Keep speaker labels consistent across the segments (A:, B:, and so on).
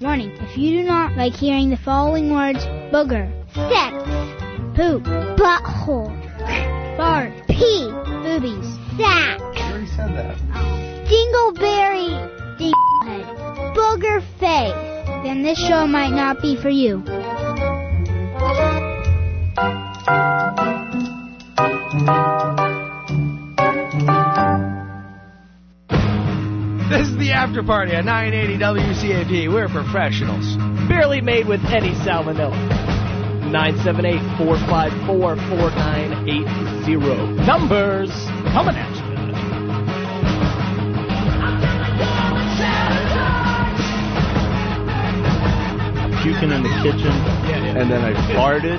A: If you do not like hearing the following words booger,
B: sex,
A: poop,
B: butthole,
A: fart,
B: pee,
A: boobies,
B: sack,
C: You already said that.
B: dingleberry,
A: dinglehead,
B: booger face.
A: then this show might not be for you.
C: This is the after party at 980 WCAP. We're professionals.
D: Barely made with any salmonella. 978-454-4980. Numbers coming at you.
E: puking in the kitchen, and then I farted.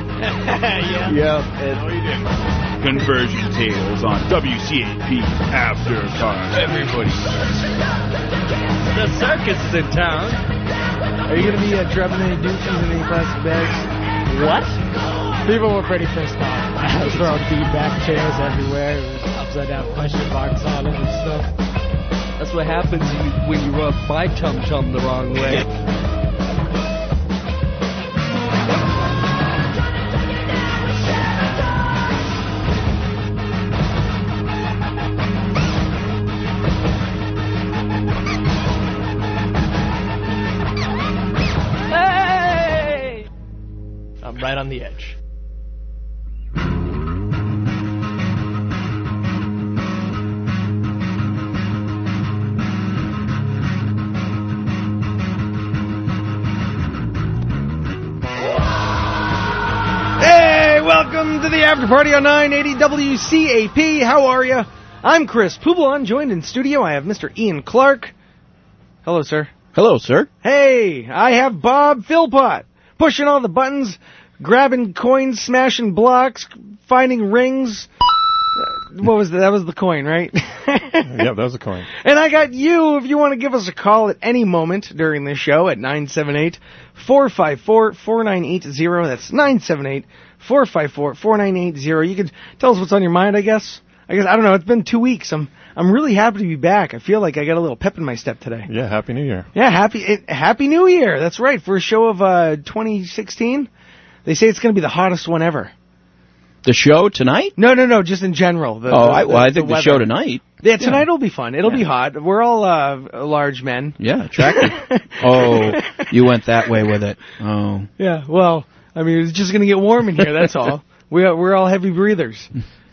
D: yeah.
E: Yep. Conversion Tales on WCAP After Party.
C: Everybody.
D: The circus is in town.
C: Are you going to be uh, drumming any dookies in any plastic bags?
D: What?
F: People were pretty pissed off. I was throwing feedback chairs everywhere. It was upside down question marks on it and stuff.
D: That's what happens when you rub my chum chum the wrong way. Hey! I'm right on the edge.
C: Hey, welcome to the after party on 980 WCAP. How are you? I'm Chris Poubelon. Joined in studio, I have Mr. Ian Clark. Hello, sir.
E: Hello, sir.
C: Hey, I have Bob Philpott pushing all the buttons, grabbing coins, smashing blocks, finding rings. Uh, What was that? That was the coin, right?
E: Yep, that was a coin.
C: And I got you if you want to give us a call at any moment during this show at 978 454 4980. That's 978 454 4980. You can tell us what's on your mind, I guess. I guess I don't know. It's been two weeks. I'm I'm really happy to be back. I feel like I got a little pep in my step today.
E: Yeah, Happy New Year.
C: Yeah, happy it, Happy New Year. That's right. For a show of uh 2016, they say it's going to be the hottest one ever.
G: The show tonight?
C: No, no, no. Just in general. The,
G: Oh,
C: the-
G: I, well, I think the, show
C: weather.
G: tonight.
C: Yeah, tonight will be fun. It'll be hot. We're all uh, large men.
G: Yeah, attractive. oh, you went that way with it. Oh,
C: Yeah, well, I mean, it's just going to get warm in here, that's all. We are, we're all heavy breathers.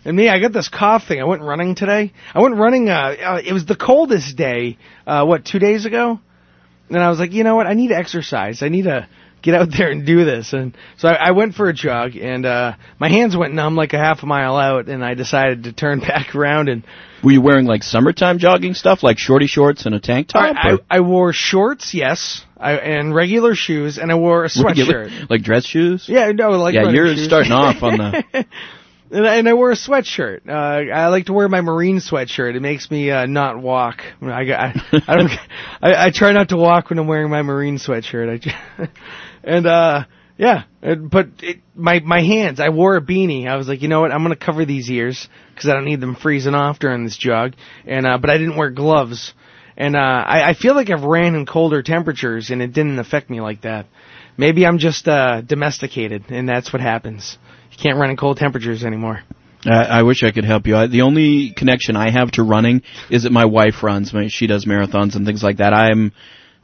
C: And me, I got this cough thing. I went running today. I went running, uh, uh it was the coldest day, uh, what, two days ago? And I was like, you know what, I need to exercise. I need to get out there and do this. And so I, I went for a jog and, uh, my hands went numb like a half a mile out and I decided to turn back around and
G: were you wearing like summertime jogging stuff, like shorty shorts and a tank top?
C: I,
G: or
C: I, I wore shorts, yes, I, and regular shoes and I wore a
G: regular-
C: sweatshirt.
G: like dress shoes?
C: Yeah, no, like
G: yeah,
C: running
G: you're
C: shoes.
G: starting off on the.
C: And I, and I wear a sweatshirt. Uh, I like to wear my marine sweatshirt. It makes me uh, not walk. I, got- I, I don't. I, I try not to walk when I'm wearing my marine sweatshirt. I, ju- and uh, yeah, and, but it, my my hands. I wore a beanie. I was like, you know what? I'm gonna cover these ears because I don't need them freezing off during this jog. And uh, but I didn't wear gloves. And uh, I, I feel like I've ran in colder temperatures and it didn't affect me like that. Maybe I'm just uh, domesticated and that's what happens. You can't run in cold temperatures anymore.
G: I, I wish I could help you. I, the only connection I have to running is that my wife runs. My, she does marathons and things like that. I'm,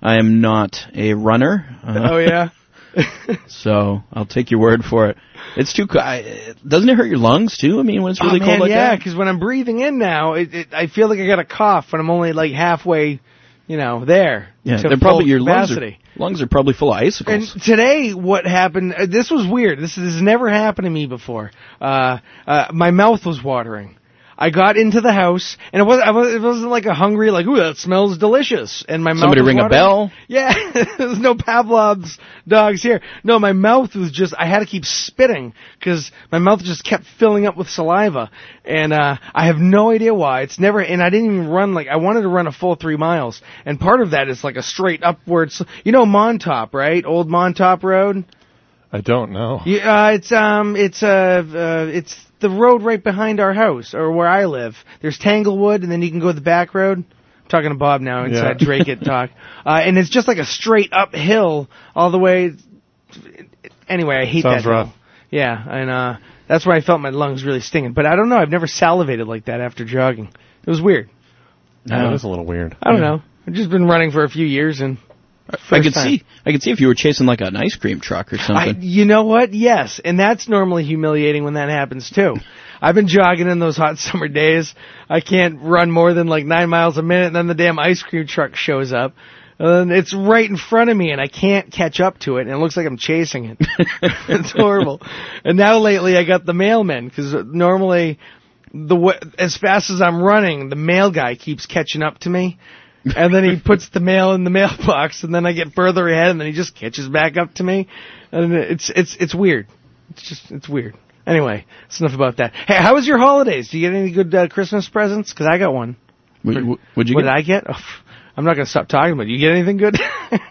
G: I am not a runner. Uh,
C: Oh yeah.
G: So I'll take your word for it. It's too. co- I, doesn't it hurt your lungs too? I mean, when it's really
C: oh, man,
G: cold like
C: yeah,
G: that.
C: because when I'm breathing in now, it, it, I feel like I got a cough when I'm only like halfway, you know, there.
G: Yeah,
C: to
G: they're probably
C: full
G: your lungs are,
C: capacity.
G: lungs are probably full of
C: And
G: icicles.
C: today, what happened? Uh, this was weird. This, this has never happened to me before. Uh, uh, my mouth was watering. I got into the house, and it wasn't. I was, it wasn't like a hungry, like, ooh, that smells delicious. And my mouth.
G: Somebody
C: was
G: ring a
C: watering.
G: bell.
C: Yeah, there's no Pavlov's dogs here. No, my mouth was just, I had to keep spitting because my mouth just kept filling up with saliva. And, uh, I have no idea why. It's never, and I didn't even run like, I wanted to run a full three miles. And part of that is like a straight upwards, you know, Montop, right? Old Montop Road.
E: I don't know.
C: Yeah, uh, it's, um, it's, uh, uh, it's the road right behind our house or where I live. There's Tanglewood and then you can go the back road. talking to Bob now inside
G: Yeah.
C: Drake it talk. Uh, and it's just like a straight uphill all the way. Anyway, I hate that.
H: Sounds
C: hill.
H: rough.
C: Yeah, and uh, that's where I felt my lungs really stinging. But I don't know. I've never salivated like that after jogging. It was weird.
G: Yeah.
H: That is a little weird.
C: I don't know. I've just been running for a few years, and
G: Hmm. I
C: First
G: could
C: time.
G: see. I could see if you were chasing like an ice cream truck or
C: I,
G: something.
C: you know what? Yes, and that's normally humiliating when that happens too. I've been jogging in those hot summer days. I can't run more than like nine miles a minute, and then the damn ice cream truck shows up. And it's right in front of me, and I can't catch up to it, and it looks like I'm chasing it. it's horrible. And now lately, I got the mailman because normally, the wa- as fast as I'm running, the mail guy keeps catching up to me, and then he puts the mail in the mailbox, and then I get further ahead, and then he just catches back up to me, and it's it's it's weird. It's just it's weird. Anyway, it's enough about that. Hey, how was your holidays? Do you get any good uh, Christmas presents? Because I got one.
G: Would, would- would you?
C: what
G: get?
C: did I get? Oh, pff, I'm not gonna stop talking about. It. You get anything good?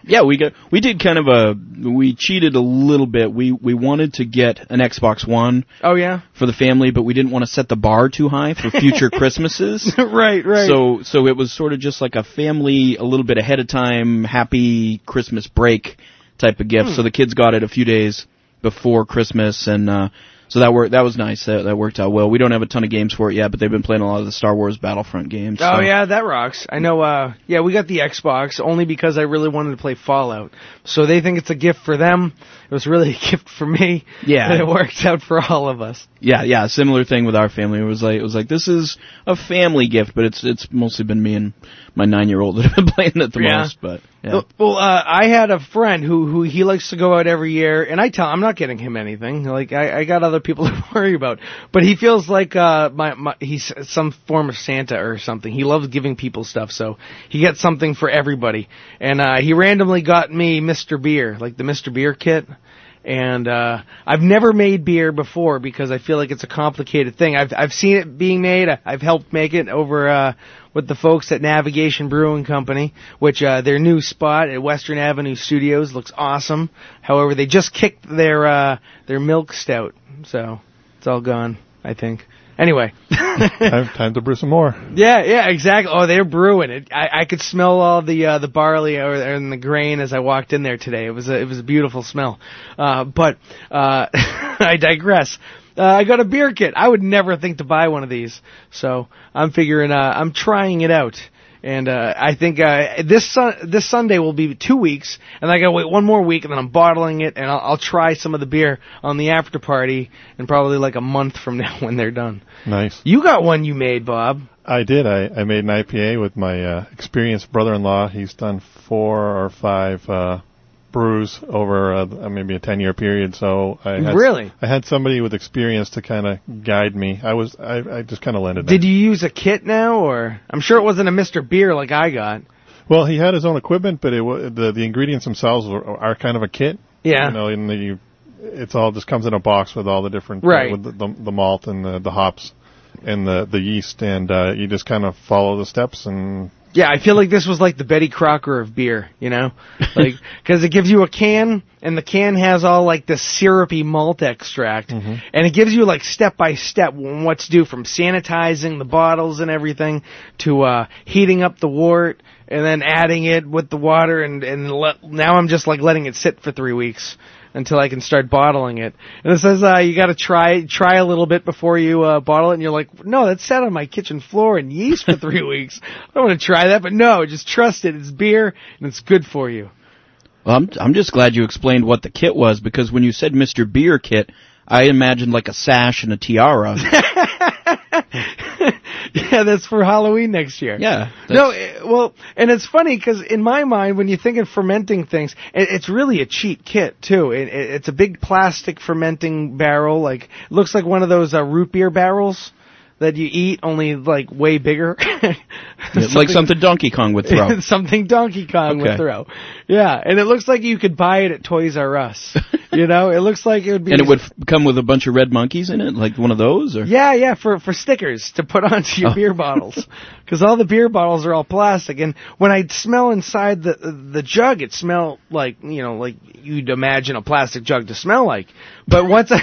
G: Yeah, we got we did kind of a we cheated a little bit. We we wanted to get an Xbox One
C: oh yeah.
G: for the family, but we didn't want to set the bar too high for future Christmases.
C: right, right.
G: So so it was sort of just like a family a little bit ahead of time, happy Christmas break type of
C: Hmm.
G: gift. So the kids got it a few days before Christmas and uh so that worked that was nice. That that worked out well. We don't have a ton of games for it yet, but they've been playing a lot of the Star Wars Battlefront games.
C: Oh
G: so-
C: yeah, that rocks. I know. Uh, yeah, we got the Xbox only because I really wanted to play Fallout. So they think it's a gift for them. It was really a gift for me.
G: Yeah.
C: and it worked out for all of us.
G: Yeah, yeah, similar thing with our family. It was like it was like this is a family gift, but it's it's mostly been me and my nine year old that have been playing it the
C: Yeah.
G: most. But yeah.
C: Well, uh, I had a friend who who he likes to go out every year, and I tell I'm not getting him anything. Like I, I got other people to worry about, but he feels like uh my, my he's some form of Santa or something. He loves giving people stuff, so he gets something for everybody. And uh, he randomly got me Mr. Beer, like the Mr. Beer kit. and uh, I've never made beer before because I feel like it's a complicated thing. I've I've seen it being made. I- I've helped make it over uh, with the folks at Navigation Brewing Company, which uh, their new spot at Western Avenue Studios looks awesome. However, they just kicked their uh, their milk stout, so it's all gone. I think. Anyway,
H: Time, time to brew some more.
C: Yeah, yeah, exactly. Oh, they're brewing it. I, I could smell all the uh, the barley or and the grain as I walked in there today. It was a, it was a beautiful smell. Uh, but uh, I digress. Uh, I got a beer kit. I would never think to buy one of these, so I'm figuring uh, I'm trying it out. And uh, I think uh, this sun- this Sunday will be two weeks, and I got to wait one more week, and then I'm bottling it, and I'll, I'll try some of the beer on the after party, and probably like a month from now when they're done.
H: Nice.
C: You got one you made, Bob.
H: I did. I, I made an IPA with my uh, experienced brother-in-law. He's done four or five uh, brews over uh, maybe a ten-year period. So I had,
C: Really?
H: I had somebody with experience to kind of guide me. I was I, I just kind of landed.
C: Did you use a kit now, or I'm sure it wasn't a Mr. Beer like I got.
H: Well, he had his own equipment, but it wa- the the ingredients themselves are, are kind of a kit.
C: Yeah.
H: You know, and then you, it's all just comes in a box with all the different uh,
C: Right.
H: with the, the, the malt and the, the hops and the the yeast, and uh, you just kind of follow the steps and
C: Yeah, I feel like this was like the Betty Crocker of beer, you know, like because it gives you a can, and the can has all like this syrupy malt extract, and it gives you like step by step on what to do from sanitizing the bottles and everything to uh, heating up the wort and then adding it with the water, and and let, now I'm just like letting it sit for three weeks. until I can start bottling it. And it says uh, you got to try try a little bit before you uh, bottle it. And you're like, no, that sat on my kitchen floor in yeast for three weeks. I don't want to try that, but no, just trust it. It's beer and it's good for you.
G: Well, I'm I'm just glad you explained what the kit was because when you said Mr. Beer kit, I imagined like a sash and a tiara.
C: yeah, that's for Halloween next year.
G: yeah.
C: No, eh, well, and it's funny because in my mind, when you think of fermenting things, it, it's really a cheap kit too. It, it, it's a big plastic fermenting barrel, like it looks like one of those uh, root beer barrels that you eat, only like way bigger.
G: It's like something Donkey Kong would throw.
C: something Donkey Kong
G: Oh. Okay.
C: would throw. Yeah, and it looks like you could buy it at Toys R Us. you know, it looks like it would be.
G: And it would f- come with a bunch of red monkeys in it, like one of those, or
C: Yeah, yeah, for for stickers to put onto
G: Oh.
C: your beer bottles, because all the beer bottles are all plastic. And when I smell inside the the jug, it smelled like you know, like you'd imagine a plastic jug to smell like. But once I,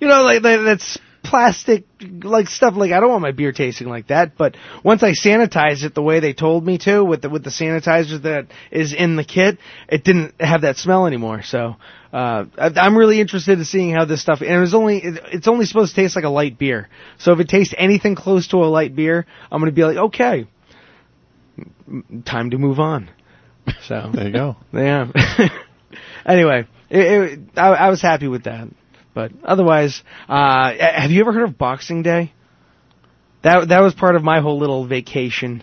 C: you know, like that, that's plastic like stuff like I don't want my beer tasting like that but once I sanitized it the way they told me to with the with the sanitizer that is in the kit it didn't have that smell anymore so uh I, I'm really interested in seeing how this stuff and it was only it, it's only supposed to taste like a light beer so if it tastes anything close to a light beer I'm going to be like okay M- time to move on so
H: There you go.
C: yeah. anyway, it, it, I, I was happy with that. But otherwise, uh, a- have you ever heard of Boxing Day? That that was part of my whole little vacation.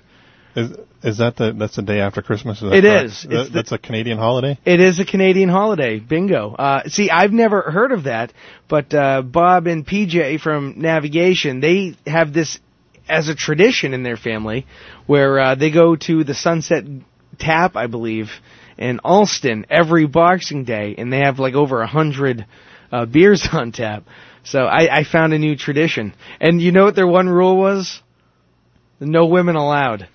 H: Is is that the that's the day after Christmas? Is that
C: It
H: correct?
C: is.
H: That-
C: It's the-
H: that's a Canadian holiday.
C: It is a Canadian holiday. Bingo. Uh, see, I've never heard of that, but uh, Bob and PJ from Navigation they have this as a tradition in their family, where uh, they go to the Sunset Tap, I believe, in Alston every Boxing Day, and they have like over a hundred uh, beers on tap. So I, I found a new tradition, and you know what their one rule was? No women allowed.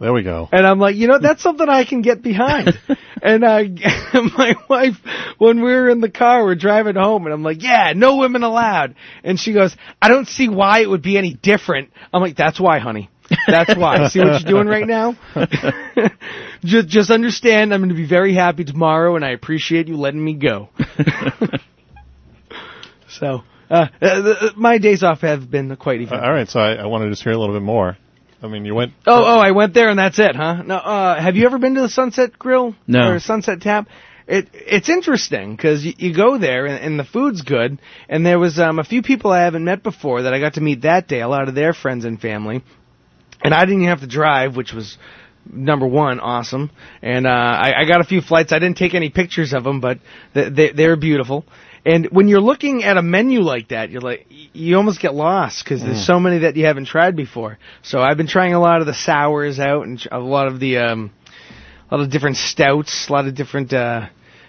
H: There we go.
C: And I'm like, you know, that's something I can get behind. and I, my wife, when we were in the car, we're driving home, and I'm like, yeah, no women allowed. And she goes, I don't see why it would be any different. I'm like, that's why, honey. That's why. see what you're doing right now? just, just understand I'm going to be very happy tomorrow, and I appreciate you letting me go. so, uh, uh, uh, my days off have been quite eventful.
H: Uh, All right, so I, I want to just hear a little bit more. I mean, you went.
C: Oh, oh, I went there and that's it, huh? No, uh, have you ever been to the Sunset Grill?
G: No.
C: Or Sunset Tap? It, it's interesting because you, you go there and, and the food's good. And there was um, a few people I haven't met before that I got to meet that day, a lot of their friends and family. And I didn't even have to drive, which was number one, awesome. And uh, I, I got a few flights. I didn't take any pictures of them, but th- they, they're beautiful. And when you're looking at a menu like that, you're like, you almost get lost because
H: Mm.
C: there's so many that you haven't tried before. So I've been trying a lot of the sours out and tr- a lot of the, um, a lot of different stouts, a lot of different, uh,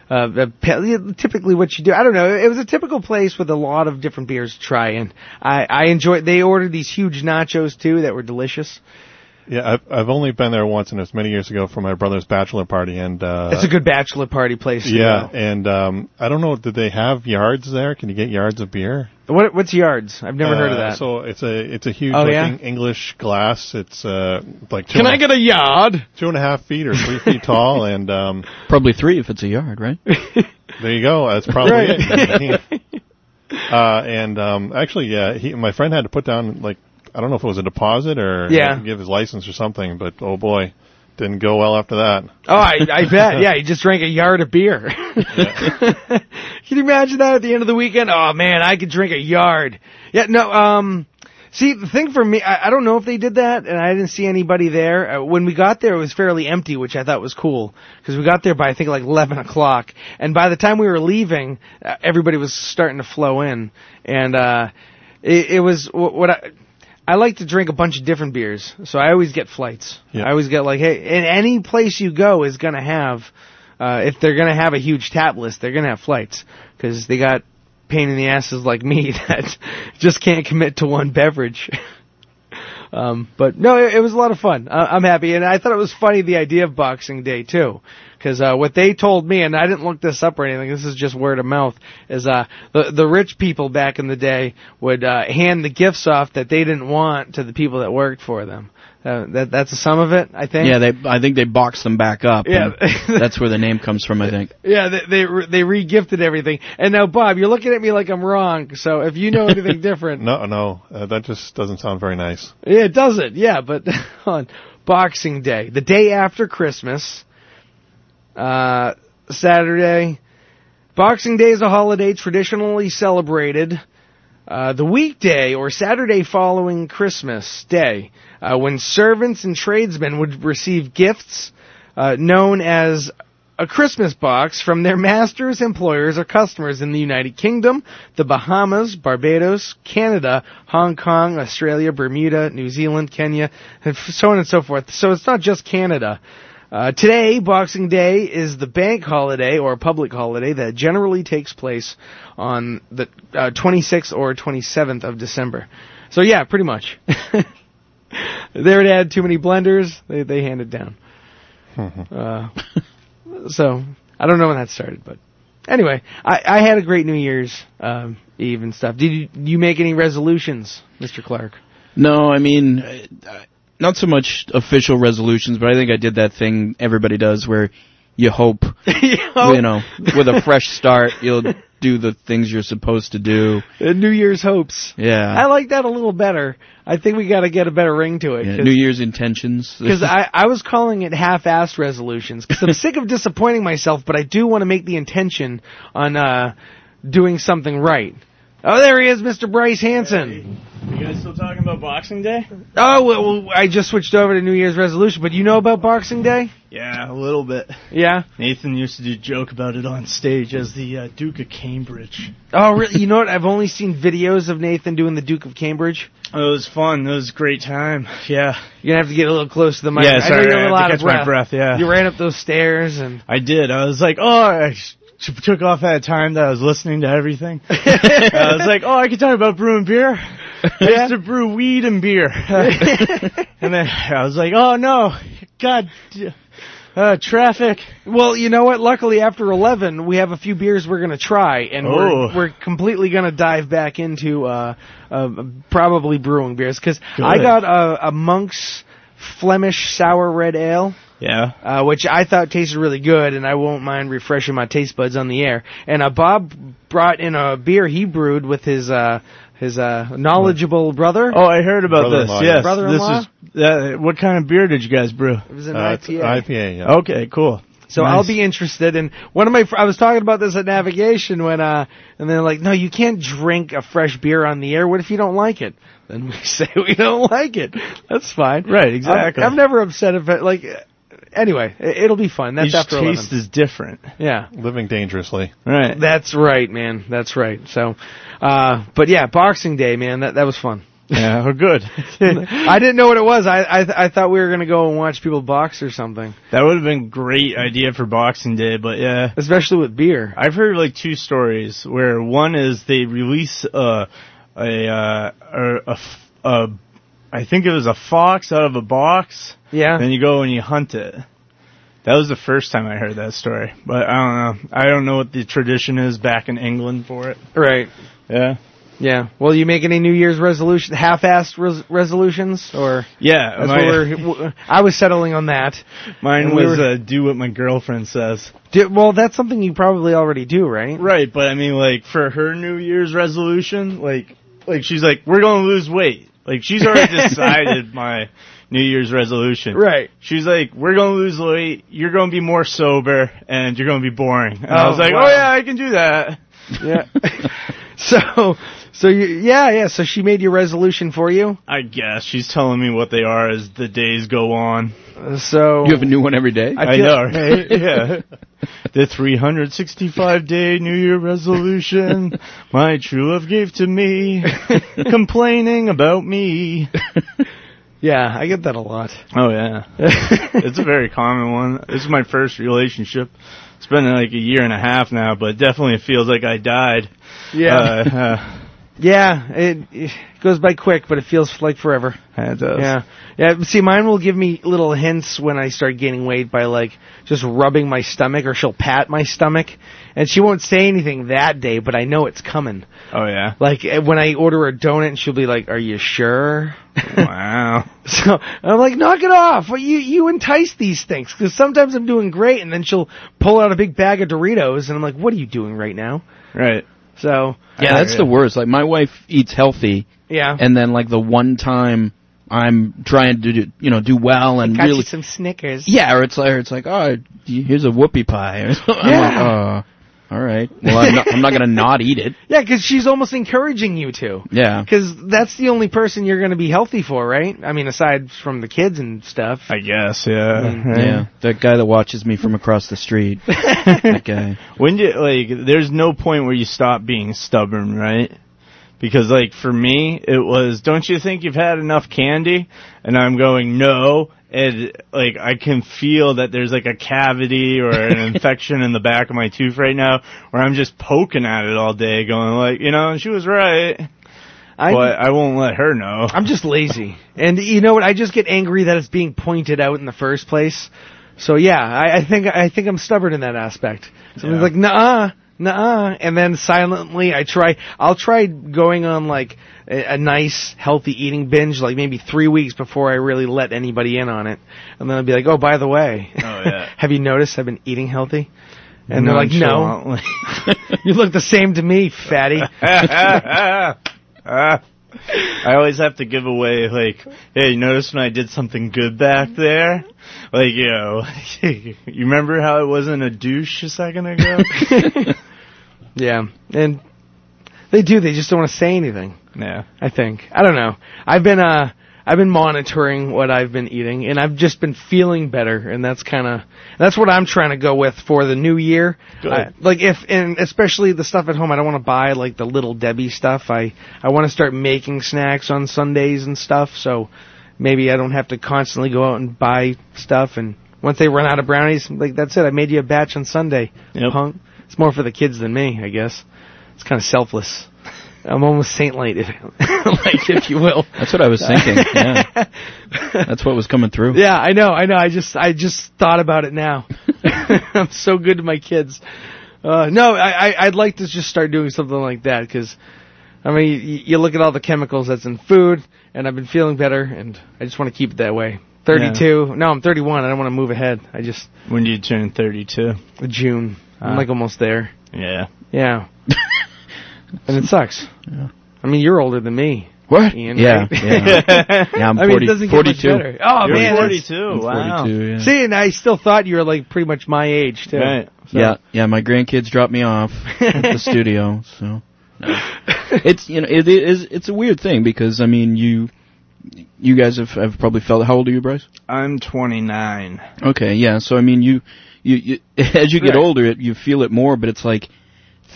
C: uh, uh, pe- typically what you do. I don't know. It was a typical place with a lot of different beers to try, and I, I enjoyed. They ordered these huge nachos too that were delicious.
H: Yeah, I've I've only been there once, and it was many years ago for my brother's bachelor party, and uh,
C: That's a good bachelor party place. to
H: Yeah,
C: go.
H: and um, I don't know. Did they have yards there? Can you get yards of beer?
C: What what's yards? I've never heard of
H: Uh,
C: that.
H: So it's a it's a huge
C: Oh,
H: like,
C: yeah?
H: Eng- English glass. It's uh like two
C: Can
H: and
C: I
H: a-
C: get a yard?
H: two and a half feet or three feet tall, and um,
G: Probably three if it's a yard, right?
H: there you go. That's probably
C: Right.
H: it. uh, and um, actually, yeah, he, my friend had to put down like I don't know if it was a deposit or he
C: Yeah.
H: had to give his license or something, but oh boy, didn't go well after that.
C: Oh, I, I bet. Yeah, he just drank a yard of beer. Can you imagine that at the end of the weekend? Oh man, I could drink a yard. Yeah, no. Um, see, the thing for me, I, I don't know if they did that, and I didn't see anybody there. Uh, when we got there, it was fairly empty, which I thought was cool because we got there by I think like eleven o'clock, and by the time we were leaving, uh, everybody was starting to flow in, and uh, it, it was wh- what I. I like to drink a bunch of different beers, so I always get flights.
H: Yeah.
C: I always get like, hey, and any place you go is gonna have, uh, if they're gonna have a huge tap list, they're gonna have flights because they got pain in the asses like me that just can't commit to one beverage. um, but no, it, it was a lot of fun. I, I'm happy, and I thought it was funny the idea of Boxing Day too, because uh, what they told me, and I didn't look this up or anything. This is just word of mouth. Is uh, the the rich people back in the day would uh, hand the gifts off that they didn't want to the people that worked for them. Uh, that that's some of it, I think.
G: Yeah, they. I think they box them back up. and
C: Yeah.
G: that's where the name comes from. I think.
C: Yeah, they they, re- they regifted everything. And now, Bob, you're looking at me like I'm wrong. So if you know anything different,
H: No, no, uh, that just doesn't sound very nice.
C: yeah, it doesn't. Yeah, but on Boxing Day, the day after Christmas, uh, Saturday, Boxing Day is a holiday traditionally celebrated. Uh, the weekday or Saturday following Christmas Day, uh, when servants and tradesmen would receive gifts uh, known as a Christmas box from their masters, employers, or customers in the United Kingdom, the Bahamas, Barbados, Canada, Hong Kong, Australia, Bermuda, New Zealand, Kenya, and f- so on and so forth. So it's not just Canada. Uh, today, Boxing Day is the bank holiday or public holiday that generally takes place on the uh, 26th or 27th of December. So yeah, pretty much. there it had too many blenders. They they handed down. uh, so I don't know when that started, but Anyway, I, I had a great New Year's um, Eve and stuff. Did you, you make any resolutions, Mr. Clark?
G: No, I mean, uh, not so much official resolutions, but I think I did that thing everybody does where you hope, you know, with a fresh start, you'll do the things you're supposed to do.
C: Uh, New Year's hopes. I
G: Yeah.
C: like that a little better. I think we got to get a better ring to it.
G: Yeah,
C: 'cause-
G: New Year's intentions.
C: Because I, I was calling it half-assed resolutions. Because I'm sick of disappointing myself, but I do want to make the intention on uh, doing something right. Oh, there he is, Mr. Bryce Hanson.
I: You guys still talking about Boxing Day?
C: Oh, well, well, I just switched over to New Year's resolution, but you know about Boxing Day?
I: Yeah, a little bit.
C: Yeah.
I: Nathan used to do joke about it on stage as the uh, Duke of Cambridge.
C: Oh, really? You know what? I've only seen videos of Nathan doing the Duke of Cambridge.
I: It was fun. It was a great time. Yeah.
C: You're gonna have to get a little close to the mic. I
I: yeah,
C: know
I: sorry.
C: you're a
I: I
C: little
I: had
C: out
I: to
C: of
I: catch my breath. Yeah.
C: You ran up those stairs and.
I: I did. I was like, oh, I sh- took off at a time that I was listening to everything. I was like, oh, I could talk about brewing beer. I used to brew weed and beer. and then I was like, oh no, God, d- uh, traffic.
C: Well, you know what? Luckily, after 11, we have a few beers we're going to try, and
I: Oh.
C: we're, we're completely going to dive back into uh, uh, probably brewing beers, because I
I: Good.
C: got a, a Monk's Flemish Sour Red Ale,
I: Yeah.
C: uh, which I thought tasted really good, and I won't mind refreshing my taste buds on the air. And uh, Bob brought in a beer he brewed with his uh, his uh, knowledgeable brother.
I: Oh, I heard about this.
H: Brother-in-law, yeah.
I: Yes,
C: Brother-in-law?
I: this is. Uh, what kind of beer did you guys brew?
C: It was an
H: Uh, it's
C: IPA.
H: IPA,
C: Oh.
H: yeah.
I: Okay, cool.
C: So
I: Nice.
C: I'll be interested. And one of my, fr- I was talking about this at navigation when, uh, and they're like, no, you can't drink a fresh beer on the air. What if you don't like it? Then we say we don't like it. That's fine.
I: Right,
C: I'm-
I: exactly.
C: I'm, never upset if it, like, uh, anyway, it, it'll be fun. That's
I: Each
C: after 11.
I: taste is different.
C: Yeah.
H: Living dangerously.
I: Right.
C: That's right, man. That's right. So, uh, but yeah, Boxing Day, man, that, that was fun.
I: yeah, well, good.
C: I didn't know what it was. I, I, th- I thought we were going to go and watch people box or something,
I: that would have been great idea for Boxing Day, but yeah.
C: especially with beer.
I: I've heard like two stories where one is they release uh, a uh, a, a, f- a I think it was a fox out of a box,
C: Yeah.
I: then you go and you hunt it. That was the first time I heard that story, but I don't know. I don't know what the tradition is back in England for it.
C: Right.
I: Yeah.
C: Yeah. Well, you make any New Year's resolution, half-assed res- resolutions, or
I: Yeah,
C: that's
I: my-
C: what we're, w- I was settling on that.
I: mine
C: and we
I: was
C: were-
I: uh, do what my girlfriend says.
C: Did, well, that's something you probably already do, right?
I: Right, but I mean, like for her New Year's resolution, like like she's like we're gonna lose weight. Like she's already decided my New Year's resolution.
C: Right.
I: She's like, we're gonna lose weight. You're gonna be more sober, and you're gonna be boring. And I
C: Oh,
I: was like,
C: wow.
I: oh yeah, I can do that.
C: Yeah. so, so you, yeah, yeah. So she made your resolution for you.
I: I guess she's telling me what they are as the days go on.
C: Uh, So
G: you have a new one every day?
I: I,
C: feel-
I: know, right? yeah. The 365 day New Year resolution my true love gave to me, complaining about me.
C: yeah, I get that a lot.
I: Oh yeah, it's a very common one. This is my first relationship. It's been like a year and a half now, but definitely feels like I died.
C: Yeah,
I: Uh, uh,
C: yeah. It, it goes by quick, but it feels like forever.
I: it does.
C: Yeah, yeah. See, mine will give me little hints when I start gaining weight by like just rubbing my stomach, or she'll pat my stomach, and she won't say anything that day, but I know it's coming.
I: Oh yeah.
C: Like eh, when I order a donut, and she'll be like, "Are you sure?"
G: Oh
I: Wow.
C: so I'm like, "Knock it off! Well, You you entice these things because sometimes I'm doing great, and then she'll pull out a big bag of Doritos, and I'm like, "What are you doing right now?"
I: Right.
C: So
G: yeah, that's the worst. Like my wife eats healthy,
C: yeah,
G: and then like the one time I'm trying to do, you know do well and
C: got
G: really
C: you some Snickers.
G: Yeah, or it's like, or it's like, oh, here's a whoopie pie. I'm
C: Yeah.
G: like, oh, all right. Well, I'm not, I'm not gonna not eat it.
C: Yeah, because she's almost encouraging you to.
G: Yeah.
C: Because that's the only person you're going to be healthy for, right? I mean, aside from the kids and stuff.
I: I guess. Yeah.
C: Mm-hmm.
G: Yeah. That guy that watches me from across the street. that guy.
I: When do like? There's no point where you stop being stubborn, right? Because like for me, it was, don't you think you've had enough candy? And I'm going, no. And like I can feel that there's like a cavity or an infection in the back of my tooth right now, where I'm just poking at it all day, going like, you know, she was right,
C: I,
I: but I won't let her know.
C: I'm just lazy. and you know what? I just get angry that it's being pointed out in the first place. So yeah, I, I think I think I'm stubborn in that aspect. So I'm
I: Yeah.
C: like, nah, nah, and then silently I try. I'll try going on like a, a nice, healthy eating binge, like maybe three weeks before I really let anybody in on it, and then I'll be like, oh, by the way,
I: Oh, yeah.
C: have you noticed I've been eating healthy? And they're like, no,
I: Nonchalantly.
C: you look the same to me, fatty.
I: I always have to give away like, hey, you notice when I did something good back there? Like, you know, you remember how I wasn't a douche a second ago?
C: yeah, and they do. They just don't want to say anything.
I: yeah.
C: I think. I don't know. I've been uh I've been monitoring what I've been eating and I've just been feeling better and that's kind of that's what I'm trying to go with for the new year.
I: Good.
C: I- like if and especially the stuff at home I don't want to buy like the little Debbie stuff. I I want to start making snacks on Sundays and stuff so maybe I don't have to constantly go out and buy stuff and once they run out of brownies like that's it I made you a batch on Sunday.
I: Yep.
C: Punk. It's more for the kids than me, I guess. It's kind of selfless. I'm almost saint-light, if, like if you will.
G: That's what I was thinking. yeah. That's what was coming through.
C: Yeah, I know, I know. I just, I just thought about it now. I'm so good to my kids. Uh, no, I, I, I'd like to just start doing something like that because, I mean, you, you look at all the chemicals that's in food, and I've been feeling better, and I just want to keep it that way. 32. No, I'm 31. I don't want to move ahead. I just
I: When do you turn 32?
C: June. I'm
G: Uh.
I: Ah.
C: like almost there.
I: Yeah.
C: Yeah. and it sucks. I mean, you're older than me.
G: What?
C: Ian,
G: yeah.
C: right?
G: yeah. Yeah, I'm
C: I mean,
G: 40
C: it doesn't get
G: 42.
C: much better. Oh
I: You're
C: man, that's-
I: 42.
G: I'm
I: wow.
G: 42, yeah.
C: See, and I still thought you were like pretty much my age too.
I: Right.
G: Yeah, yeah. My grandkids dropped me off at the studio, so no. it's you know it is it's a weird thing because I mean you you guys have, have probably felt how old are you, Bryce?
I: I'm 29.
G: Okay, yeah. So I mean you you, you as you get
I: Right.
G: older it, you feel it more, but it's like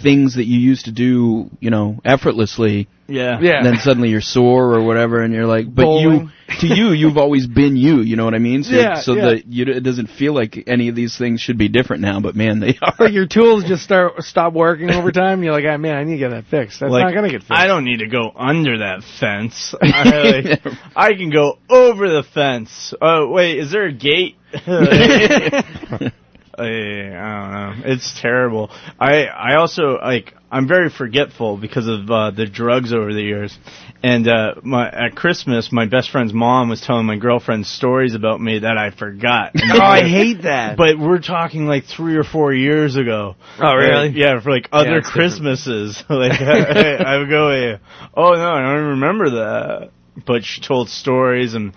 G: things that you used to do you know effortlessly.
I: Yeah.
C: Yeah.
G: Then suddenly you're sore or whatever, and you're like, but
C: Bowling.
G: you to you you've always been you. You know what I mean? So,
C: Yeah,
G: so
C: yeah.
G: that you it doesn't feel like any of these things should be different now, but man, they are.
C: Like your tools just start stop working over time. And you're like, ah, man, I need to get that fixed. That's
I: Like,
C: not gonna get fixed.
I: I don't need to go under that fence. I, like, I can go over the fence. Oh wait, is there a gate? Uh, I don't know. It's terrible. I I also like I'm very forgetful because of uh, the drugs over the years. And uh, my at Christmas, my best friend's mom was telling my girlfriend stories about me that I forgot.
C: oh, I hate that.
I: But we're talking like three or four years ago.
C: Oh, really?
I: Uh, yeah, for like other
C: it's different.
I: Christmases. like I, I would go, eh, oh no, I don't remember that. But she told stories, and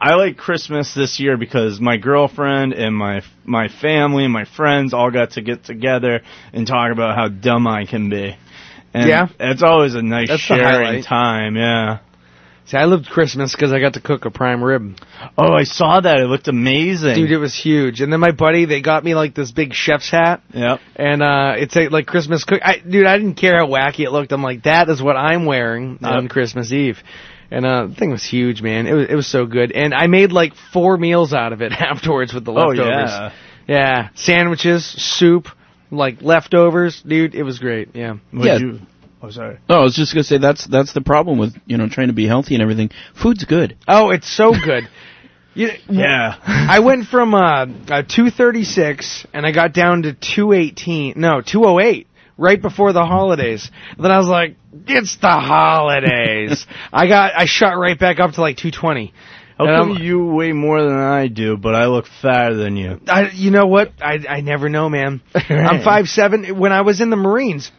I: I like Christmas this year because my girlfriend and my my family and my friends all got to get together and talk about how dumb I can be. And
C: Yeah.
I: it's always a nice
C: That's the
I: sharing
C: highlight.
I: time. Yeah.
C: See, I lived Christmas because I got to cook a prime rib.
I: Oh, I saw that. It looked amazing.
C: Dude, it was huge. And then my buddy, they got me like this big chef's hat.
I: yep.
C: And uh it's a, like Christmas cook. I, dude, I didn't care how wacky it looked. I'm like, that is what I'm wearing on
I: Yep.
C: Christmas Eve. And uh the thing was huge, man. It was it was so good. And I made like four meals out of it afterwards with the
I: Oh,
C: leftovers.
I: yeah.
C: Yeah. sandwiches, soup, like leftovers, dude. It was great. Yeah.
I: Would
G: Yeah.
I: you? Oh, sorry.
G: No, I was just gonna say that's that's the problem with you know trying to be healthy and everything. Food's good.
C: Oh, it's so good. you,
I: Yeah.
C: I went from uh, uh 236 and I got down to 218. No, 208 right before the holidays. And then I was like, it's the holidays. I got I shot right back up to like 220.
I: How
C: And
I: come
C: I'm-
I: you weigh more than I do, but I look fatter than you?
C: I, you know what? I, I never know, man. I'm five seven. When I was in the Marines,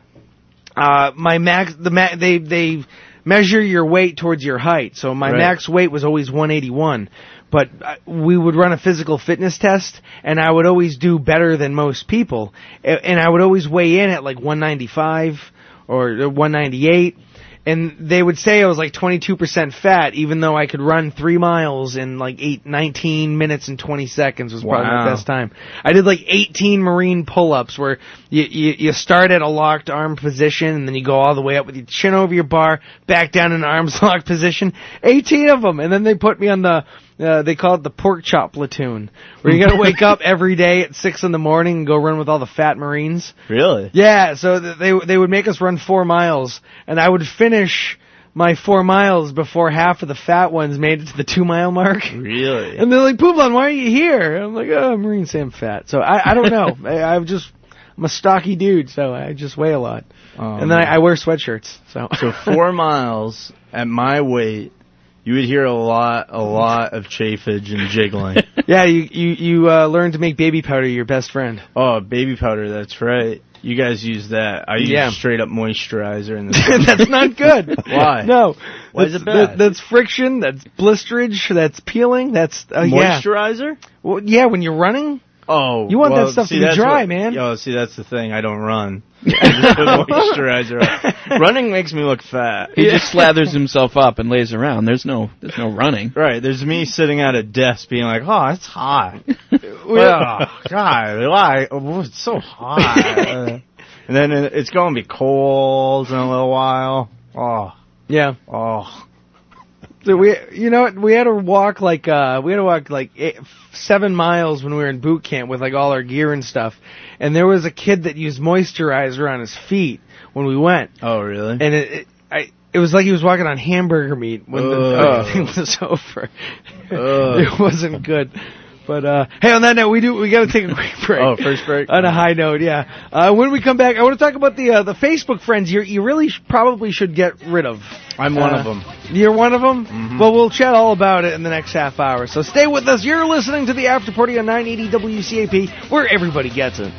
C: uh, my max the ma- they they measure your weight towards your height. So my
I: Right.
C: max weight was always 181. But uh, we would run a physical fitness test, and I would always do better than most people. A- And I would always weigh in at like 195 or uh, 198. And they would say I was like 22% fat, even though I could run three miles in like eight, 19 minutes and 20 seconds was probably my
I: Wow.
C: best time. I did like 18 marine pull-ups where you, you you start at a locked arm position and then you go all the way up with your chin over your bar, back down in an arms locked position. 18 of them, and then they put me on the uh, they call it the pork chop platoon, where you got to wake up every day at six in the morning and go run with all the fat marines.
I: Really?
C: Yeah, so th- they they would make us run four miles, and I would finish my four miles before half of the fat ones made it to the two mile mark.
I: Really?
C: And they're like, Poulon, why are you here? And I'm like, oh, Marine Sam fat. So I, I don't know. I, I'm just, I'm a stocky dude, so I just weigh a lot.
I: Um,
C: and then I, I wear sweatshirts. So
I: so four miles at my weight, you would hear a lot, a lot of chafage and jiggling.
C: yeah, you you you uh, learn to make baby powder your best friend.
I: oh, baby powder. That's right. You guys use that. I use
C: Yeah.
I: straight up moisturizer in the
C: that's not good.
I: Why?
C: No.
I: Why is
C: That's-
I: it bad?
C: that- that's friction. That's blisterage. That's peeling. That's uh, yeah.
I: moisturizer.
C: Well, yeah, when you're running.
I: Oh,
C: You want that
I: well,
C: stuff to
I: see,
C: be
I: that's
C: dry,
I: what-
C: man.
I: Oh, see, that's the thing. I don't run. I just put moisturizer. on. Running makes me look fat.
G: He just slathers himself up and lays around. There's no there's no running.
I: Right, there's me sitting at a desk being like, oh, it's hot.
C: Well-
I: oh, God, why? Oh, it's so hot. Uh, and then it- it's going to be cold in a little while. Oh,
C: Yeah.
I: oh.
C: So we, you know, what, we had to walk like uh, we had to walk like eight, seven miles when we were in boot camp with like all our gear and stuff. And there was a kid that used moisturizer on his feet when we went,
I: Oh, really?
C: and it, it I. It was like he was walking on hamburger meat when the
I: Ugh.
C: thing was over.
I: Ugh.
C: it wasn't good. But uh, hey, on that note, we do we got to take a quick break.
I: Oh, first break?
C: On a high note, yeah. Uh, when we come back, I want to talk about the uh, the Facebook friends you you really sh- probably should get rid of.
I: I'm one
C: Uh,
I: of them. Mm-hmm.
C: You're one of them? Well, we'll chat all about it in the next half hour. So stay with us. You're listening to the After Party on 980 WCAP, where everybody gets it.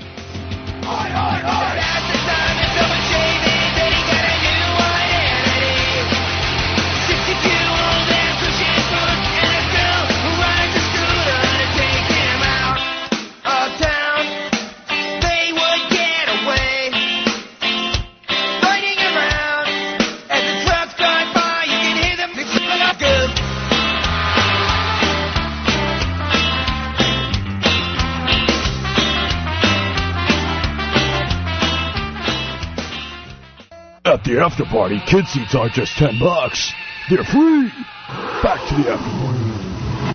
J: At the after party, kid seats aren't just 10 bucks. They're free. Back to the after party.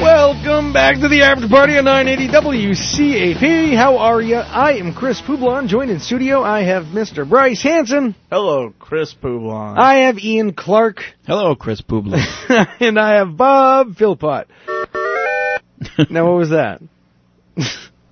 C: Welcome back to the After Party on 980 WCAP. How are you? I am Chris Poublon. Joined in studio, I have Mr. Bryce Hansen.
I: Hello, Chris Poublon.
C: I have Ian Clark.
G: Hello, Chris Bubler.
C: and I have Bob Philpott. now, what was that?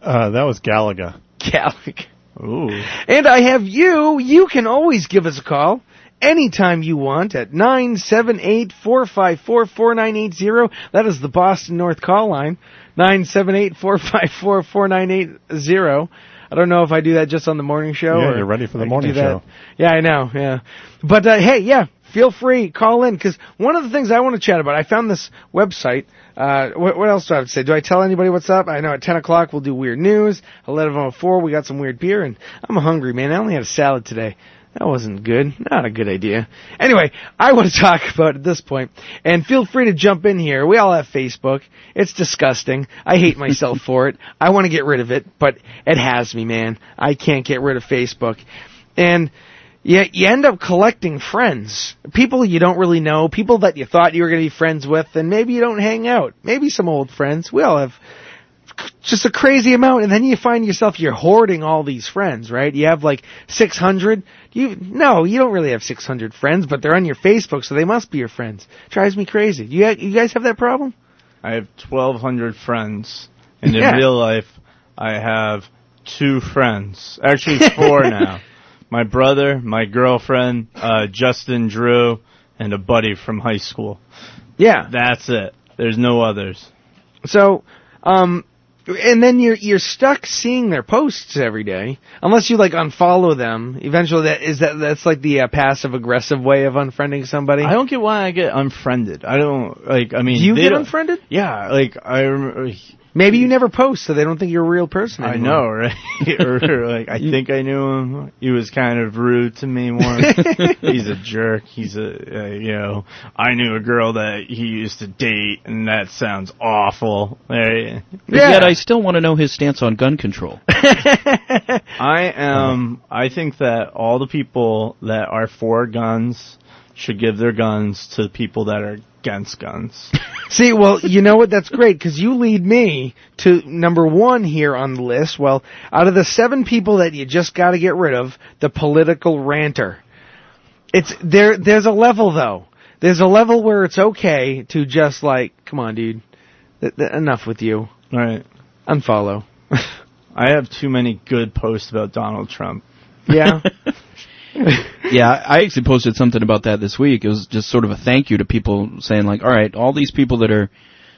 H: Uh, that was Galaga.
C: Gallic.
I: Ooh.
C: And I have you. You can always give us a call anytime you want at 978-454-4980. That is the Boston North call line. 978-454-4980. I don't know if I do that just on the morning show.
H: Yeah,
C: or
H: you're ready for the
C: I can
H: morning
C: do that.
H: show.
C: Yeah, I know. Yeah. But uh, hey, yeah, feel free. Call in because one of the things I want to chat about, I found this website. Uh, what, what else do I have to say? Do I tell anybody what's up? I know at 10 o'clock we'll do weird news. 11.04 we got some weird beer and I'm hungry, man. I only had a salad today. That wasn't good. Not a good idea. Anyway, I want to talk about at this point, and feel free to jump in here. We all have Facebook. It's disgusting. I hate myself for it. I want to get rid of it, but it has me, man. I can't get rid of Facebook. And yeah, you end up collecting friends, people you don't really know, people that you thought you were going to be friends with, and maybe you don't hang out. Maybe some old friends. We all have just a crazy amount, and then you find yourself you're hoarding all these friends, right? You have like 600. You no, you don't really have 600 friends, but they're on your Facebook, so they must be your friends. Drives me crazy. You ha- you guys have that problem?
I: I have 1,200 friends, and
C: Yeah.
I: in real life, I have two friends. Actually, four now. My brother, my girlfriend, uh, Justin Drew, and a buddy from high school.
C: Yeah.
I: That's it. There's no others.
C: So, um, and then you're you're stuck seeing their posts every day, unless you like unfollow them. Eventually, that is that that's like the uh, passive aggressive way of unfriending somebody.
I: I don't get why I get unfriended. I don't like. I mean,
C: Do you
I: they
C: get
I: don't-
C: unfriended?
I: Yeah, like I. rem-
C: Maybe you never post, so they don't think you're a real person.
I: I
C: anymore.
I: know, right? or like I think I knew him. He was kind of rude to me once. He's a jerk. He's a uh, you know. I knew a girl that he used to date, and that sounds awful. Right?
C: Yeah.
G: Yet I I still want to know his stance on gun control.
I: I am. I think that all the people that are for guns should give their guns to the people that are against guns.
C: See, well, you know what? That's great because you lead me to number one here on the list. Well, out of the seven people that you just got to get rid of, the political ranter. It's there. There's a level though. There's a level where it's okay to just like, come on, dude, Th- th- enough with you.
I: All right.
C: Unfollow.
I: I have too many good posts about Donald Trump.
C: Yeah.
G: yeah, I actually posted something about that this week. It was just sort of a thank you to people saying like, all right, all these people that are,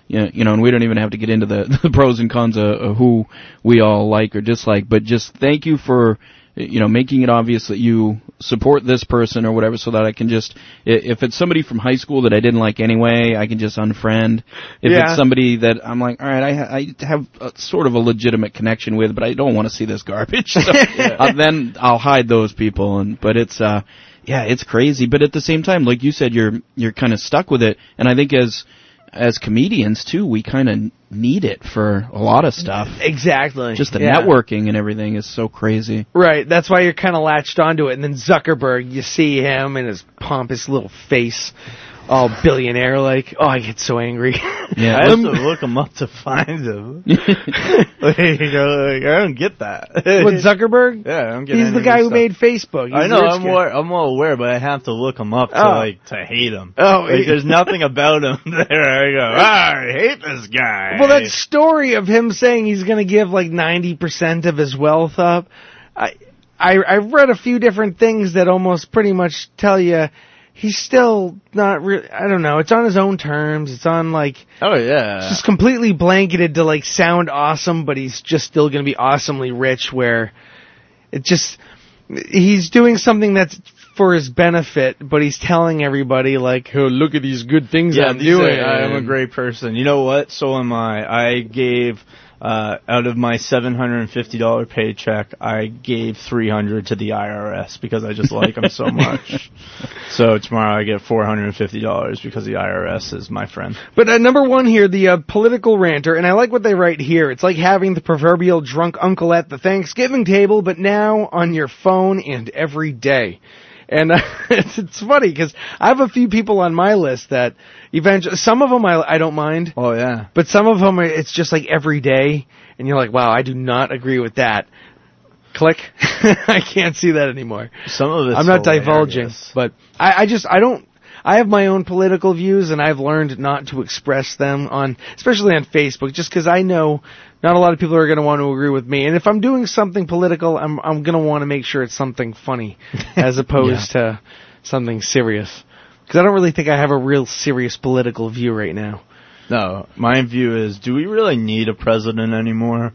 G: you know, you know and we don't even have to get into the, the pros and cons of, of who we all like or dislike, but just thank you for, you know, making it obvious that you support this person or whatever so that I can just, i- if it's somebody from high school that I didn't like anyway, I can just unfriend. If
C: Yeah.
G: it's somebody that I'm like, all right, I, ha- I have a, sort of a legitimate connection with, but I don't want to see this garbage. So, uh, then I'll hide those people. And but it's uh, yeah, it's crazy. But at the same time, like you said, you're you're kind of stuck with it. And I think as as comedians too, we kind of need it for a lot of stuff.
C: exactly.
G: Just the
C: Yeah.
G: networking and everything is so crazy.
C: Right, that's why you're kind of latched onto it. And then Zuckerberg, you see him and his pompous little face, all billionaire like. Oh, I get so angry.
G: Yeah.
I: I have to
C: Um,
I: look him up to find him. like, you know, like, I don't get that.
C: What Zuckerberg?
I: yeah, I don't get
C: He's
I: any
C: the
I: of
C: guy
I: his
C: who
I: stuff.
C: made Facebook. He's
I: I know.
C: the rich
I: I'm
C: guy.
I: more. I'm more aware, but I have to look him up to
C: Oh.
I: like to hate him.
C: Oh,
I: like,
C: he-
I: there's nothing about him there. I go. "Ah, I hate this guy.
C: Well, that story of him saying he's going to give like 90% of his wealth up, I, I, I've read a few different things that almost pretty much tell you he's still not really, I don't know, it's on his own terms, it's on like,
I: Oh yeah.
C: just completely blanketed to like sound awesome, but he's just still going to be awesomely rich. Where it just he's doing something that's for his benefit, but he's telling everybody like, "Oh, look at these good things
I: yeah,
C: I'm
I: these
C: doing."
I: are- I am a great person. You know what? So am I. I gave uh, out of my seven hundred and fifty dollar paycheck, I gave three hundred to the IRS because I just like them so much. So tomorrow I get four hundred and fifty dollars because the IRS is my friend.
C: But uh, number one here, the uh, political ranter, and I like what they write here. It's like having the proverbial drunk uncle at the Thanksgiving table, but now on your phone and every day. And uh, it's, it's funny because I have a few people on my list that eventually, some of them I, I don't mind.
I: Oh yeah.
C: But some of them, it's just like every day, and you're like, wow, I do not agree with that. Click. I can't see that anymore.
I: Some of it's
C: I'm not divulging,
I: hilarious.
C: but I, I just, I don't, I have my own political views, and I've learned not to express them on, especially on Facebook, just because I know not a lot of people are going to want to agree with me. And if I'm doing something political, I'm, I'm going to want to make sure it's something funny, as opposed to something serious. Because I don't really think I have a real serious political view right now.
I: No, my view is: Do we really need a president anymore?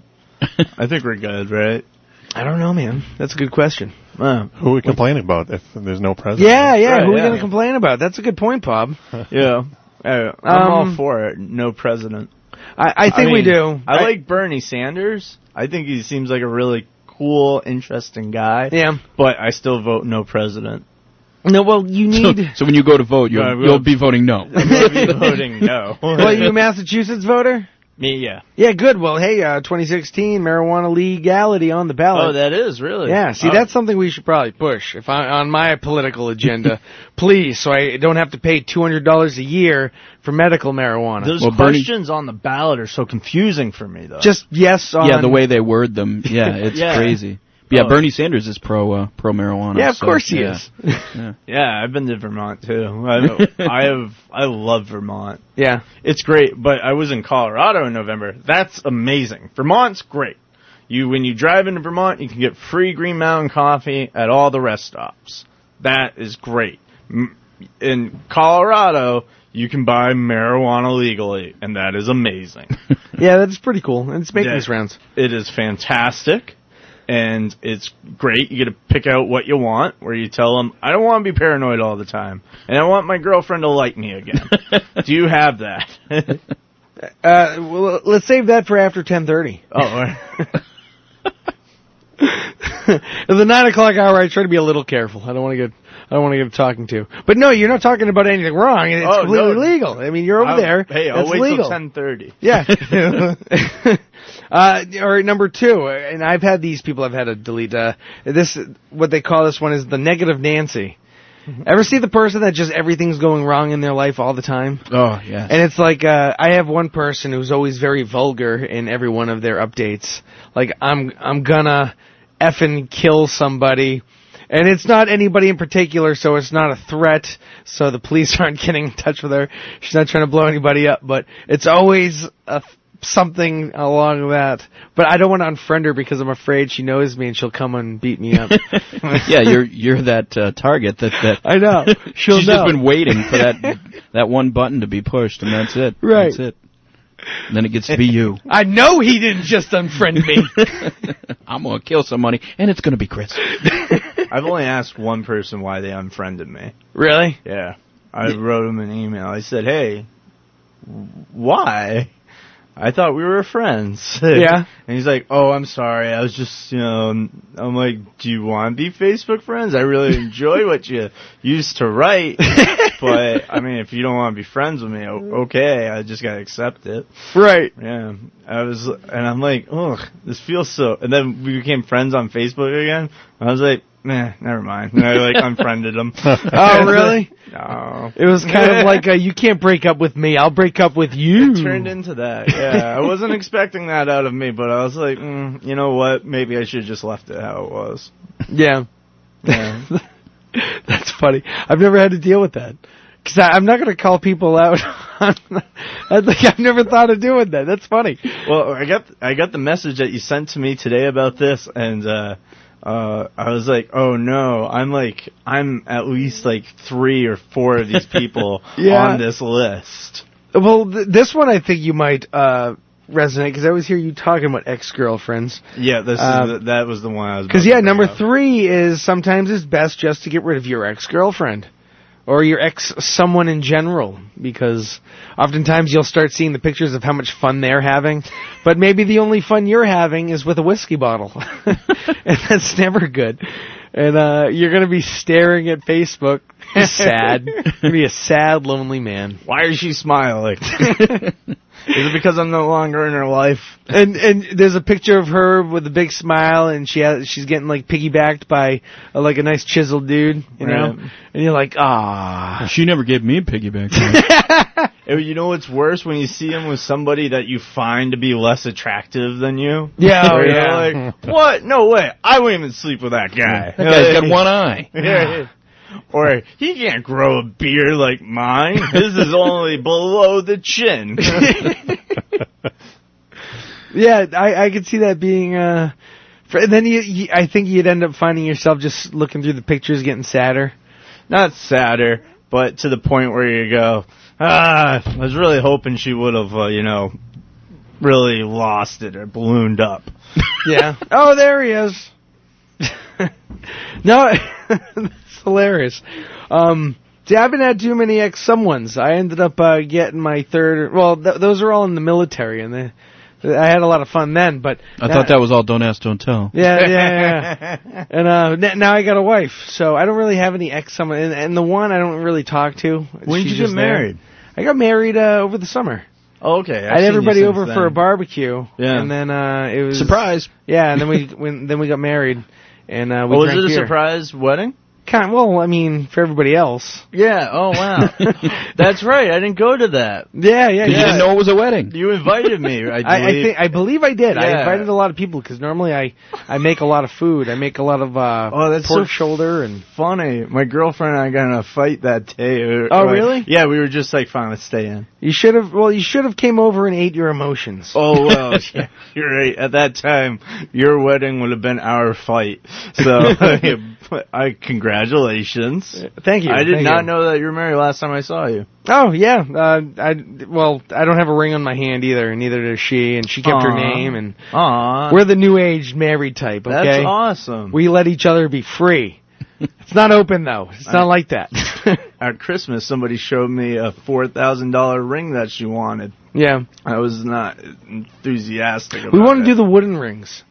I: I think we're good, right?
C: I don't know, man. That's a good question.
I: Uh,
H: Who we complain about if there's no president?
C: Yeah, yeah.
I: Right,
C: Who are we
I: yeah.
C: going to complain about? That's a good point, Bob.
I: yeah, Uh, I'm all
C: Um,
I: for it. No president.
C: I, I think we
I: mean,
C: do.
I: I, like Bernie Sanders. I think he seems like a really cool, interesting guy.
C: Yeah.
I: But I still vote no president.
C: No, well, you
G: So,
C: need.
G: so when you go to vote, you'll,
I: Yeah, I will.
G: you'll be voting no.
I: I'm gonna be voting no.
C: well, you a Massachusetts voter?
I: Me, yeah.
C: Yeah, good. Well, hey, uh, 2016 marijuana legality on the ballot.
I: Oh, that is really.
C: yeah, see,
I: Oh.
C: that's something we should probably push if I, on my political agenda, please, so I don't have to pay two hundred dollars a year for medical marijuana.
I: Those
G: Well, Bernie-
I: questions on the ballot are so confusing for me, though.
C: Just yes on.
G: yeah, the way they word them. Yeah, it's
I: Yeah.
G: crazy. But yeah,
I: Oh.
G: Bernie Sanders is pro uh, pro marijuana.
C: Yeah, of
G: so,
C: course he
G: yeah.
C: is.
I: yeah, I've been to Vermont too. I, I have. I love Vermont.
C: yeah.
I: It's great, but I was in Colorado in November. That's amazing. Vermont's great. You when you drive into Vermont, you can get free Green Mountain coffee at all the rest stops. That is great. M- In Colorado, you can buy marijuana legally, and that is amazing.
C: Yeah, that's pretty cool. It's making
I: Yeah.
C: these rounds.
I: it is fantastic, and it's great. You get to pick out what you want. Where you tell them, "I don't want to be paranoid all the time, and I want my girlfriend to like me again." Do you have that?
C: Uh, well, let's save that for after 10:30.
I: oh. all right.
C: At the nine o'clock hour, I try to be a little careful. I don't want to get I don't want to get talking to. But no, you're not talking about anything wrong. and It's
I: Oh,
C: completely
I: no.
C: legal. I mean, you're over
I: I'll-
C: there.
I: Hey, I'll
C: That's
I: wait
C: legal.
I: till ten thirty.
C: Yeah. uh, all right, number two, and I've had these people. I've had to delete. Uh, this what they call this one is the negative Nancy.
I: Mm-hmm.
C: Ever see the person that just everything's going wrong in their life all the time?
G: Oh yeah.
C: And it's like uh, I have one person who's always very vulgar in every one of their updates. Like I'm I'm gonna effing kill somebody. And it's not anybody in particular, so it's not a threat. So the police aren't getting in touch with her. She's not trying to blow anybody up, but it's always a, something along that. But I don't want to unfriend her because I'm afraid she knows me and she'll come and beat me up.
G: yeah, you're you're that uh, target that that
C: I know. She'll
G: she's
C: know.
G: just been waiting for that that one button to be pushed, and that's it.
C: Right.
G: That's it. And then it gets to be you.
C: I know he didn't just unfriend me.
G: I'm gonna kill somebody, and it's gonna be Chris.
I: I've only asked one person why they unfriended me.
C: really?
I: Yeah. I wrote him an email. I said, "Hey, why? I thought we were friends."
C: Yeah.
I: And he's like, "Oh, I'm sorry. I was just, you know." I'm like, "Do you want to be Facebook friends? I really enjoy what you used to write, but I mean, if you don't want to be friends with me, o- okay. I just gotta accept it."
C: Right.
I: Yeah, I was, and I'm like, ugh, this feels so. And then we became friends on Facebook again. And I was like, meh, never mind. And I like unfriended him.
C: Oh, really?
I: no.
C: It was kind of like uh, you can't break up with me. I'll break up with you.
I: It turned into that. Yeah, I wasn't expecting that out of me, but I was like, mm, you know what? Maybe I should have just left it how it was.
C: yeah,
I: Yeah.
C: that's funny. I've never had to deal with that because I'm not going to call people out. on- I think I've never thought of doing that. That's funny.
I: well, I got I got the message that you sent to me today about this, and uh, uh, I was like, oh no, I'm like I'm at least like three or four of these people
C: Yeah.
I: on this list.
C: Well, th- this one I think you might uh, resonate because I always hear you talking about ex-girlfriends.
I: Yeah, this
C: Um,
I: is the, that was the one I was.
C: Because
I: about
C: yeah,
I: to bring
C: number
I: up.
C: three is sometimes it's best just to get rid of your ex-girlfriend or your ex someone in general because oftentimes you'll start seeing the pictures of how much fun they're having, but maybe the only fun you're having is with a whiskey bottle, and that's never good. And uh, you're gonna be staring at Facebook, sad. you're gonna be a sad, lonely man.
I: Why is she smiling? is it because I'm no longer in her life?
C: and and there's a picture of her with a big smile, and she has, she's getting like piggybacked by uh, like a nice chiseled dude, you know.
I: Right.
C: And you're like, ah,
G: She never gave me a piggyback.
I: Eh, You know what's worse when you see him with somebody that you find to be less attractive than you.
C: yeah, oh,
I: Where you're
C: yeah.
I: Like what? No way! I wouldn't even sleep with that guy.
G: that guy's got one eye.
I: Yeah. Or he can't grow a beard like mine. His is only below the chin.
C: yeah. I I could see that being. uh fr- and then you, you, I think you'd end up finding yourself just looking through the pictures, getting sadder.
I: Not sadder, but to the point where you go, ah, I was really hoping she would have, uh, you know, really lost it or ballooned up.
C: Yeah. oh, there he is. no, that's hilarious. Um, see, I haven't had too many ex someone's. I ended up uh, getting my third. Well, th- those are all in the military, and they, I had a lot of fun then. But
G: I thought that was all. Don't ask, don't tell.
C: Yeah, yeah, yeah. and uh, n- now I got a wife, so I don't really have any ex someone. And, and the one I don't really talk to.
I: When did
C: she's
I: you get
C: just there.
I: married?
C: I got married uh, over the summer.
I: Oh, okay.
C: i had everybody over for a barbecue,
I: Yeah.
C: and then uh, it was
G: Surprise.
C: yeah, and then we when, then we got married, and uh, we
I: Oh, was
C: drank
I: it a
C: beer.
I: surprise wedding?
C: Kind well, I mean, for everybody else.
I: Yeah. Oh, wow. That's right. I didn't go to that.
C: Yeah, yeah,
G: 'Cause
C: yeah.
G: you didn't know it was a wedding.
I: You invited me.
C: I,
I: I,
C: I
I: believe.
C: think I believe I did. I
I: Yeah.
C: invited a lot of people because normally I I make a lot of food. I make a lot of uh,
I: Oh, that's
C: pork
I: so
C: shoulder and
I: funny. My girlfriend and I got in a fight that day. Or-
C: Oh,
I: or-
C: really?
I: Yeah, we were just like, fine, let's stay in.
C: you should have well you should have came over and ate your emotions.
I: Oh well, yeah, you're right. At that time, your wedding would have been our fight. So, I congratulations.
C: Thank you.
I: I did
C: thank
I: not
C: you.
I: know that you were married last time I saw you.
C: Oh yeah. Uh, I well I don't have a ring on my hand either, and neither does she. And she kept her
I: Aw.
C: name. And
I: Aw,
C: we're the new age married type. Okay.
I: that's awesome.
C: We let each other be free. It's not open though. It's not like that.
I: At Christmas, somebody showed me a four thousand dollar ring that she wanted.
C: yeah.
I: I was not enthusiastic. About
C: We want to do
I: it.
C: the wooden rings.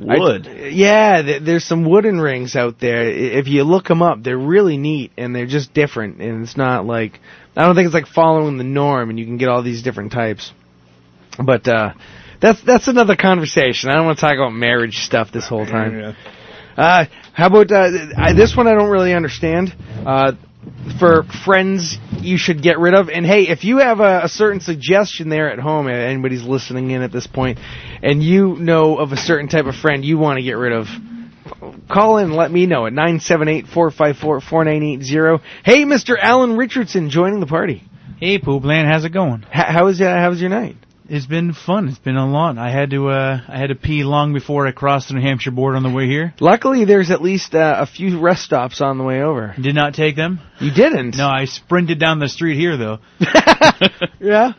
C: I- yeah, th- there's some wooden rings out there. I- If you look them up, they're really neat and they're just different. And it's not like I don't think it's like following the norm, and you can get all these different types. But uh, that's that's another conversation. I don't want to talk about marriage stuff this whole time. Uh, how about uh, I, this one? I don't really understand. Uh, for friends you should get rid of. And hey, if you have a, a certain suggestion there at home, and anybody's listening in at this point, and you know of a certain type of friend you want to get rid of, call in. and Let me know at nine seven eight four five four four nine eight zero. Hey, Mister Alan Richardson, joining the party.
K: Hey, Poopland, how's it going?
C: How, how was uh, how was your night?
K: It's been fun. It's been a lot. I had to uh, I had to pee long before I crossed the New Hampshire border on the way here.
C: Luckily, there's at least uh, a few rest stops on the way over.
K: Did not take them.
C: You didn't.
K: No, I sprinted down the street here though.
C: Yeah.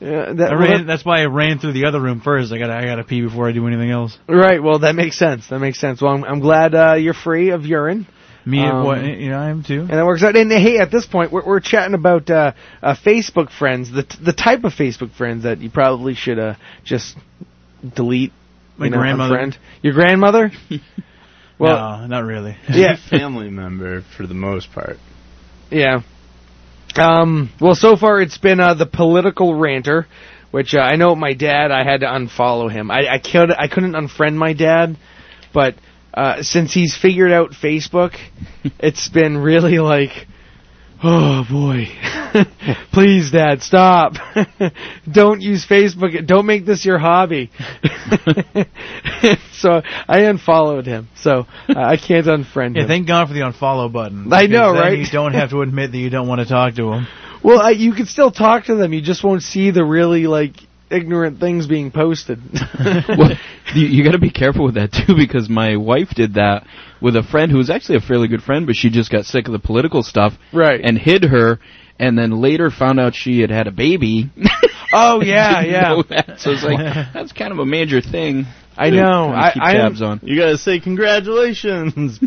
C: Yeah, that-
K: I
C: well,
K: ran,
C: that-
K: that's why I ran through the other room first. I got to I got to pee before I do anything else.
C: Right. Well, that makes sense. That makes sense. Well, I'm, I'm glad uh, you're free of urine.
K: Me,
C: Um,
K: what, you know, I am too.
C: And that works out. And hey, at this point, we're, we're chatting about uh, uh, Facebook friends, the t- the type of Facebook friends that you probably should uh, just delete.
K: My
C: you know,
K: grandmother.
C: unfriend. Your grandmother? well,
K: no, not really.
C: Yeah.
E: family member for the most part.
C: Yeah. Um, well, so far it's been uh, the political ranter, which uh, I know my dad. I had to unfollow him. I I, could, I couldn't unfriend my dad, but uh, since he's figured out Facebook, it's been really like, oh boy, please, Dad, stop! Don't use Facebook. Don't make this your hobby. so I unfollowed him. So uh, I can't unfriend
K: Yeah,
C: him.
K: thank God for the unfollow button.
C: I know,
K: Because then
C: right?
K: You don't have to admit that you don't want to talk to them.
C: Well, I, you can still talk to them. You just won't see the really like ignorant things being posted.
G: well, you, you got to be careful with that too, because my wife did that with a friend who was actually a fairly good friend, but she just got sick of the political stuff,
C: Right.
G: And hid her, and then later found out she had had a baby.
C: oh yeah,
G: Didn't
C: yeah.
G: know that. So it's like that's kind of a major thing.
C: I
G: to
C: know.
G: kinda
C: I-
G: keep
C: I am-
G: tabs on.
E: You gotta say congratulations.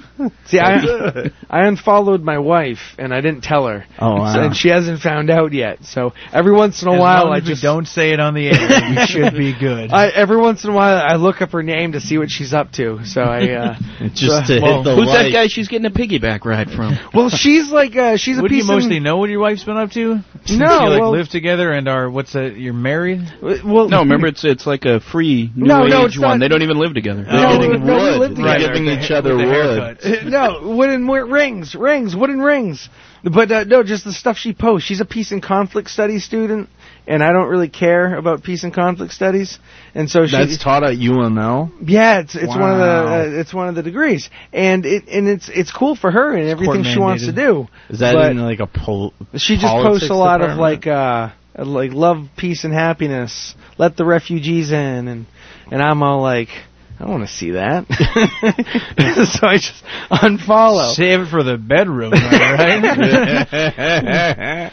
C: See,
E: That's
C: I
E: it.
C: I unfollowed my wife and I didn't tell her.
K: Oh, wow.
C: So- and she hasn't found out yet. So every once in a
K: As
C: while,
K: long
C: I
K: as we
C: just
K: don't say it on the air. You should be good.
C: I, every once in a while I look up her name to see what she's up to. So I uh,
E: Just
C: so-
E: to
K: well,
E: hit the
G: Who's
E: light.
G: that guy she's getting a piggyback ride from?
C: well, she's like uh, she's a
K: what do
C: piece
K: you mostly
C: of
K: know what your wife's been up to? Since
C: No,
K: you like
C: well-
K: live together and are what's that? You're married.
C: well
G: No, remember it's it's like a free new
C: No,
G: age
C: no, it's
G: one.
C: not-
G: They don't even live together.
C: No,
E: They're getting
C: no, we
E: wood.
C: lived
E: They're
C: together.
E: giving
K: Right,
E: each
K: with
E: other
K: the
E: wood.
K: haircuts.
C: Uh, no, wooden wi- rings, rings, wooden rings. But uh, no, just the stuff she posts. She's a peace and conflict studies student, and I don't really care about peace and conflict studies. And so she,
E: That's taught at UML.
C: yeah, it's it's one of the
K: Wow.
C: uh, it's one of the degrees, and it and it's it's cool for her and everything she wants to do.
E: Is that
C: But
E: in like a pol-
C: She just
E: politics
C: posts a lot
E: department?
C: of like uh like love, peace, and happiness. Let the refugees in, and and I'm all like. I don't want to see that, so I just unfollow.
K: Save it for the bedroom, right?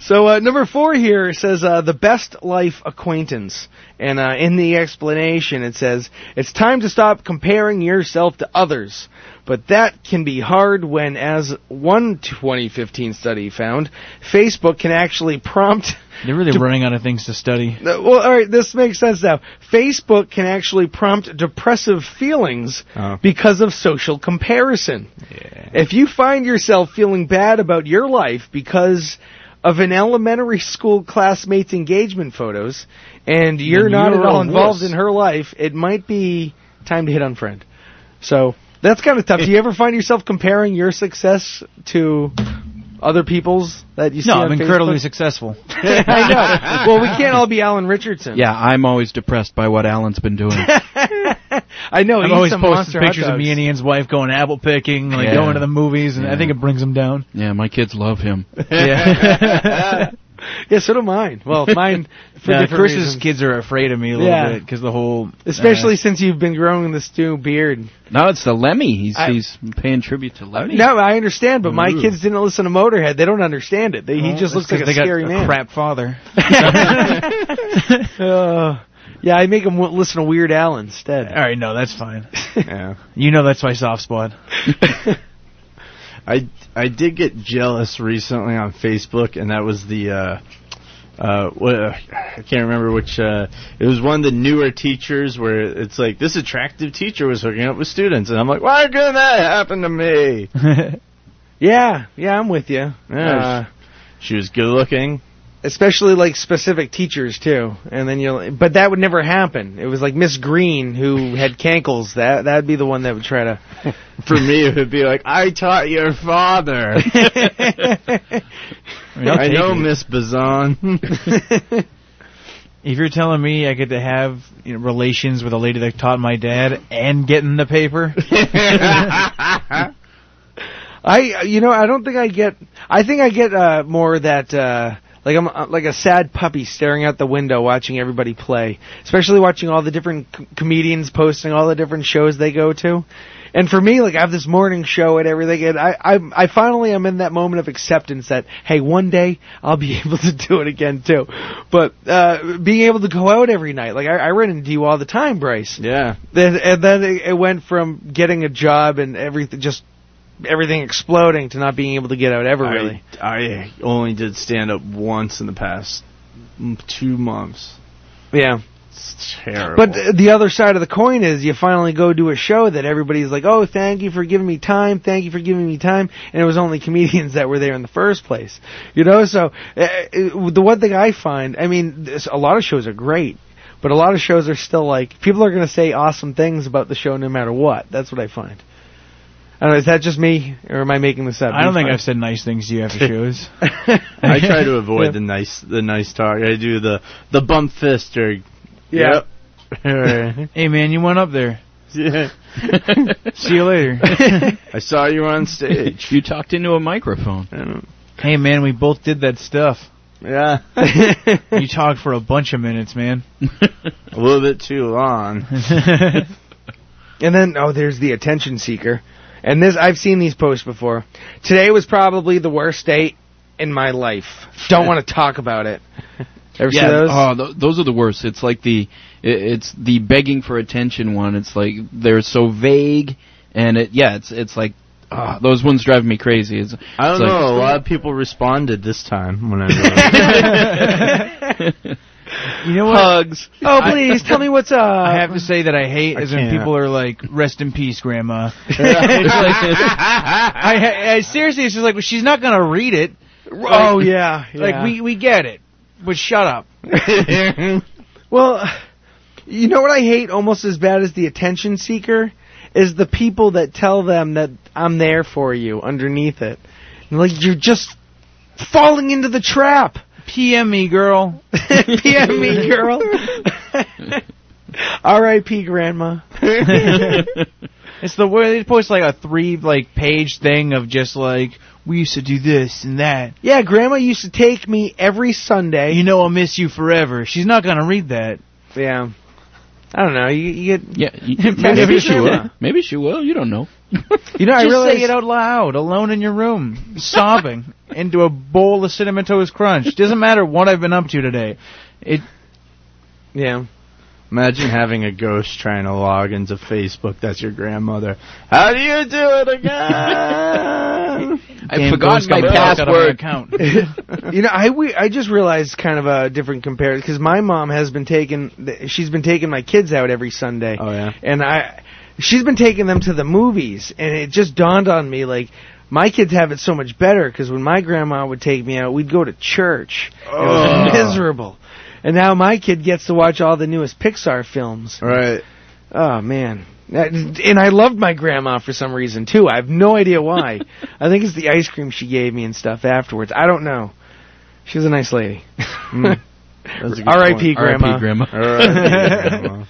C: So uh, number four here says uh, the best life acquaintance, and uh, in the explanation it says it's time to stop comparing yourself to others, but that can be hard when, as one 2015 study found, Facebook can actually prompt.
K: They're really running out of things to study.
C: Uh, Well, all right, this makes sense now. Facebook can actually prompt depressive feelings
E: Oh.
C: because of social comparison. If you find yourself feeling bad about your life because of an elementary school classmate's engagement photos and you're not
G: you're
C: at all
G: a
C: involved
G: wuss.
C: in her life, it might be time to hit unfriend. So that's kind of tough. Do you ever find yourself comparing your success to other people's that you see?
K: No,
C: on
K: I'm incredibly
C: Facebook?
K: successful.
C: I know. Well, we can't all be Alan Richardson.
G: Yeah, I'm always depressed by what Alan's been doing.
C: I know.
K: I've
C: he's
K: always
C: some
K: posted
C: monster hot
K: pictures of me
C: dogs.
K: and Ian's wife going apple picking, like
G: Yeah.
K: going to the movies, and I
G: Yeah.
K: think it brings them down.
G: yeah, my kids love him.
K: Yeah.
C: Yeah, so do mine. Well, mine for
K: Yeah,
C: different
K: Chris's
C: reasons.
K: kids are afraid of me a little
C: Yeah.
K: bit because the whole,
C: Especially
K: uh,
C: since you've been growing this new beard.
G: Now it's the Lemmy. He's
C: I-
G: he's paying tribute to Lemmy.
C: No, I understand, but my
G: Ooh.
C: kids didn't listen to Motorhead. They don't understand it. They, he
K: well,
C: just
K: that's
C: looks like
K: 'cause
C: a
K: they got
C: scary
K: a
C: man.
K: crap father.
C: Uh, yeah, I make him w- listen to Weird Al instead.
K: All right, no, that's fine.
E: yeah.
K: You know that's my soft spot.
E: I I did get jealous recently on Facebook, and that was the uh,
I: uh, what, I can't remember which. Uh, it was one of the newer teachers where it's like this attractive teacher was hooking up with students, and I'm like, why couldn't that happen to me?
C: yeah, yeah, I'm with you.
I: Yeah, she, she was good looking.
C: especially like specific teachers too. And then you, but that would never happen. It was like Miss Green who had cankles. That that'd be the one that would try to.
I: For me, it would be like I taught your father. I know Miss Bazan.
K: If you're telling me I get to have you know, relations with a lady that taught my dad and get in the paper,
C: I you know I don't think I get. I think I get uh, more that. Uh, like I'm uh, like a sad puppy staring out the window watching everybody play, especially watching all the different c- comedians posting all the different shows they go to. And for me, like I have this morning show and everything, and I I, I finally am in that moment of acceptance that hey, one day I'll be able to do it again too. But uh being able to go out every night, like I, I ran into you all the time, Bryce.
I: Yeah.
C: Then and then it, it went from getting a job and everything just everything exploding to not being able to get out ever really.
I: I, I only did stand up once in the past m- two months.
C: Yeah.
I: It's terrible.
C: But th- the other side of the coin is you finally go do a show that everybody's like, "Oh, thank you for giving me time. Thank you for giving me time." And it was only comedians that were there in the first place. You know, so uh, uh, the one thing I find, I mean, this, a lot of shows are great, but a lot of shows are still like people are going to say awesome things about the show no matter what. That's what I find. I don't know, is that just me or am I making this up?
K: I don't
C: You
K: think
C: find-
K: I've said nice things to you after shows.
I: I try to avoid
C: Yeah.
I: the nice the nice talk. I do the the bump fist or
K: Yeah.
I: Yep.
K: hey man, you went up there.
I: Yeah.
K: See you later.
I: I saw you on stage.
G: you talked into a microphone.
K: hey man, we both did that stuff.
I: Yeah.
K: you talked for a bunch of minutes, man.
I: a little bit too long.
C: And then oh, there's the attention seeker. And this I've seen these posts before. Today was probably the worst day in my life. Don't want to talk about it. Ever see
G: yeah,
C: those?
G: Oh, th- those are the worst. It's like the i- it's the begging for attention one. It's like they're so vague, and it yeah, it's it's like ah, those ones drive me crazy. It's,
I: I don't
G: it's like-
I: know. A lot of people responded this time when I wrote it.
K: You know what?
G: Hugs.
C: oh, please tell me what's up.
K: I have to say that I hate
I: I
K: is when
I: can't.
K: people are like, "Rest in peace, Grandma." It's like- I, I seriously, it's just like well, she's not gonna read it.
C: oh yeah,
K: Like we we get it, but shut up.
C: we. well, you know what I hate almost as bad as the attention seeker is the people that tell them that I'm there for you underneath it. And, like you're just falling into the trap.
K: PM
C: E,
K: me, girl.
C: PM me, girl. R.I.P. Grandma.
K: It's the way they post like a three like page thing of just like we used to do this and that.
C: Yeah, Grandma used to take me every Sunday.
K: You know I'll miss you forever. She's not gonna read that.
C: Yeah. I don't know. You, you get.
G: Yeah, you-
C: Text
G: maybe
C: your
G: she will.
C: grandma.
G: Maybe she will. You don't know.
C: You know, I
K: just
C: realize.
K: say it out loud, alone in your room, sobbing into a bowl of cinnamon toast crunch. Doesn't matter what I've been up to today. It
C: yeah.
I: Imagine having a ghost trying to log into Facebook. That's your grandmother. Oh, How do you do it again?
G: I forgot my password.
K: Account.
C: you know, I we, I just realized kind of a different comparison because my mom has been taking th- she's been taking my kids out every Sunday.
I: Oh, yeah?
C: and I she's been taking them to the movies, and it just dawned on me like. My kids have it so much better because when my grandma would take me out, we'd go to church. It
I: Oh.
C: was miserable, and now my kid gets to watch all the newest Pixar films.
I: right.
C: Oh man. That- And I loved my grandma for some reason too. I have no idea why. I think it's the ice cream she gave me and stuff afterwards. I don't know. She was a nice lady.
I: Hmm. That's a good
C: R.I.P.
I: point.
C: Grandma.
G: R.I.P. Grandma.
I: R.I.P. grandma.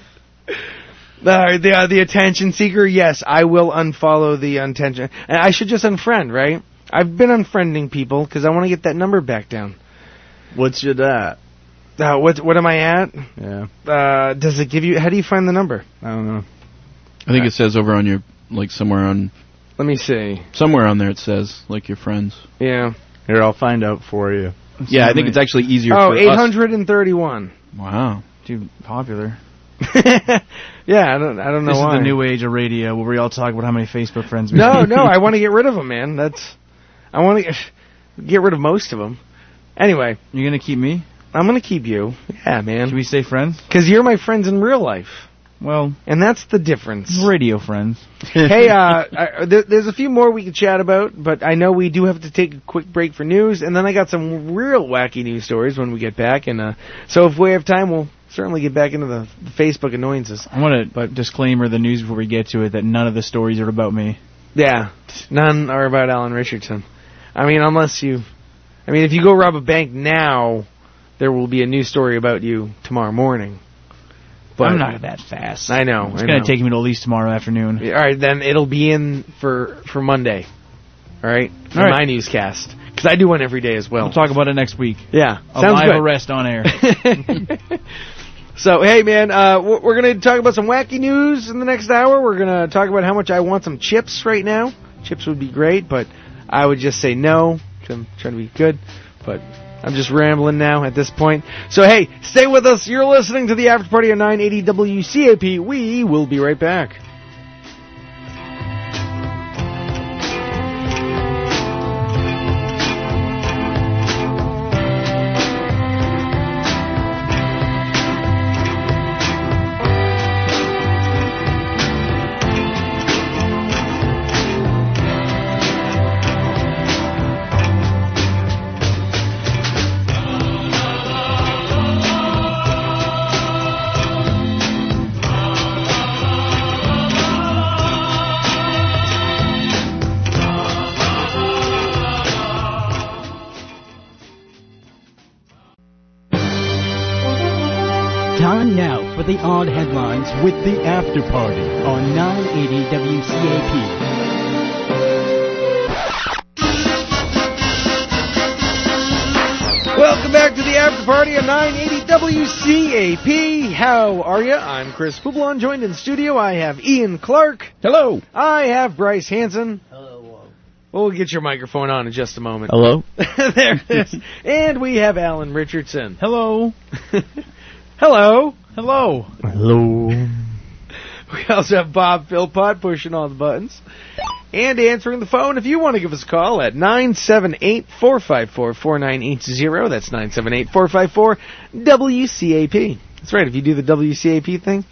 C: Uh, the uh, the attention seeker. Yes, I will unfollow the attention. And I should just unfriend, right? I've been unfriending people because I want to get that number back down.
I: What's your that?
C: Uh, what what am I at?
I: Yeah.
C: Uh, does it give you? How do you find the number?
I: I don't know.
G: I think it says over on your like somewhere on
C: Let me see.
G: somewhere on there it says like your friends.
C: Yeah.
I: Here, I'll find out for you.
G: Yeah, I think it's actually easier.
C: Oh,
G: for us-
C: 831.
G: Wow.
K: Dude, popular.
C: yeah, I don't. I don't know
K: This is
C: why.
K: the new age of radio where we all talk about how many Facebook friends we
C: no,
K: have.
C: no. I want to get rid of them, man. That's. I want to get rid of most of them. Anyway,
K: You're going to keep me?
C: I'm gonna keep you. Yeah, man. Should
K: we stay friends?
C: Because you're my friends in real life.
K: Well,
C: and that's the difference.
K: Radio friends.
C: hey, uh, I, there, there's a few more we could chat about, but I know we do have to take a quick break for news, and then I got some real wacky news stories when we get back, and uh, so if we have time, we'll certainly get back into the, the Facebook annoyances.
K: I want to disclaimer the news before we get to it that none of the stories are about me.
C: Yeah, none are about Alan Richardson. I mean, unless you, I mean, if you go rob a bank now, there will be a news story about you tomorrow morning. But
K: I'm not that fast.
C: I know.
K: It's
C: I
K: going
C: know.
K: to take me to at least tomorrow afternoon.
C: All right, then it'll be in for for Monday. All right, for
K: All right.
C: my newscast because I do one every day as well.
K: We'll talk about it next week.
C: Yeah,
K: A
C: sounds
K: live
C: good.
K: arrest on air.
C: So hey man, uh, we're we're gonna talk about some wacky news in the next hour. We're gonna talk about how much I want some chips right now. Chips would be great, but I would just say no. 'cause I'm trying to be good, but I'm just rambling now at this point. So hey, stay with us. You're listening to the After Party on 980 WCAP. We will be right back.
L: Time now for the odd headlines with the after party on 980 WCAP.
C: Welcome back to the After Party of 980 WCAP. How are you? I'm Chris Poublon, joined in studio. I have Ian Clark.
G: Hello.
C: I have Bryce Hansen. Hello. We'll get your microphone on in just a moment.
G: Hello.
C: there it is. And we have Alan Richardson.
K: Hello.
C: Hello.
K: Hello.
E: Hello.
C: We also have Bob Philpott pushing all the buttons and answering the phone if you want to give us a call at 978-454-4980. That's 978-454-WCAP. That's right. If you do the WCAP thing,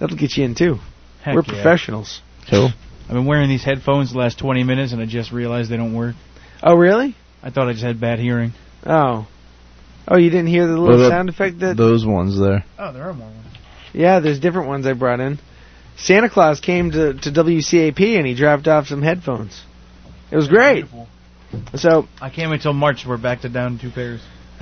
C: that'll get you in too.
K: Heck
C: We're
K: yeah.
C: professionals.
G: Cool.
K: I've been wearing these headphones the last 20 minutes and I just realized they don't work.
C: Oh, really?
K: I thought I just had bad hearing.
C: Oh. Oh, you didn't hear the little
E: What about
C: sound effect that
E: Those ones there.
K: Oh, there are more ones.
C: Yeah, there's different ones I brought in. Santa Claus came to, to WCAP and he dropped off some headphones. It was great. So
K: I can't wait till March. We're back to down two pairs.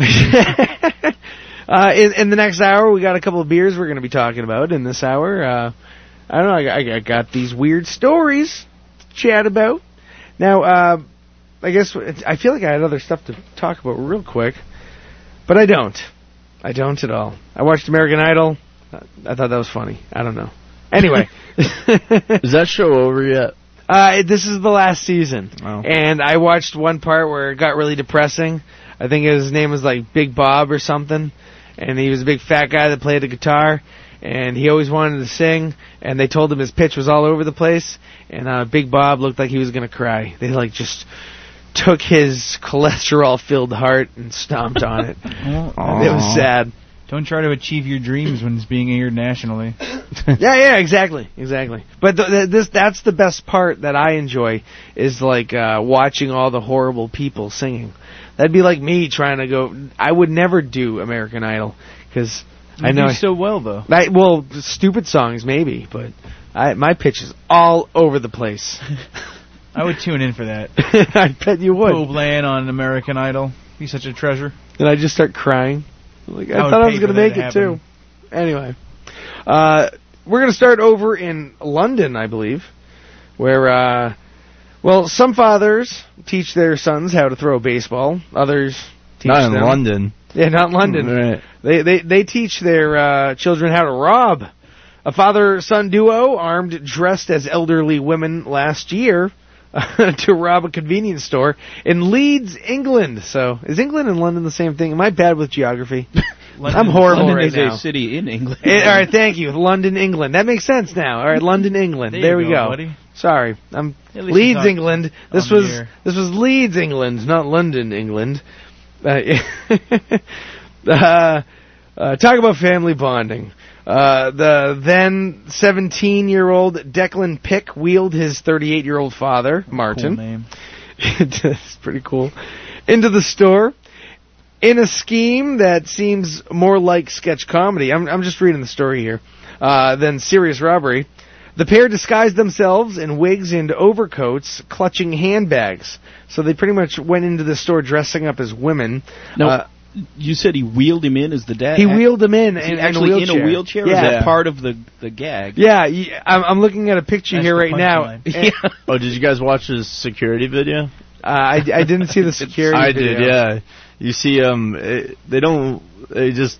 C: Uh, in, in the next hour, we got a couple of beers we're going to be talking about. In this hour, uh, I don't know. I, got- I got these weird stories to chat about. Now, uh, I guess it's- I feel like I had other stuff to talk about real quick, but I don't. I don't at all. I watched American Idol. I thought that was funny. I don't know. Anyway,
E: Is that show over yet?
C: Uh, it- this is the last season, and I watched one part where it got really depressing. I think his name was like Big Bob or something, and he was a big fat guy that played the guitar, and he always wanted to sing. And they told him his pitch was all over the place, and uh, Big Bob looked like he was gonna cry. They like just took his cholesterol-filled heart and stomped on it. It was sad.
K: uh, Don't try to achieve your dreams when it's being aired nationally.
C: yeah, yeah, exactly, exactly. But th- th- this that's the best part that I enjoy is like uh watching all the horrible people singing. That'd be like me trying to go I would never do American Idol cuz I
K: You
C: know
K: do
C: I-
K: so well though.
C: I, well, stupid songs maybe, but I my pitch is all over the place.
K: I would tune in for that.
C: I bet you would.
K: Poe Bland on American Idol. He's such a treasure.
C: And I just start crying. Like I,
K: I would
C: thought I
K: pay
C: was
K: for
C: going to
K: that
C: make
K: to
C: it too.
K: happen.
C: Anyway, uh, we're going to start over in London, I believe, where uh, well, some fathers teach their sons how to throw a baseball. Others teach
E: Not in
C: them-
E: London.
C: Yeah, not in London.
E: Right.
C: They they they teach their uh, children how to rob. A father-son duo armed dressed as elderly women last year to rob a convenience store in Leeds, England. So is England and London the same thing? Am I bad with geography? I'm horrible
G: London
C: right
G: is
C: now.
G: a city in England.
C: Eh, all right, thank you. London, England. That makes sense now. All right, London, England.
K: There
C: There,
K: you
C: we
K: go,
C: go.
K: buddy.
C: Sorry, I'm
K: At least it's
C: Leeds,
K: not
C: England. This
K: on the
C: was
K: air.
C: this was Leeds, England, not London, England. Uh, Uh, uh, talk about family bonding. Uh, the then 17 year old Declan Pick wheeled his 38 year old father, Martin.
K: name.
C: It's pretty cool. Into the store in a scheme that seems more like sketch comedy. I'm, I'm just reading the story here. Uh, than serious robbery. The pair disguised themselves in wigs and overcoats, clutching handbags. So they pretty much went into the store dressing up as women.
G: Now,
C: Uh,
G: you said he wheeled him in as the dad.
C: He wheeled him in
G: Is
C: in-
G: he
C: in a
G: actually in
C: wheelchair.
G: a wheelchair.
C: Yeah.
G: Is that part of the the gag?
C: yeah, y- I'm, I'm looking at a picture
G: That's
C: here
G: the
C: right now.
G: punchline.
C: And-
I: Oh, did you guys watch his security video?
C: Uh, I, I didn't see the security.
I: I
C: video.
I: did, yeah. You see, um, it, they don't. They just.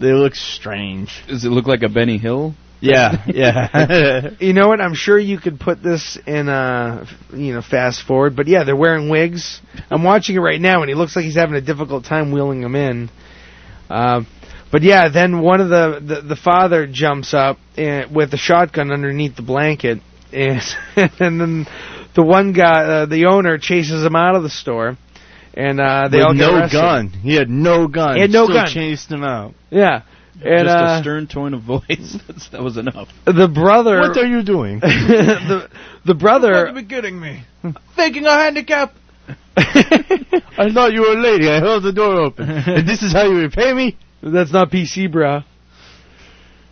I: They look strange.
G: Does it look like a Benny Hill?
I: Yeah, yeah.
C: you know what? I'm sure you could put this in uh f- you know fast forward, but yeah, they're wearing wigs. I'm watching it right now, and he looks like he's having a difficult time wheeling them in. Uh, but yeah, then one of the the, the father jumps up and, with a shotgun underneath the blanket, and and then the one guy, uh, the owner, chases him out of the store, and uh, they
I: With
C: all get
I: no
C: arrested.
I: gun. He had no gun.
C: He had no
I: Still
C: gun.
I: Chased him out.
C: Yeah, and
G: Just
C: uh,
G: a stern tone of voice. That's, that was enough.
C: the brother.
I: What are you doing?
C: the the
K: You're
C: brother
K: be kidding me. Faking a handicap.
I: I thought you were a lady. I held the door open. and this is how you repay me?
C: That's not PC, bruh.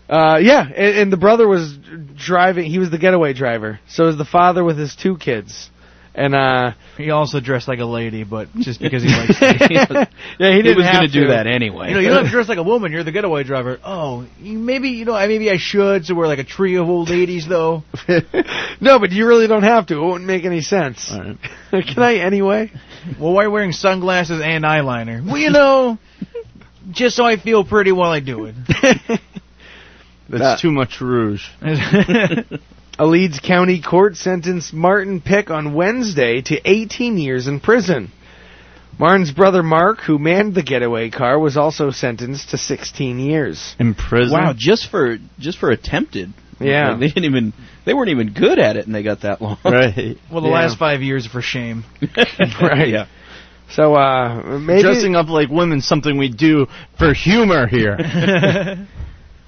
C: Uh, yeah, and, and the brother was driving. He was the getaway driver. So was the father with his two kids. And uh,
K: He also dressed like a lady, but just because he likes.
C: yeah, he didn't
G: was
C: have
G: gonna
C: to
G: do that anyway.
K: You know, you don't have to dress like a woman. You're the getaway driver. Oh, you, maybe you know. I Maybe I should. So we're like a trio of old ladies, though.
C: no, but you really don't have to. It wouldn't make any sense. Can I anyway?
K: Well, why are you wearing sunglasses and eyeliner? Well, you know, just so I feel pretty while I do it.
I: That's too much rouge.
C: A Leeds County court sentenced Martin Pick on Wednesday to 18 years in prison. Martin's brother Mark, who manned the getaway car, was also sentenced to 16 years.
I: In prison?
G: Wow, just for just for attempted.
C: Yeah.
G: Like, they didn't even they weren't even good at it, and they got that long.
I: Right.
K: Well, the
C: Yeah.
K: last five years are for shame.
C: right.
G: Yeah.
C: So uh, maybe
I: Dressing up like women's something we do for humor here.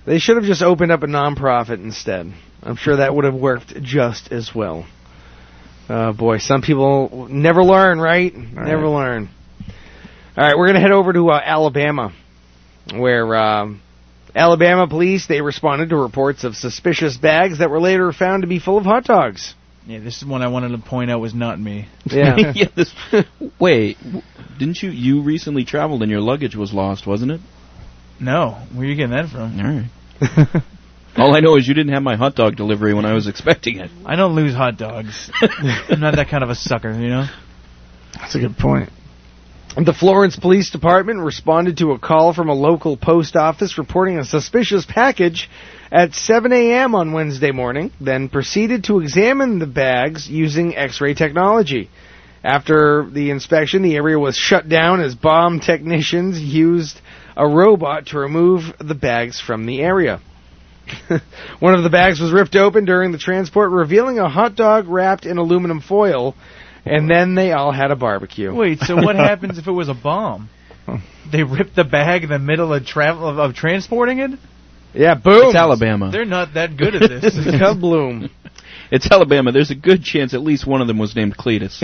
C: they should have just opened up a nonprofit instead. I'm sure that would have worked just as well. Uh, boy, some people never learn, right? never learn. All right, we're gonna head over to uh, Alabama, where um, Alabama police they responded to reports of suspicious bags that were later found to be full of hot dogs.
K: Yeah, this is one I wanted to point out was not me.
C: Yeah.
G: yeah this, wait, w- didn't you you recently traveled and your luggage was lost, wasn't it?
K: No, where are you getting that
G: All
K: from?
G: right. All I know is you didn't have my hot dog delivery when I was expecting it.
K: I don't lose hot dogs. I'm not that kind of a sucker, you know.
I: That's a good point.
C: The Florence Police Department responded to a call from a local post office reporting a suspicious package at 7 a.m. on Wednesday morning, then proceeded to examine the bags using x ray technology. After the inspection, the area was shut down as bomb technicians used a robot to remove the bags from the area. One of the bags was ripped open during the transport, revealing a hot dog wrapped in aluminum foil, and then they all had a barbecue.
K: Wait, so what happens if it was a bomb? They ripped the bag in the middle of travel of, of transporting it.
C: Yeah, boom.
G: It's Alabama.
K: They're not that good at this.
C: Kabloom.
G: It's Alabama. There's a good chance at least one of them was named Cletus.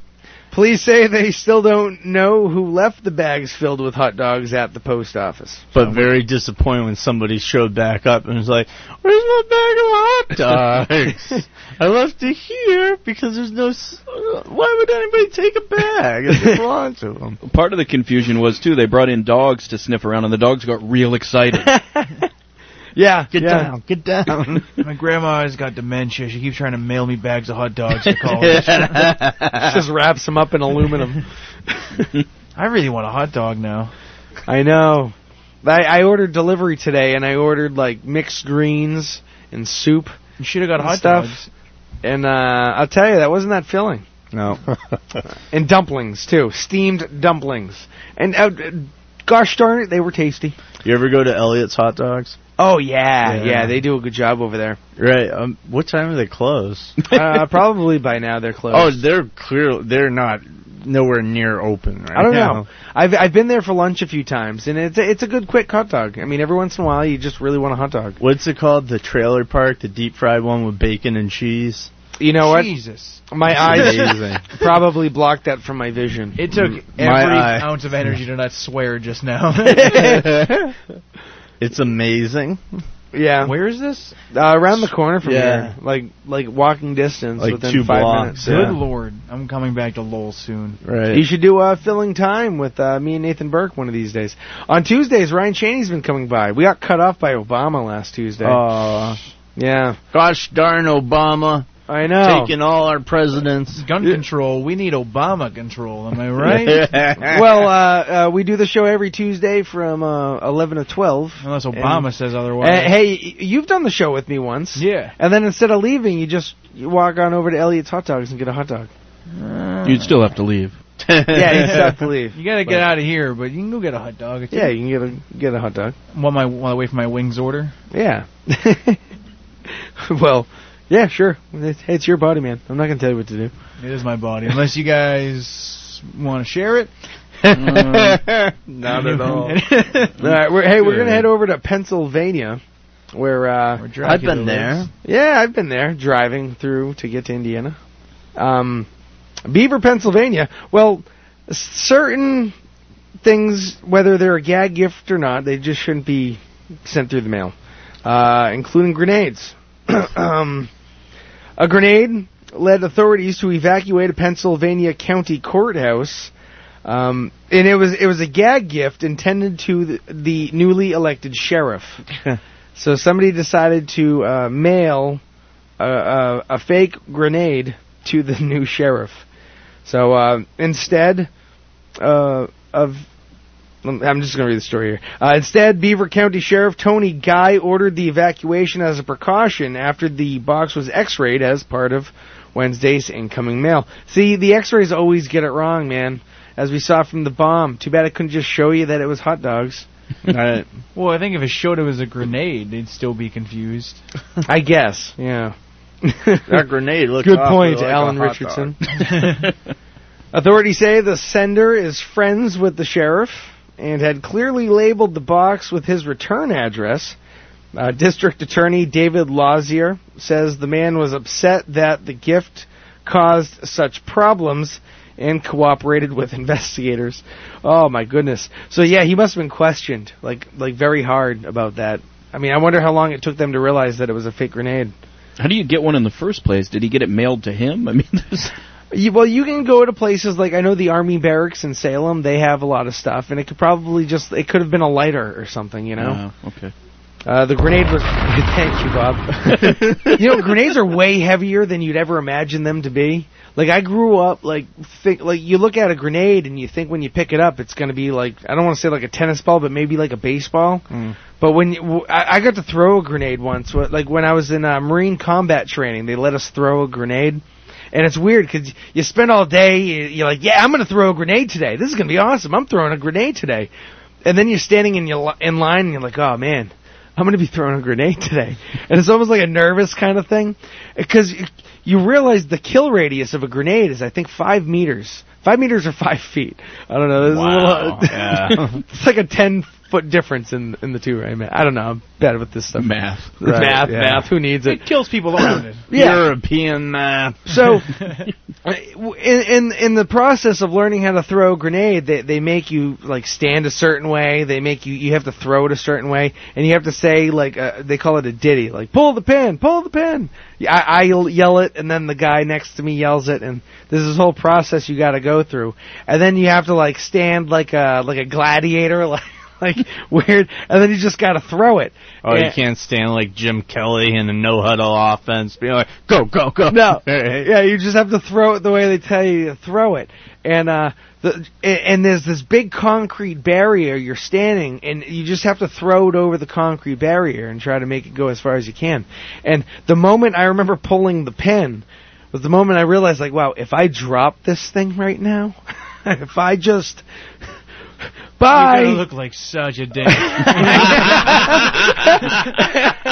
C: Police say they still don't know who left the bags filled with hot dogs at the post office.
I: But very disappointed when somebody showed back up and was like, "Where's my bag of hot dogs? I left it here because there's no. s- Why would anybody take a bag? It belongs to them."
G: Part of the confusion was too they brought in dogs to sniff around and the dogs got real excited.
C: Yeah,
I: Get
C: yeah.
I: down, get down.
K: My grandma's got dementia. She keeps trying to mail me bags of hot dogs to call.
C: Just wraps them up in aluminum.
K: I really want a hot dog now.
C: I know. I, I ordered delivery today, and I ordered like mixed greens and soup
K: You should have got
C: and
K: hot
C: stuff.
K: dogs.
C: And uh, I'll tell you, that wasn't that filling.
I: no.
C: And dumplings too, steamed dumplings. And uh, gosh darn it, they were tasty.
I: You ever go to Elliot's Hot Dogs?
C: Oh yeah, yeah,
I: Yeah.
C: they do a good job over there.
I: Right. Um, what time do they close?
C: uh, probably by now they're closed.
I: Oh, they're clear. They're not nowhere near open, right?
C: I don't know. I've I've been there for lunch a few times, and it's a, it's a good quick hot dog. I mean, every once in a while, you just really want a hot dog.
I: What's it called? The trailer park, the deep fried one with bacon and cheese.
C: You know what?
K: Jesus.
C: My eyes
I: That's amazing.
C: probably blocked that from my vision.
K: It took every
I: eye.
K: ounce of energy to not swear just now.
I: It's amazing.
C: yeah.
K: Where is this?
C: Uh, around the corner from here,
I: Yeah.
C: like like walking distance,
I: Like
C: within
I: two
C: five minutes.
I: blocks, yeah.
K: Good lord, I'm coming back to Lowell soon.
I: Right.
C: You should do uh, filling time with uh, me and Nathan Burke one of these days. On Tuesdays, Ryan Cheney's been coming by. We got cut off by Obama last Tuesday.
I: Oh. Aw.
C: yeah,
I: gosh darn Obama
C: I know.
I: taking all our presidents.
K: Gun control. We need Obama control. Am I right?
C: well, uh, uh, we do the show every Tuesday from uh, eleven to twelve.
K: Unless Obama says otherwise.
C: Uh, hey, y- you've done the show with me once.
K: Yeah.
C: And then instead of leaving, you just you walk on over to Elliot's Hot Dogs and get a hot dog.
G: You'd still have to leave.
C: yeah, you still have to leave.
K: You gotta get out of here, but you can go get a hot dog.
C: Yeah, you can get a get a hot dog.
K: While my while I wait for my wings order.
C: Yeah. well, yeah, sure. It's, hey, it's your body, man. I'm not gonna tell you what to do.
K: It is my body. Unless you guys want to share it.
C: Not at Mm. all. right, we're, hey, we're gonna head over to Pennsylvania, where uh,
K: Dracula I've been there. lives.
C: Yeah, I've been there, driving through to get to Indiana. Um, Beaver, Pennsylvania. Well, certain things, whether they're a gag gift or not, they just shouldn't be sent through the mail, uh, including grenades. um, a grenade led authorities to evacuate a Pennsylvania county courthouse, um, and it was it was a gag gift intended to the, the newly elected sheriff. so somebody decided to uh, mail a, a, a fake grenade to the new sheriff. So uh, instead uh, of I'm just going to read the story here. Uh, instead, Beaver County Sheriff Tony Guy ordered the evacuation as a precaution after the box was x-rayed as part of Wednesday's incoming mail. See, the x-rays always get it wrong, man. As we saw from the bomb. Too bad I couldn't just show you that it was hot dogs.
K: Well, I think if it showed it was a grenade, they'd still be confused.
C: I guess. Yeah.
I: That grenade looks
C: Good
I: awfully
C: point,
I: like a
C: Alan
I: hot
C: Richardson. Authorities say the sender is friends with the sheriff and had clearly labeled the box with his return address. Uh, District Attorney David Lazier says the man was upset that the gift caused such problems and cooperated with investigators. Oh my goodness! So yeah, he must have been questioned like like very hard about that. I mean, I wonder how long it took them to realize that it was a fake grenade.
G: How do you get one in the first place? Did he get it mailed to him? I mean, there's,
C: You, well, you can go to places like I know the army barracks in Salem. They have a lot of stuff, and it could probably just it could have been a lighter or something, you know.
G: Oh, okay.
C: Uh, the grenade was. Thank you, Bob. you know, grenades are way heavier than you'd ever imagine them to be. Like I grew up, like think, like you look at a grenade and you think when you pick it up, it's going to be like I don't want to say like a tennis ball, but maybe like a baseball. But when you, w- I, I got to throw a grenade once, wh- like when I was in uh, Marine combat training, they let us throw a grenade. And it's weird because you spend all day, you- you're like, yeah, I'm going to throw a grenade today. This is going to be awesome. I'm throwing a grenade today. And then you're standing in, your, li- in line and you're like, oh man, I'm going to be throwing a grenade today. And it's almost like a nervous kind of thing because you realize the kill radius of a grenade is, I think, five meters. Five meters or five feet. I don't know. There's a
G: Wow.
C: little,
G: Oh, Yeah.
C: it's like a ten foot difference in in the two. I mean, I don't know. I'm bad with this stuff.
G: math.
I: Right,
C: math,
I: yeah.
C: math. Who needs it?
K: It kills people around it.
C: Yeah.
I: European math.
C: So, uh, w- in, in in the process of learning how to throw a grenade, they they make you like stand a certain way. They make you you have to throw it a certain way, and you have to say like uh, they call it a ditty, like pull the pin, pull the pin. Yeah, I, I yell it, and then the guy next to me yells it, and there's this whole process you got to go through, and then you have to like stand like a like a gladiator, like like weird, and then you just got to throw it.
I: Oh,
C: And-
I: you can't stand like Jim Kelly in a no huddle offense. Be like, go, go, go.
C: No.
I: Right.
C: Yeah, you just have to throw it the way they tell you to throw it. And uh the and- and there's this big concrete barrier you're standing and you just have to throw it over the concrete barrier and try to make it go as far as you can. And the moment I remember pulling the pin was the moment I realized like, wow, if I drop this thing right now, if I just bye
K: You're gonna look like such a dick.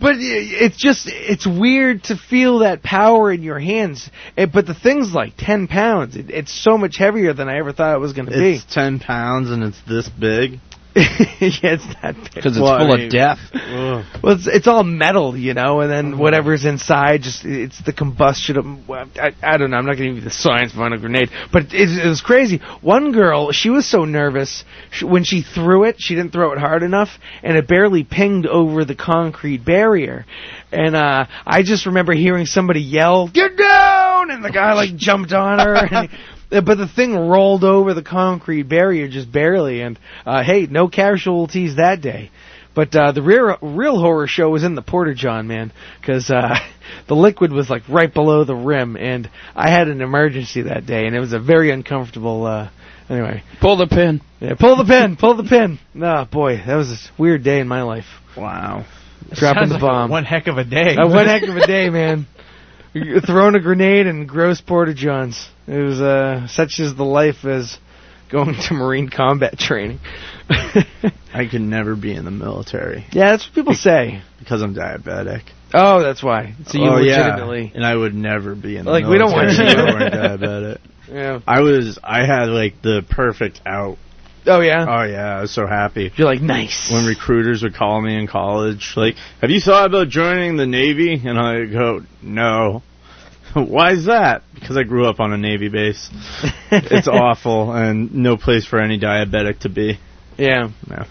C: but it's just it's weird to feel that power in your hands. Eh, but the thing's like ten pounds. It, it's so much heavier than I ever thought it was going to be.
I: It's ten pounds and it's this big.
C: yeah, it's that big.
I: 'Cause it's full of death.
C: well, it's, it's all metal, you know, and then whatever's inside, just it's the combustion of. well, I, I don't know. I'm not going to give you the science behind a grenade, but it, it was crazy. One girl, she was so nervous she, when she threw it. She didn't throw it hard enough, and it barely pinged over the concrete barrier. And uh I just remember hearing somebody yell, "Get down!" and the guy like jumped on her. And, uh, but the thing rolled over the concrete barrier just barely, and uh, hey, no casualties that day. But uh, the real, real horror show was in the Porter John, man, because uh, the liquid was like right below the rim, and I had an emergency that day, and it was a very uncomfortable. Uh, anyway,
G: pull the pin.
C: Yeah, pull the pin. Pull the pin. Oh boy, that was a weird day in my life.
I: Wow,
C: dropping
K: Sounds
C: the
K: like
I: Um,
C: bomb.
K: One heck of a day.
C: Uh, one heck of a day, man. Throwing a grenade and gross porta johns. It was uh, such is the life as going to Marine combat training.
I: I could never be in the military.
C: Yeah, that's what people say.
I: Because I'm diabetic.
C: Oh, that's why. So you
I: Oh, yeah.
C: legitimately
I: And I would never be in the
C: Like, we don't want
I: military
C: you.
I: if I weren't diabetic.
C: Yeah.
I: I was. I had like the perfect out.
C: Oh yeah.
I: Oh yeah. I was so happy.
C: You're like nice.
I: When recruiters would call me in college, like, "Have you thought about joining the Navy?" And I go, "No." Why is that? Because I grew up on a Navy base. it's awful and no place for any diabetic to be.
C: Yeah.
I: No.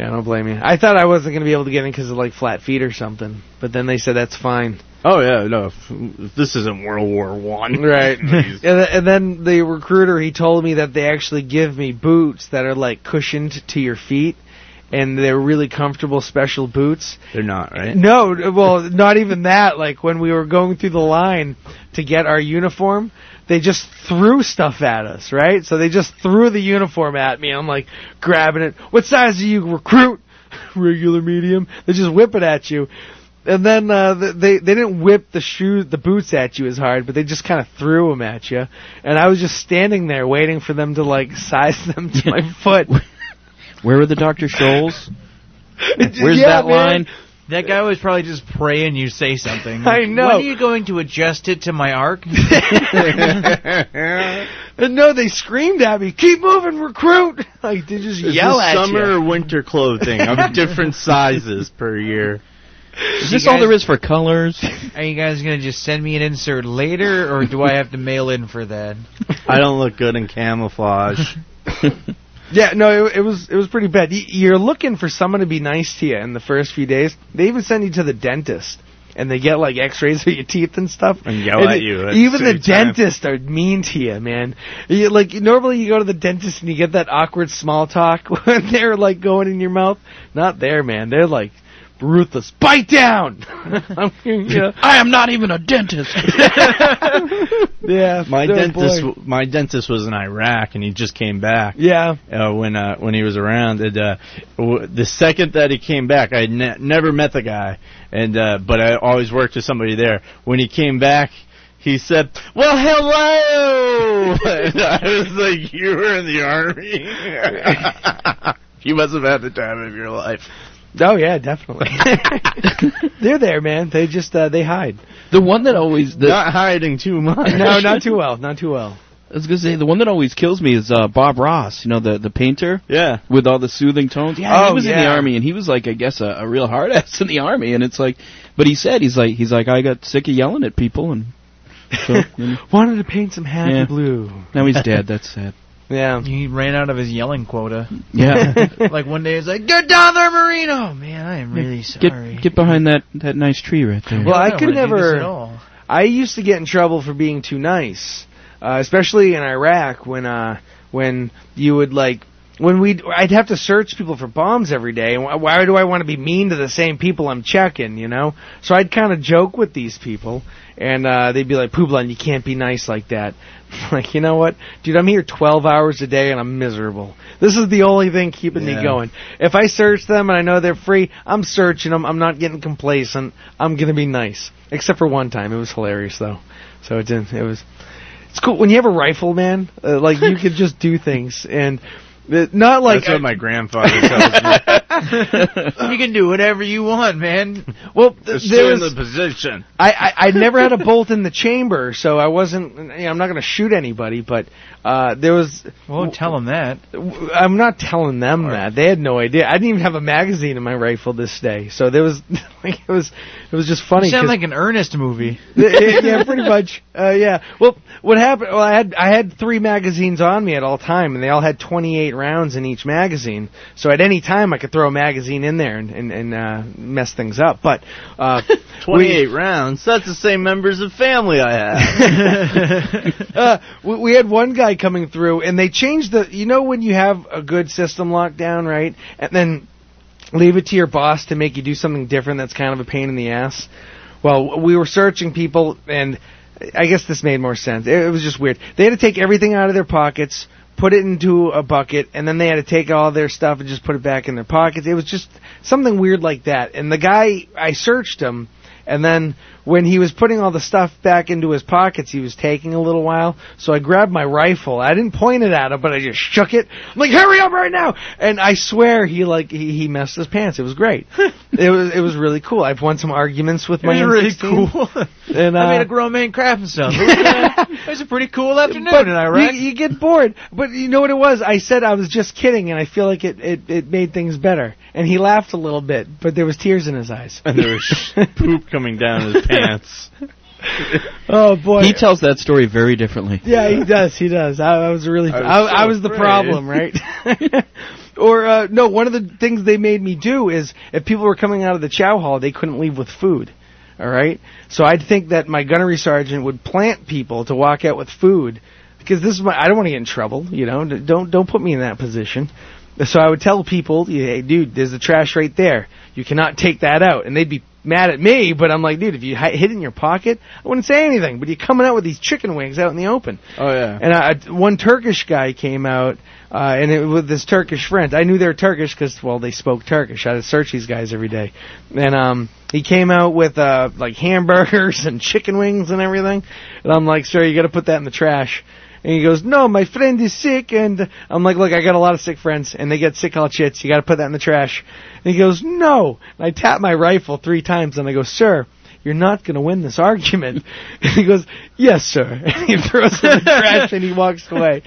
C: Yeah, don't blame you. I thought I wasn't going to be able to get in because of like flat feet or something, but then they said that's fine.
I: Oh yeah, no. f- This isn't World War One,
C: Right. and, th- and then the recruiter he told me that they actually give me boots that are like cushioned to your feet, and they're really comfortable special boots.
I: They're not, right?
C: No, d- well, not even that. Like when we were going through the line to get our uniform, they just threw stuff at us, right? So they just threw the uniform at me. I'm like grabbing it. What size do you recruit? Regular, medium. They just whip it at you. And then uh, th- they they didn't whip the shoes, the boots at you as hard, but they just kind of threw them at you. And I was just standing there waiting for them to like size them to my foot.
G: Where were the Dr. Scholes?
C: Where's Yeah, that man. line?
K: That guy was probably just praying you say something.
C: I know.
K: When are you going to adjust it to my arc?
C: And no, they screamed at me, "Keep moving, recruit!" Like they just
I: Is
C: yell
I: this
C: at
I: summer
C: you.
I: or winter clothing of different sizes per year.
G: Is
K: this all there
G: is for colors?
K: Are you guys going to just send me an insert later, or do I have to mail in for that?
I: I don't look good in camouflage.
C: Yeah, no, it, it was it was pretty bad. Y- You're looking for someone to be nice to you in the first few days. They even send you to the dentist, and they get like X-rays of your teeth and stuff, and
I: yell at
C: it-
I: you at
C: Even the
I: the same time.
C: dentists are mean to you, man. You, like normally you go to the dentist and you get that awkward small talk when they're like going in your mouth. Not there, man. They're like ruthless. Bite down. I'm, you know.
G: I am not even a dentist.
C: yeah,
I: My
C: no,
I: dentist,
C: boy.
I: w my dentist was in Iraq, and he just came back.
C: Yeah.
I: Uh, when uh, when he was around, and uh, w- the second that he came back, I had ne- never met the guy, and uh, but I always worked with somebody there. When he came back, he said, "Well, hello." and I was like, "You were in the army. you must have had the time of your life."
C: Oh yeah, definitely. They're there, man. They just uh, they hide.
G: The one that always the,
I: Not hiding too much.
C: No, not too well. Not too well.
G: I was gonna say the one that always kills me is uh, Bob Ross, you know the the painter.
I: Yeah.
G: With all the soothing tones. Yeah, he
C: Oh,
G: was in
C: yeah.
G: the army and he was like I guess a, a real hard ass in the army and it's like but he said he's like he's like I got sick of yelling at people and so and
C: Wanted to paint some happy
G: Yeah.
C: blue.
G: now he's dead, that's sad.
C: Yeah.
K: He ran out of his yelling quota.
G: Yeah.
K: like one day, he's like, "Get down there, Marino!" Man, I am really sorry.
G: Get get behind that that nice tree right there.
C: Well,
K: I
C: I
K: don't
C: could
K: wanna do this at
C: never.
K: all.
C: I used to get in trouble for being too nice, uh, especially in Iraq when uh, when you would like when we would I'd have to search people for bombs every day. and wh- Why do I want to be mean to the same people I'm checking? You know, so I'd kind of joke with these people, and uh, they'd be like, "Pooblan, you can't be nice like that." like, you know what, dude? I'm here 12 hours a day and I'm miserable. This is the only thing keeping me
I: Yeah.
C: going. If I search them and I know they're free, I'm searching them. I'm not getting complacent. I'm gonna be nice. Except for one time, it was hilarious though. So it didn't. It was. It's cool when you have a rifle, man. Uh, like you could just do things and. uh, Not like
I: That's what my grandfather tells me.
K: you can do whatever you want, man.
M: Well,
C: there was-
M: position.
C: I, I I never had a bolt in the chamber, so I wasn't. You know, I'm not going to shoot anybody, but uh, there was.
K: Well, tell them that.
C: I'm not telling them that. They had no idea. I didn't even have a magazine in my rifle this day, so there was. Like, it was. It was just funny.
K: You sound
C: 'cause-
K: like an earnest movie.
C: yeah, yeah, pretty much. Uh, yeah. Well, what happened? Well, I had I had three magazines on me at all time, and they all had 28 rounds in each magazine. So at any time, I could throw a magazine in there and and, and uh, mess things up. But uh, we-
M: 28 rounds. That's the same members of family I have.
C: uh, we, we had one guy coming through, and they changed the. You know when you have a good system locked down, right? And then leave it to your boss to make you do something different. That's kind of a pain in the ass. Well, we were searching people, and I guess this made more sense. It, it was just weird. They had to take everything out of their pockets. Put it into a bucket, and then they had to take all their stuff and just put it back in their pockets. It was just something weird like that. And the guy, I searched him, and then when he was putting all the stuff back into his pockets, he was taking a little while. So I grabbed my rifle. I didn't point it at him, but I just shook it. I'm like, "Hurry up right now!" And I swear he like he, he messed his pants. It was great. it was it was really cool. I've won some arguments with my
K: It was
C: M16.
K: really cool.
C: And,
K: I
C: uh,
K: made a grown man crap himself. It was, uh, it was a pretty cool afternoon,
C: but
K: and I right?
C: You, you get bored. But you know what it was? I said I was just kidding, and I feel like it, it, it made things better. And he laughed a little bit, but there was tears in his eyes.
M: and there was poop coming down his pants.
C: Oh boy!
G: He tells that story very differently.
C: Yeah, he does. He does. I, I was really. I
G: I
C: was,
G: was
C: I,
G: so
C: was the
G: afraid.
C: problem, right? or uh, no, one of the things they made me do is if people were coming out of the chow hall, they couldn't leave with food. All right, so I'd think that my gunnery sergeant would plant people to walk out with food because this is my. I don't want to get in trouble. You know, D- don't don't put me in that position. So I would tell people, hey, dude, there's the trash right there. You cannot take that out. And they'd be mad at me, but I'm like, dude, if you hi- hid it in your pocket, I wouldn't say anything. But you're coming out with these chicken wings out in the open.
M: Oh yeah.
C: And I, I- one Turkish guy came out, uh, and it, with this Turkish friend. I knew they were Turkish because, well, they spoke Turkish. I would search these guys every day. And um, he came out with uh, like hamburgers and chicken wings and everything. And I'm like, sir, you got to put that in the trash. And he goes, no, my friend is sick. And I'm like, look, I got a lot of sick friends, and they get sick all chits. You got to put that in the trash. And he goes, no. And I tap my rifle three times, and I go, sir. You're not going to win this argument. And he goes, yes, sir. And he throws it in the trash and he walks away.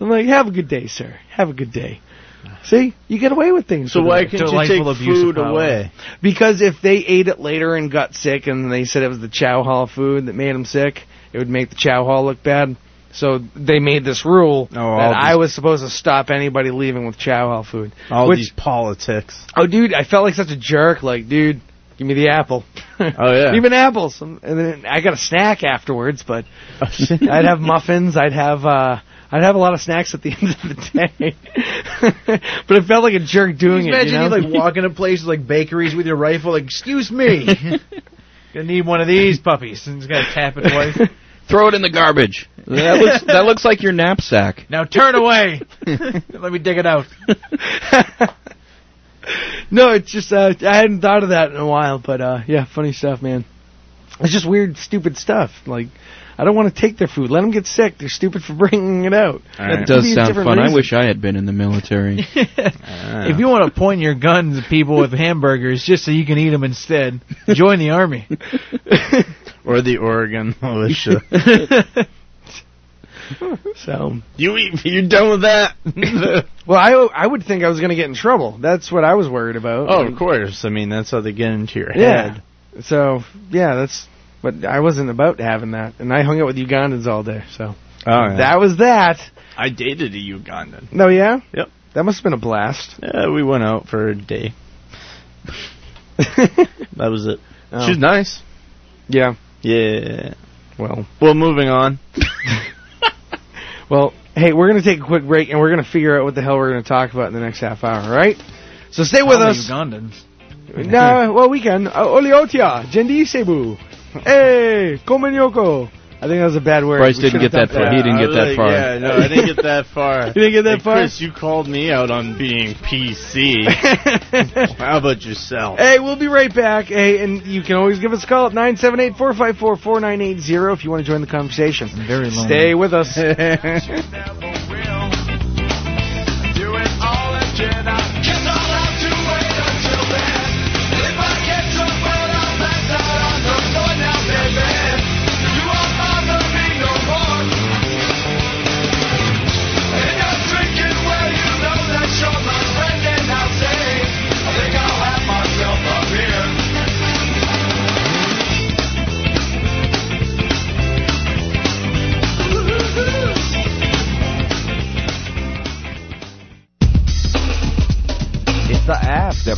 C: I'm like, have a good day, sir. Have a good day. See, you get away with things.
M: So
C: with
M: why
C: it.
M: can't you Delightful take abuse of food power. away?
C: Because if they ate it later and got sick, and they said it was the chow hall food that made them sick, it would make the chow hall look bad. So they made this rule that
M: all
C: I
M: these-
C: was supposed to stop anybody leaving with chow hall food.
M: All
C: which,
M: these politics.
C: oh, dude, I felt like such a jerk. Like, dude, give me the apple.
M: Oh yeah.
C: Even apples. And then I got a snack afterwards, but
M: Oh,
C: I'd have muffins. I'd have uh, I'd have a lot of snacks at the end of the day. but it felt like a jerk doing
N: Imagine
C: it. You know?
N: you like walking to places like bakeries with your rifle. Like, excuse me.
K: Gonna need one of these puppies. And he's gotta tap it twice.
G: Throw it in the garbage. That looks that looks like your knapsack.
K: now turn away. Let me dig it out.
C: no, it's just uh, I hadn't thought of that in a while. But uh, yeah, funny stuff, man. It's just weird, stupid stuff. Like I don't want to take their food. Let them get sick. They're stupid for bringing it out.
G: That does sound fun. I Uh, wish I had been in the military.
K: If you want to point your guns at people with hamburgers just so you can eat them instead, join the army.
M: or the Oregon militia.
C: so
M: you eat, you done with that?
C: well, I I would think I was going to get in trouble. That's what I was worried about.
M: oh,
C: Like,
M: of course. I mean, that's how they get into your
C: Yeah.
M: head.
C: So yeah, that's. But I wasn't about having that, and I hung out with Ugandans all day. So
M: Oh, yeah.
C: that was that.
M: I dated a Ugandan.
C: No, yeah.
M: Yep.
C: That must have been a blast.
M: Yeah, we went out for a day. that was it.
C: Oh.
M: She's nice.
C: Yeah.
M: Yeah.
C: Well.
M: Well, moving on.
C: Well, hey, we're gonna take a quick break, and we're gonna figure out what the hell we're gonna talk about in the next half hour. All right. So stay with
K: Tell the
C: us.
K: Ugandans.
C: No, well, we can. Uh, Oliotia, Jendi Sebu. Hey, Komenyoko. I think that was a bad word.
G: Bryce
C: We
G: didn't
C: should've
G: get that
C: dumped
G: far. He didn't
M: I
G: get
M: was
G: that
M: like,
G: far.
M: Uh, Yeah, no, I didn't get that far.
C: You didn't get that
M: Hey,
C: far?
M: Chris, you called me out on being PC. How about yourself?
C: Hey, we'll be right back. Hey, and you can always give us a call at 978-454-4980 if you want to join the conversation.
K: very lonely.
C: Stay with us.
O: Do it all in Jedi. Kiss all out to wait.
N: after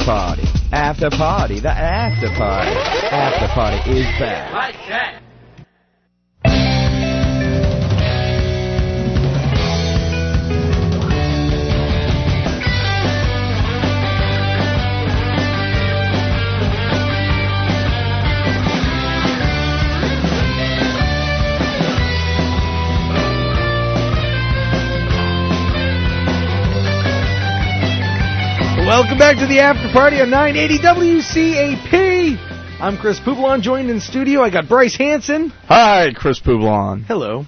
N: party. The after party. After party is back.
C: Welcome back to the after party on 980 WCAP. I'm Chris Poublon, joined in studio. I got Bryce Hanson.
I: Hi, Chris Poublon.
C: Hello.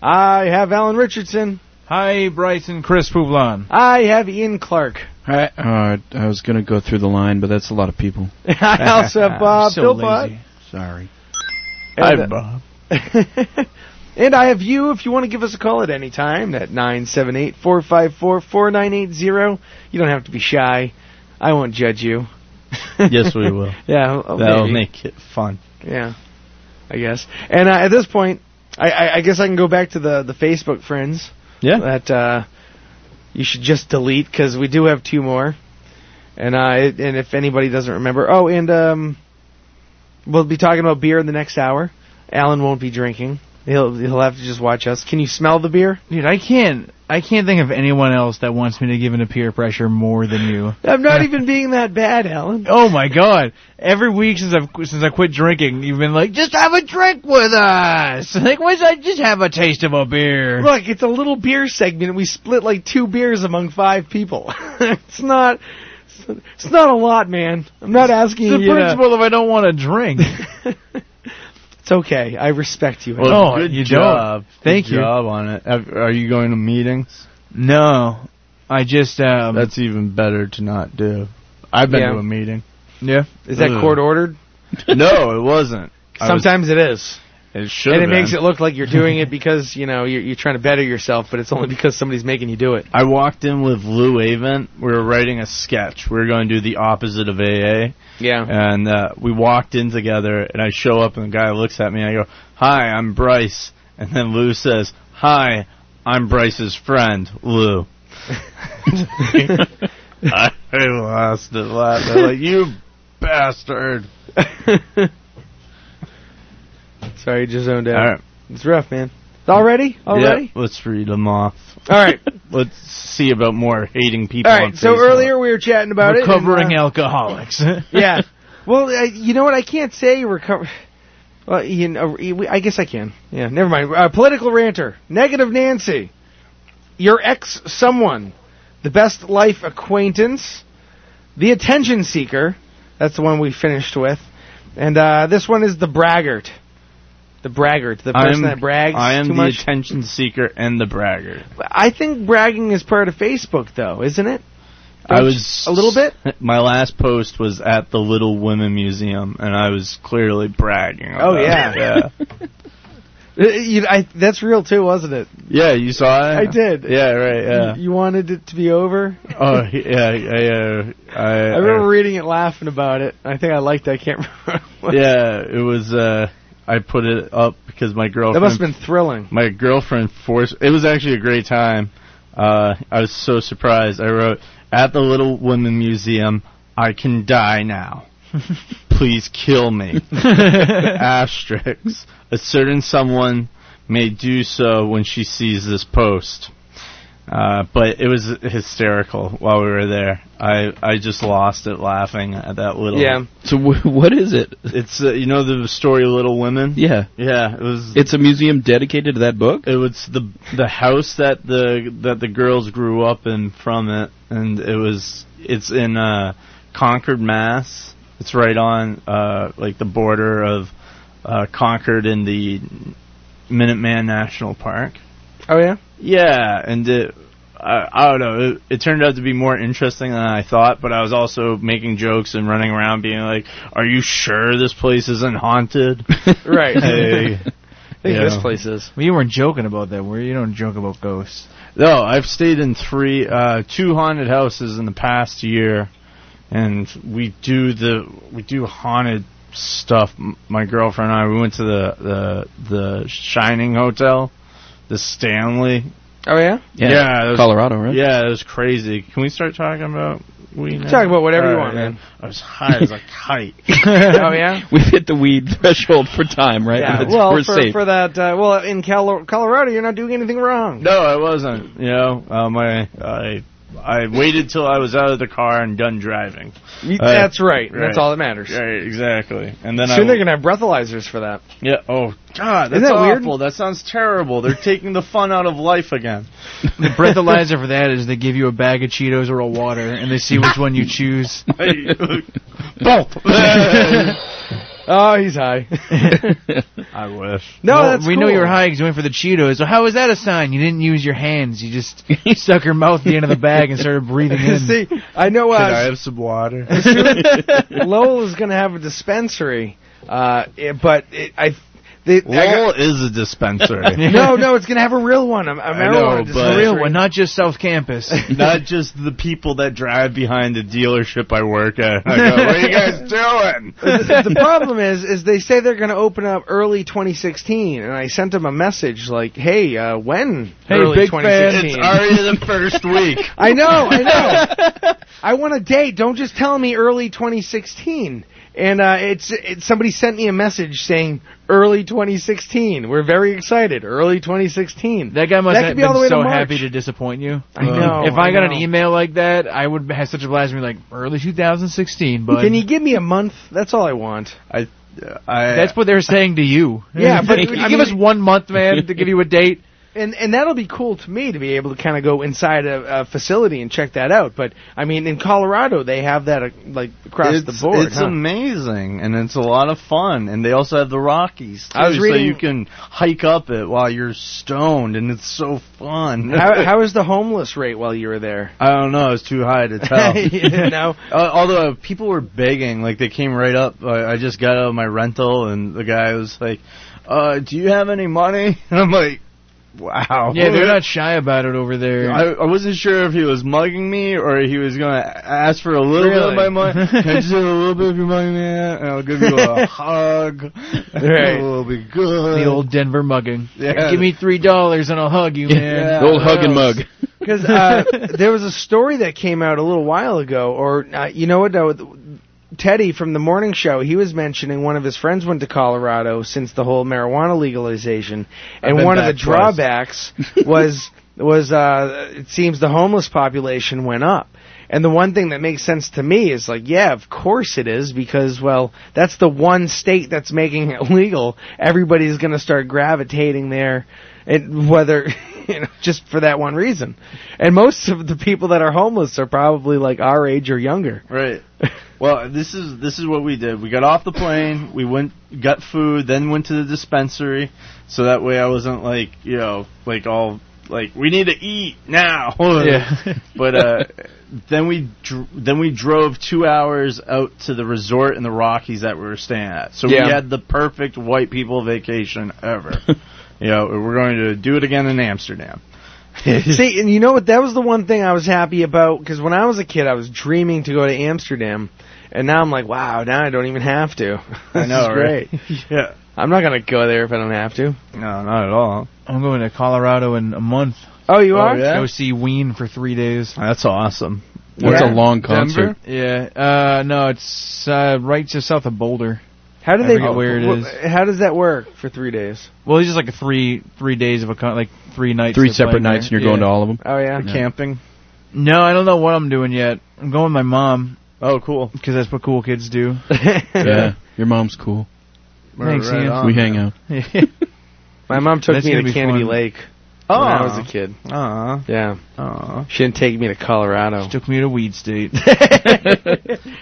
C: I have Alan Richardson.
K: Hi, Bryson. Chris Poublon.
C: I have Ian Clark.
G: I, uh, I was going to go through the line, but that's a lot of people.
C: I also have Bob
G: So
C: Philpott.
G: lazy. Sorry.
C: And, uh,
I: Bob.
C: And I have you if you want to give us a call at any time at 978-454-4980. You don't have to be shy. I won't judge you.
I: yes, we will.
C: Yeah, oh,
I: that'll
C: maybe.
I: make it fun.
C: Yeah, I guess. And uh, at this point, I, I, I guess I can go back to the, the Facebook friends.
I: Yeah.
C: That uh, you should just delete because we do have two more. And uh, it, and if anybody doesn't remember, oh, and um, we'll be talking about beer in the next hour. Alan won't be drinking. He'll he'll have to just watch us. Can you smell the beer?
K: Dude, I can't. I can't think of anyone else that wants me to give in to peer pressure more than you.
C: I'm not even being that bad, Alan.
K: Oh my god! Every week since I've since I quit drinking, you've been like, just have a drink with us. Like, why I just have a taste of a beer?
C: Look, it's a little beer segment. We split like two beers among five people. it's not. It's not a lot, man. I'm not asking
K: the
C: you. to-
K: principle of I don't want to drink.
C: It's okay. I respect you.
I: Well,
K: no,
I: good
K: you
I: job.
K: don't. Thank
I: Good
K: you.
I: job on it. Have- Are you going to meetings?
K: No, I just. Um,
I: That's even better to not do. I've been
K: Yeah.
I: to a meeting.
K: yeah.
C: Is that
I: Ugh.
C: court ordered?
I: no, it wasn't. uh, I was-
C: Sometimes it is.
I: it should.
C: and it makes it look like you're doing it because you know you're, you're trying to better yourself, but it's only because somebody's making you do it.
I: I walked in with Lou Avent. We were writing a sketch. We were going to do the opposite of AA.
C: Yeah.
I: And uh, we walked in together, and I show up, and the guy looks at me, and I go, Hi, I'm Bryce. And then Lou says, Hi, I'm Bryce's friend, Lou. I lost it laughing. I'm like, You bastard.
C: Sorry, you just zoned out.
I: All right.
C: It's rough, man. Already, already.
I: Yeah, let's read them off.
C: All right.
I: let's see about more hating people.
C: All
I: on
C: right. So
I: Facebook.
C: earlier we were chatting about
K: recovering
C: it. and, uh,
K: alcoholics.
C: yeah. Well, uh, you know what? I can't say recover. Well, you know, we- I guess I can. Yeah. Never mind. Uh, political ranter. Negative Nancy. Your ex someone. The best life acquaintance. The attention seeker. That's the one we finished with. And uh, this one is the braggart. The braggart. The person
I: I'm-
C: that brags
I: I am
C: too
I: the
C: much.
I: attention seeker and the braggart.
C: I think bragging is part of Facebook, though, isn't it?
I: I
C: Don't
I: was
C: you- a little bit.
I: My last post was at the Little Women Museum, and I was clearly bragging. About
C: Oh, yeah.
I: it. yeah,
C: Uh, you- I- that's real too, wasn't it?
I: yeah. You saw it.
C: I did.
I: Yeah, right. Yeah.
C: You, you wanted it to be over.
I: oh, yeah. I, uh, I,
C: I remember reading it, laughing about it. I think I liked. It. I can't remember.
I: I- yeah, it was. Uh, I put it up because my girlfriend.
C: That must have been thrilling.
I: my girlfriend forced. It was actually a great time. Uh, I was so surprised. I wrote at the Little Women Museum. I can die now. Please kill me. Asterisk. A certain someone may do so when she sees this post. Uh, but it was hysterical while we were there. I I just lost it laughing at that little.
G: Yeah. So w- what is it?
I: It's uh, you know the story Little Women.
G: Yeah.
I: Yeah. It was.
G: It's a museum dedicated to that book.
I: It was the the house that the that the girls grew up in from it, and it was it's in uh, Concord, Mass. It's right on uh, like the border of uh, Concord and the Minuteman National Park.
C: Oh yeah.
I: Yeah, and it, I, I don't know. It, it turned out to be more interesting than I thought, but I was also making jokes and running around being like, "Are you sure this place isn't haunted?"
C: Right.
I: Hey, you know.
C: place is.
K: Well, you weren't joking about that. Were you? you don't joke about ghosts.
I: No, I've stayed in three, uh, two haunted houses in the past year, and we do the we do haunted stuff. M- My girlfriend and I we went to the the the Shining Hotel, the Stanley,
C: Oh yeah.
G: Yeah,
I: that was-
G: Colorado, right?
I: Yeah, it was crazy. Can we start talking about weed? now?
C: Talk about whatever you
I: All
C: want, man.
I: I was high as a kite.
C: oh yeah.
G: We've hit the weed threshold for time, right?
C: Yeah.
G: It's-
C: well,
G: we're
C: for,
G: safe.
C: for that, uh, well, in Calo- Colorado, you're not doing anything wrong.
I: No, I wasn't. You know, um, I I I waited till I was out of the car and done driving.
C: Y-
I: Uh,
C: that's right. That's all that matters.
I: Right, exactly. And then
C: Soon
I: I
C: they're gonna have breathalyzers for that.
I: yeah. Oh God,
C: Isn't
I: that's
C: that
I: awful. That sounds terrible. They're taking the fun out of life again.
M: The breathalyzer for that is they give you a bag of Cheetos or a water, and they see which one you choose.
I: Both.
C: oh, he's high.
I: I wish.
C: No,
M: Well,
C: that's
M: we know
C: cool.
M: you were high because you went for the Cheetos. So how is that a sign? You didn't use your hands. You just stuck your mouth at the end of the bag and started breathing in.
C: See, I know. Uh,
I: Can I have some water?
C: Lowell is going to have a dispensary, uh, eh, but it, I. They,
I: Lowell
C: I got-
I: is a dispenser.
C: no, no, it's going to have a real one. A, a
I: I know,
C: marijuana
I: but-
C: dispensary.
I: A real one,
M: not just South Campus.
I: Not just the people that drive behind the dealership I work at. I go, what are you guys doing?
C: the, the problem is, is they say they're going to open up early 2016, and I sent them a message like, "Hey, uh, when
I: Hey,
C: early
I: big fan,
C: 2016?"
I: it's already the first week.
C: I know, I know. I want a date. Don't just tell me early 2016. And uh, it's it, somebody sent me a message saying early 2016. We're very excited. Early 2016.
M: That guy must
C: that
M: have
C: could be all the
M: been
C: way
M: so
C: to March.
M: happy to disappoint you.
C: I know,
G: Oh
M: If I,
C: I
M: got an
C: know.
M: email like that, I would have such a blast and be like, early 2016, bud.
C: Can you give me a month? That's all I want.
I: I, I
M: That's what they're saying to you.
C: Yeah, but-
M: Can you
C: I
M: give
C: mean-
M: us one month, man, to give you a date.
C: And and that'll be cool to me to be able to kind of go inside a, a facility and check that out. But I mean, in Colorado they have that uh, like across
I: it's,
C: the board.
I: It's
C: huh?
I: amazing, and it's a lot of fun. And they also have the Rockies, too,
C: I was reading-
I: so you can hike up it while you're stoned, and it's so fun.
C: how, how was the homeless rate while you were there?
I: I don't know. It's too high to tell.
C: You know?
I: Uh, although uh, people were begging, like they came right up. I, I just got out of my rental, and the guy was like, uh, "Do you have any money?" And I'm like, "Wow."
M: Yeah, they're not shy about it over there.
I: I, I wasn't sure if he was mugging me or he was gonna a- ask for a little bit of
M: Really?
I: my money. Can I just have a little bit of your money, man? And I'll give you a hug.
M: Right.
I: It'll be good.
M: the old Denver mugging.
I: Yeah.
M: Give me three dollars and I'll hug you, man.
G: The old hug and mug.
C: Because uh, there was a story that came out a little while ago, or uh, you know what? Uh, Teddy from the morning show, he was mentioning one of his friends went to Colorado since the whole marijuana legalization,
I: I've
C: and
I: been
C: one of the
I: back twice.
C: drawbacks was was uh, it seems the homeless population went up. And the one thing that makes sense to me is like, yeah, of course it is because well, that's the one state that's making it legal. Everybody's going to start gravitating there, and whether you know, just for that one reason. And most of the people that are homeless are probably like our age or younger.
I: Right. Well, this is this is what we did. We got off the plane, we went got food, then went to the dispensary, so that way I wasn't like you know like all like we need to eat now.
M: Yeah.
I: but uh, then we dr- then we drove two hours out to the resort in the Rockies that we were staying at. So
M: Yeah.
I: we had the perfect white people vacation ever. you know, we're going to do it again in Amsterdam.
C: See, and you know what? That was the one thing I was happy about because when I was a kid, I was dreaming to go to Amsterdam, and now I'm like, wow, now I don't even have to.
I: I
C: This
I: know,
C: is
I: right?
C: great.
I: yeah.
C: I'm not gonna go there if I don't have to.
I: No, not at all.
M: I'm going to Colorado in a month.
C: Oh, you are?
I: yeah?
M: Go see Ween for three days.
I: That's awesome.
G: That's
M: Yeah.
G: a long
M: Denver?
G: concert.
M: Yeah. Uh, no, it's uh, right just south of Boulder.
C: How do
M: I
C: they?
M: forget where it
C: wh-
M: is.
C: How does that work for three days?
M: Well, it's just like a three three days of a con- like three nights.
G: Three
M: they're playing
G: separate nights,
M: there.
G: and you're going
M: Yeah.
G: to all of them.
C: Oh yeah,
G: Yeah.
I: Camping.
M: No, I don't know what I'm doing yet. I'm going with my mom
I: Oh, cool.
M: because that's what cool kids do.
G: Yeah, your mom's cool.
M: Thanks,
I: Right
M: Ian.
I: on.
G: we hang out.
C: My mom took
M: That's
C: me
M: gonna
C: to
M: be
C: Canopy
M: fun.
C: Lake
I: Oh,
C: when I was a kid.
I: Aw.
C: Yeah,
I: Aw.
C: she didn't take me to Colorado.
M: Took me to Weed State.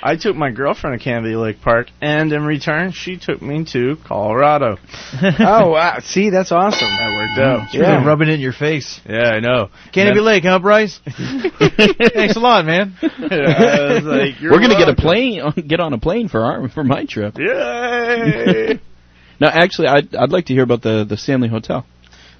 I: I took my girlfriend to Canby Lake Park, and in return, she took me to Colorado.
C: oh wow, see, that's awesome.
I: That worked out.
M: She's really
C: Yeah.
M: rubbing it in your face.
I: Yeah, I know.
M: Canopy
I: Yeah.
M: Lake, huh, Bryce? Thanks a lot, man.
I: I was like, "You're
G: We're gonna get a
I: welcome."
G: plane, get on a plane for our for my trip.
I: Yay!
G: Now, actually, I'd I'd like to hear about the the Stanley Hotel.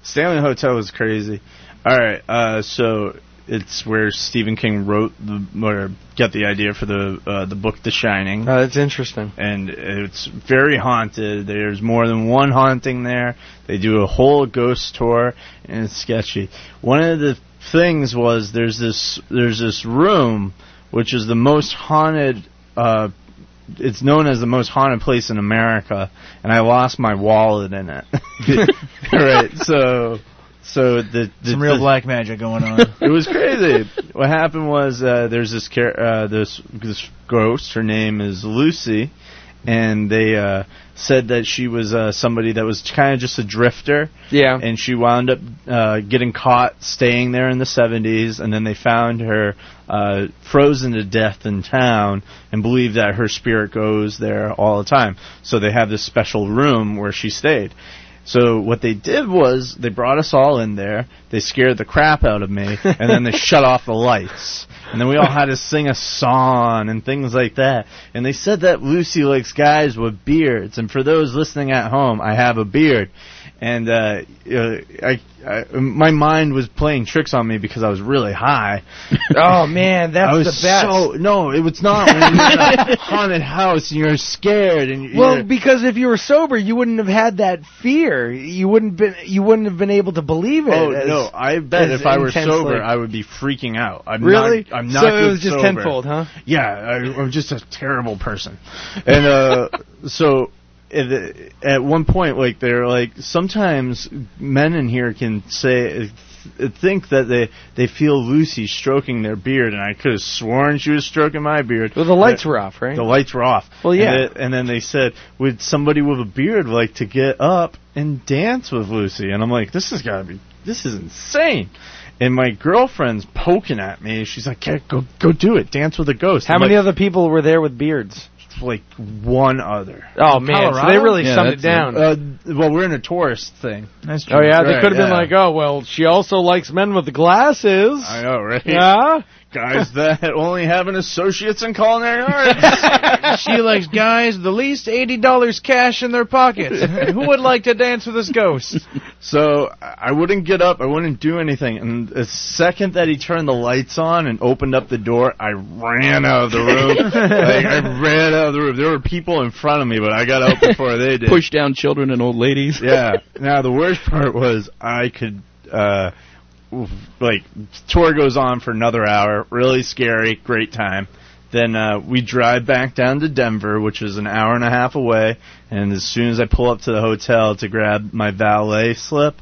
I: Stanley Hotel was crazy. All right, uh, so it's where Stephen King wrote the or got the idea for the uh, the book The Shining.
C: Oh, that's interesting.
I: And it's very haunted. There's more than one haunting there. They do a whole ghost tour, and it's sketchy. One of the things was there's this there's this room which is the most haunted. Uh, it's known as the most haunted place in America, and I lost my wallet in it. right, so so the, the
K: Some real
I: the-
K: black magic going on.
I: it was crazy. What happened was uh, there's this car- uh, this this ghost. Her name is Lucy, and they uh, said that she was uh, somebody that was kind of just a drifter.
C: Yeah.
I: And she wound up uh, getting caught staying there in the 70s, and then they found her uh, frozen to death in town, and believe that her spirit goes there all the time. So they have this special room where she stayed. So what they did was they brought us all in there. They scared the crap out of me, and then they shut off the lights. And then we all had to sing a song and things like that. And they said that Lucy likes guys with beards. And for those listening at home, I have a beard. And uh, uh, I, I, my mind was playing tricks on me because I was really high.
C: Oh, man, that's
I: I was
C: the best.
I: So, no, it was not. When you're in a haunted house and you're scared and you're,
C: Well, because if you were sober, you wouldn't have had that fear. You wouldn't been you wouldn't have been able to believe it.
I: Oh
C: as-
I: no! I bet
C: as
I: if I were
C: intensely.
I: sober, I would be freaking out. I'm
C: Really?
I: Not, I'm not.
C: So it
I: good
C: was just
I: sober.
C: tenfold, huh?
I: Yeah, I, I'm just a terrible person. And uh, so, at, the- at one point, like they're like, sometimes men in here can say, think that they they feel Lucy stroking their beard, and I could have sworn she was stroking my beard.
C: Well, the lights were off, right?
I: The lights were off.
C: Well, yeah.
I: And, the- and then they said, would somebody with a beard like to get up and dance with Lucy? And I'm like, this has got to be, this is insane. And my girlfriend's poking at me. She's like, yeah, go, go do it. Dance with a ghost.
C: How
I: I'm
C: many
I: like,
C: other people were there with beards?
I: Like one other.
C: Oh man, so they really summed it down.
I: Uh, well, we're in a tourist thing. That's
C: oh yeah, they could have been like, oh well, she also likes men with glasses.
I: I know, right?
C: Yeah.
I: Guys that only have an associate's in culinary arts.
K: she likes guys the least eighty dollars cash in their pockets. Who would like to dance with this ghost?
I: So I I wouldn't get up. I wouldn't do anything. And the second that he turned the lights on and opened up the door, I ran out of the room. like, I ran out of the room. There were people in front of me, but I got out before they did.
G: Push down children and old ladies.
I: yeah. Now the worst part was I could uh oof, like tour goes on for another hour, really scary, great time. Then uh we drive back down to Denver, which is an hour and a half away, and as soon as I pull up to the hotel to grab my valet slip,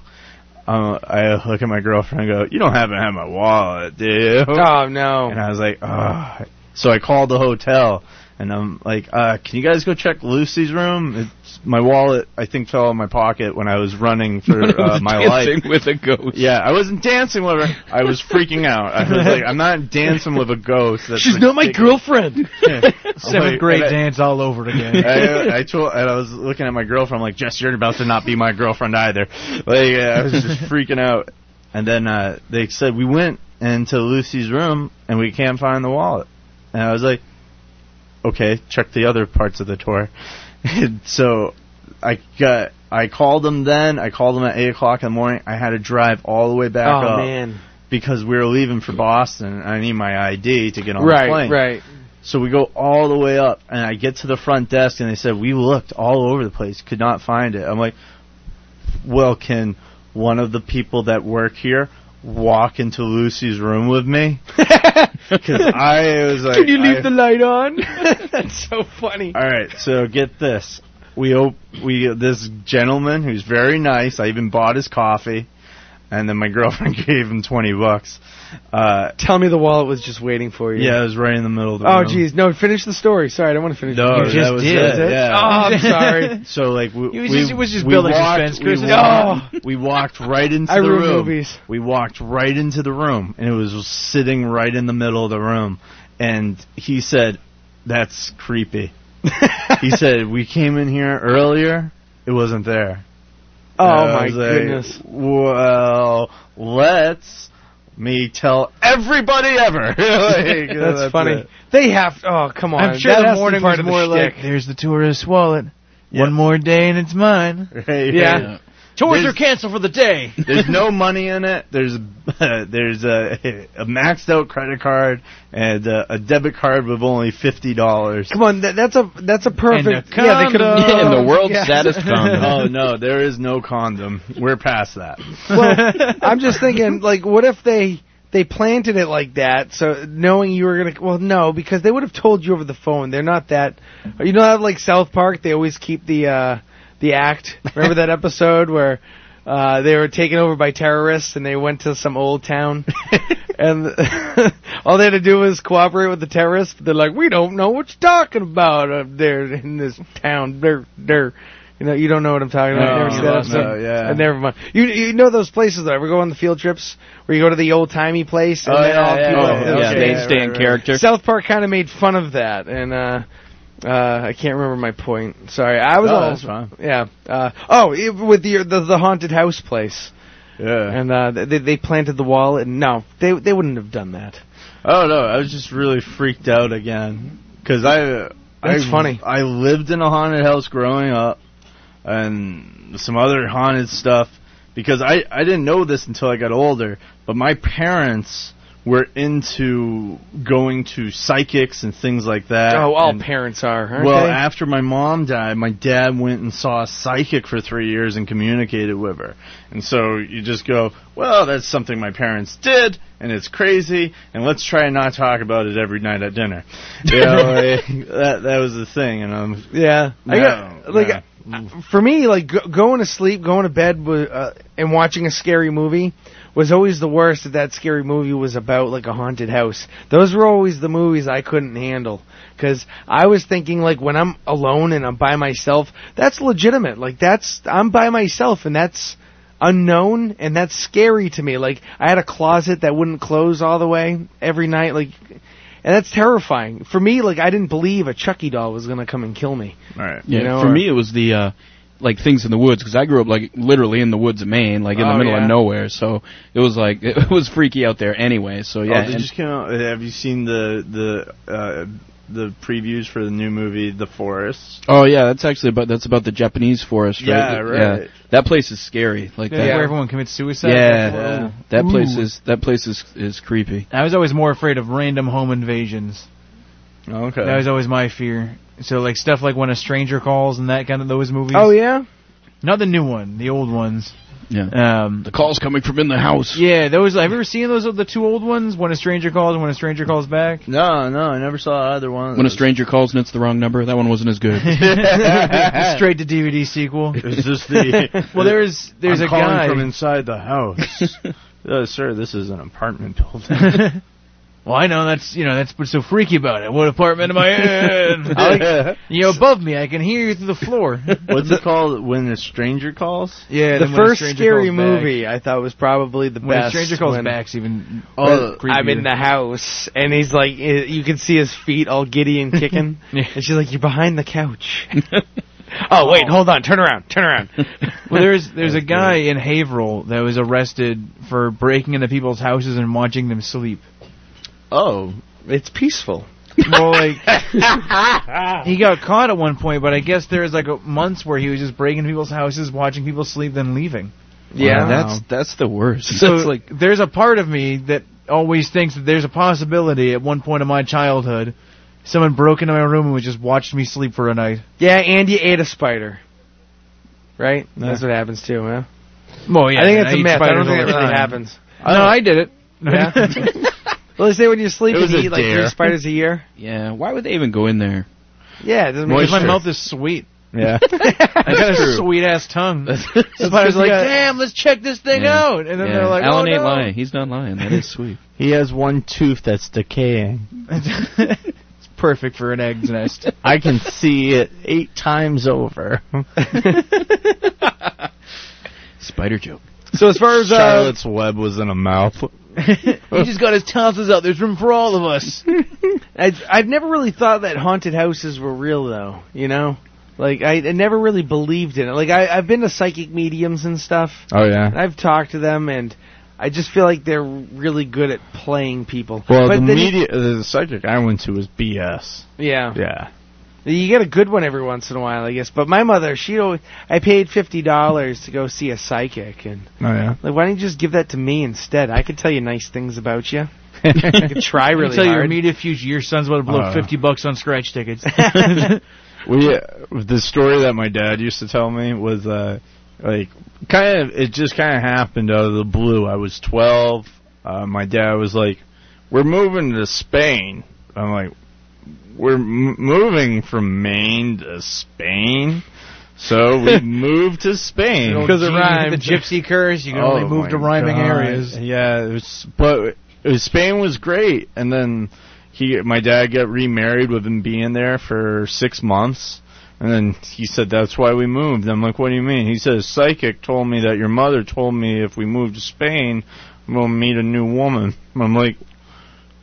I: uh, I look at my girlfriend and go, "You don't happen to have my wallet, do you?"
C: Oh no!
I: And I was like, "Ah." So I called the hotel and I'm like, uh, "Can you guys go check Lucy's room? It's, my wallet, I think, fell in my pocket when I was running for
G: When I
I: uh,
G: was
I: my
G: dancing
I: life
G: with a ghost.
I: Yeah, I wasn't dancing with her. I was freaking out. I was like, "I'm not dancing with a ghost." That's
C: She's not my
I: ridiculous."
C: girlfriend.
I: Like,
K: Seventh grade
I: and I-
K: dance all over again.
I: I, I told, and I was looking at my girlfriend. I'm like, Jess, you're about to not be my girlfriend either. Like, uh, I was just freaking out. And then uh, they said we went into Lucy's room and we can't find the wallet. And I was like, okay, check the other parts of the tour. And so I got, I called them then. I called them at eight o'clock in the morning. I had to drive all the way back
C: Oh,
I: up
C: man.
I: because we were leaving for Boston. and I need my ID to get on
C: Right,
I: the plane.
C: right.
I: So we go all the way up, and I get to the front desk, and they said we looked all over the place, could not find it. I'm like, well, can one of the people that work here walk into Lucy's room with me? Because I was like,
C: Can you leave
I: I-
C: the light on? That's so funny.
I: all right, so get this. We op- we this gentleman who's very nice. I even bought his coffee, and then my girlfriend gave him twenty bucks. Uh,
C: Tell me the wallet was just waiting for you.
I: yeah, it was right in the middle of the
C: Oh
I: room.
C: geez, no! Finish the story. Sorry, I don't want to finish.
I: No,
C: it.
I: that was it. Yeah.
C: Oh, I'm sorry.
I: So like we
C: He was
I: we,
C: just- he was just
I: we
C: building
I: walked,
C: suspense,
I: We
C: Chris.
I: walked, we walked right into
C: I
I: the
C: ruin
I: room.
C: movies.
I: We walked right into the room, and it was just sitting right in the middle of the room. And he said, "That's creepy." he said, "We came in here earlier. It wasn't there."
C: Oh,
I: And uh, I
C: my
I: was like,
C: goodness.
I: Well, let's me tell everybody ever. Like,
C: that's, funny.
I: it.
C: They have. Oh come on!
K: I'm sure
C: That has
K: the
C: to be
K: morning
C: part
K: was
C: of the
K: more like,
C: shtick.
K: "There's the tourist wallet. One more day and it's mine."
I: Right,
C: Yeah.
I: right. Tours
P: are canceled for the day.
I: There's no money in it. There's uh, there's a, a maxed out credit card and uh, a debit card with only fifty dollars.
C: Come on, that, that's a that's a perfect.
I: And a
C: yeah, they could
I: condom.
C: have Yeah.
I: Um, oh no, there is no condom. We're past that.
C: well, I'm just thinking, like, what if they they planted it like that, so knowing you were gonna? Well, no, because they would have told you over the phone. They're not that. You know, how, like South Park, they always keep the uh, the act. Remember that episode where? Uh, they were taken over by terrorists, and they went to some old town, and all they had to do was cooperate with the terrorists. But they're like, "We don't know what you're talking about up there in this town." They're, they're, you know, you don't know what I'm talking about. you
I: No,
C: never see
I: no,
C: that episode.
I: no, Oh, yeah.
C: Uh, never mind. You you know those places that I ever go on the field trips where you go to the old timey place and
I: Oh,
C: then
I: yeah,
C: all
I: yeah,
C: people
I: yeah, yeah, yeah, yeah, right, right.
C: South Park kind of made fun of that, and uh, uh, I can't remember my point. Sorry, I was
I: No,
C: all
I: that's fine.
C: yeah. Uh, oh, it, with the, the the haunted house place.
I: Yeah,
C: and uh, they they planted the wall, and no, they they wouldn't have done that.
I: Oh no, I was just really freaked out again because I.
C: That's
I: I,
C: funny.
I: I lived in a haunted house growing up, and some other haunted stuff because I I didn't know this until I got older. But my parents were into going to psychics and things like that.
C: oh, all
I: and-
C: parents are. Aren't
I: well,
C: they?
I: after my mom died, my dad went and saw a psychic for three years and communicated with her. And so you just go, well, that's something my parents did, and it's crazy, and let's try and not talk about it every night at dinner. You know, like, that that was the thing, and I'm
C: Yeah, I
I: No,
C: got like uh, for me, like go- going to sleep, going to bed, wa- uh, and watching a scary movie was always the worst. If that scary movie was about like a haunted house, those were always the movies I couldn't handle because I was thinking like when I'm alone and I'm by myself, that's legitimate. Like that's I'm by myself and that's unknown and that's scary to me. Like I had a closet that wouldn't close all the way every night, like. And that's terrifying. For me, like I didn't believe a Chucky doll was gonna come and kill me.
I: Right.
C: You
G: Yeah,
C: know,
G: for
C: or-
G: me it was the uh like things in the woods because I grew up like literally in the woods of Maine, like in
I: Oh,
G: the middle
I: yeah.
G: of nowhere. So it was like it was freaky out there anyway. So
I: Oh,
G: yeah,
I: they
G: and-
I: just came out. Have you seen the the uh, the previews for the new movie, The Forest?
G: oh yeah, that's actually about that's about the Japanese forest, right?
I: Yeah, right.
G: that place is scary. Like
M: Yeah,
G: that,
M: where everyone commits suicide.
G: Yeah,
M: Yeah.
G: that
M: Ooh.
G: place is that place is is creepy.
M: I was always more afraid of random home invasions.
I: Okay.
M: That was always my fear. So like stuff like when a stranger calls and that kind of those movies.
C: Oh yeah.
M: Not the new one, the old ones.
G: Yeah.
M: Um,
G: the calls coming from in the house.
M: Yeah, those. Have you ever seen those? The two old ones, when a stranger calls and when a stranger calls back.
I: No, no, I never saw either one. of
G: When a
I: those.
G: stranger calls and it's the wrong number, that one wasn't as good.
M: The straight to DVD sequel.
I: Is this the?
M: well, there's there's
I: I'm
M: a
I: calling
M: guy
I: from inside the house. Uh, sir, this is an apartment building.
M: Well, I know that's you know that's what's so freaky about it. What apartment am I in?
I: I
M: like, you know, above me, I can hear you through the floor.
I: What's it called when a stranger calls?
M: Yeah,
C: the first scary movie I thought was probably the
M: When a
C: best.
M: stranger calls
C: when-
M: back's even
C: Oh,
M: creepier.
C: I'm in the house, and he's like, eh, you can see his feet all giddy and kicking, and she's like, "You're behind the couch." oh wait, hold on, turn around, turn around.
M: Well, there's there's a guy in Haverhill that was arrested for breaking into people's houses and watching them sleep.
I: Oh,
C: it's peaceful.
M: Well, like he got caught at one point, but I guess there was like a, months where he was just breaking into people's houses, watching people sleep, then leaving.
G: Wow, that's that's the worst.
M: So
G: That's like
M: like there's a part of me that always thinks that there's a possibility at one point in my childhood someone broke into my room and was just watched me sleep for a night.
C: Yeah, and you ate a spider. Right? That's what happens too, huh?
M: Well, yeah,
C: Oh, I think
M: man,
C: that's
M: I
C: a
M: eat
C: myth. I
M: spiders
C: don't think
M: all
C: it
M: the
C: really
M: time.
C: happens. Oh.
M: No, I did it.
C: Yeah. well, they say when you sleep,
G: It
C: you
G: was a
C: eat like three
G: dare.
C: spiders a year.
G: yeah, why would they even go in there?
C: Yeah, it doesn't make
M: Because my
C: sense.
M: mouth is sweet.
I: Yeah.
M: I got
G: true.
M: a sweet ass tongue.
I: That's
M: Somebody's like,
I: good.
M: damn, let's check this thing
G: Yeah.
M: out. And then
G: Yeah.
M: they're like,
G: Alan
M: oh,
G: ain't
M: no.
G: lying. He's not lying. That is sweet.
I: He has one tooth that's decaying.
M: it's perfect for an egg's nest.
I: I can see it eight times over.
G: Spider joke.
C: So as far as uh,
I: Charlotte's Web was in a mouth.
M: he just got his tonsils out. There's room for all of us.
C: I, I've never really thought that haunted houses were real, though. You know, like I, I never really believed in it. Like I, I've been to psychic mediums and stuff.
I: Oh, yeah.
C: And I've talked to them, and I just feel like they're really good at playing people.
I: Well,
C: But
I: the
C: then you-
I: media, the subject I went to was BS.
C: Yeah.
I: Yeah.
C: You get a good one every once in a while, I guess. But my mother, she always, I paid fifty dollars to go see a psychic, and
I: Oh yeah.
C: like, why don't you just give that to me instead? I could tell you nice things about you. I could try really
K: Tell your
C: hard.
K: immediate future, your son's about to blow
I: Uh.
K: fifty bucks on scratch tickets.
I: we uh, the story that my dad used to tell me was uh like kind of it just kind of happened out of the blue i was 12 uh my dad was like we're moving to spain i'm like we're m- moving from maine to spain so we moved to spain
K: Because it rhymes. The gypsy curse. You can only
I: Oh
K: move to
I: my
K: rhyming
I: God.
K: areas.
I: Yeah, it was, but it was, Spain was great, and then he, my dad, got remarried with him being there for six months, and then he said that's why we moved. I'm like, what do you mean? He says psychic told me that your mother told me if we move to Spain, we'll meet a new woman. I'm like.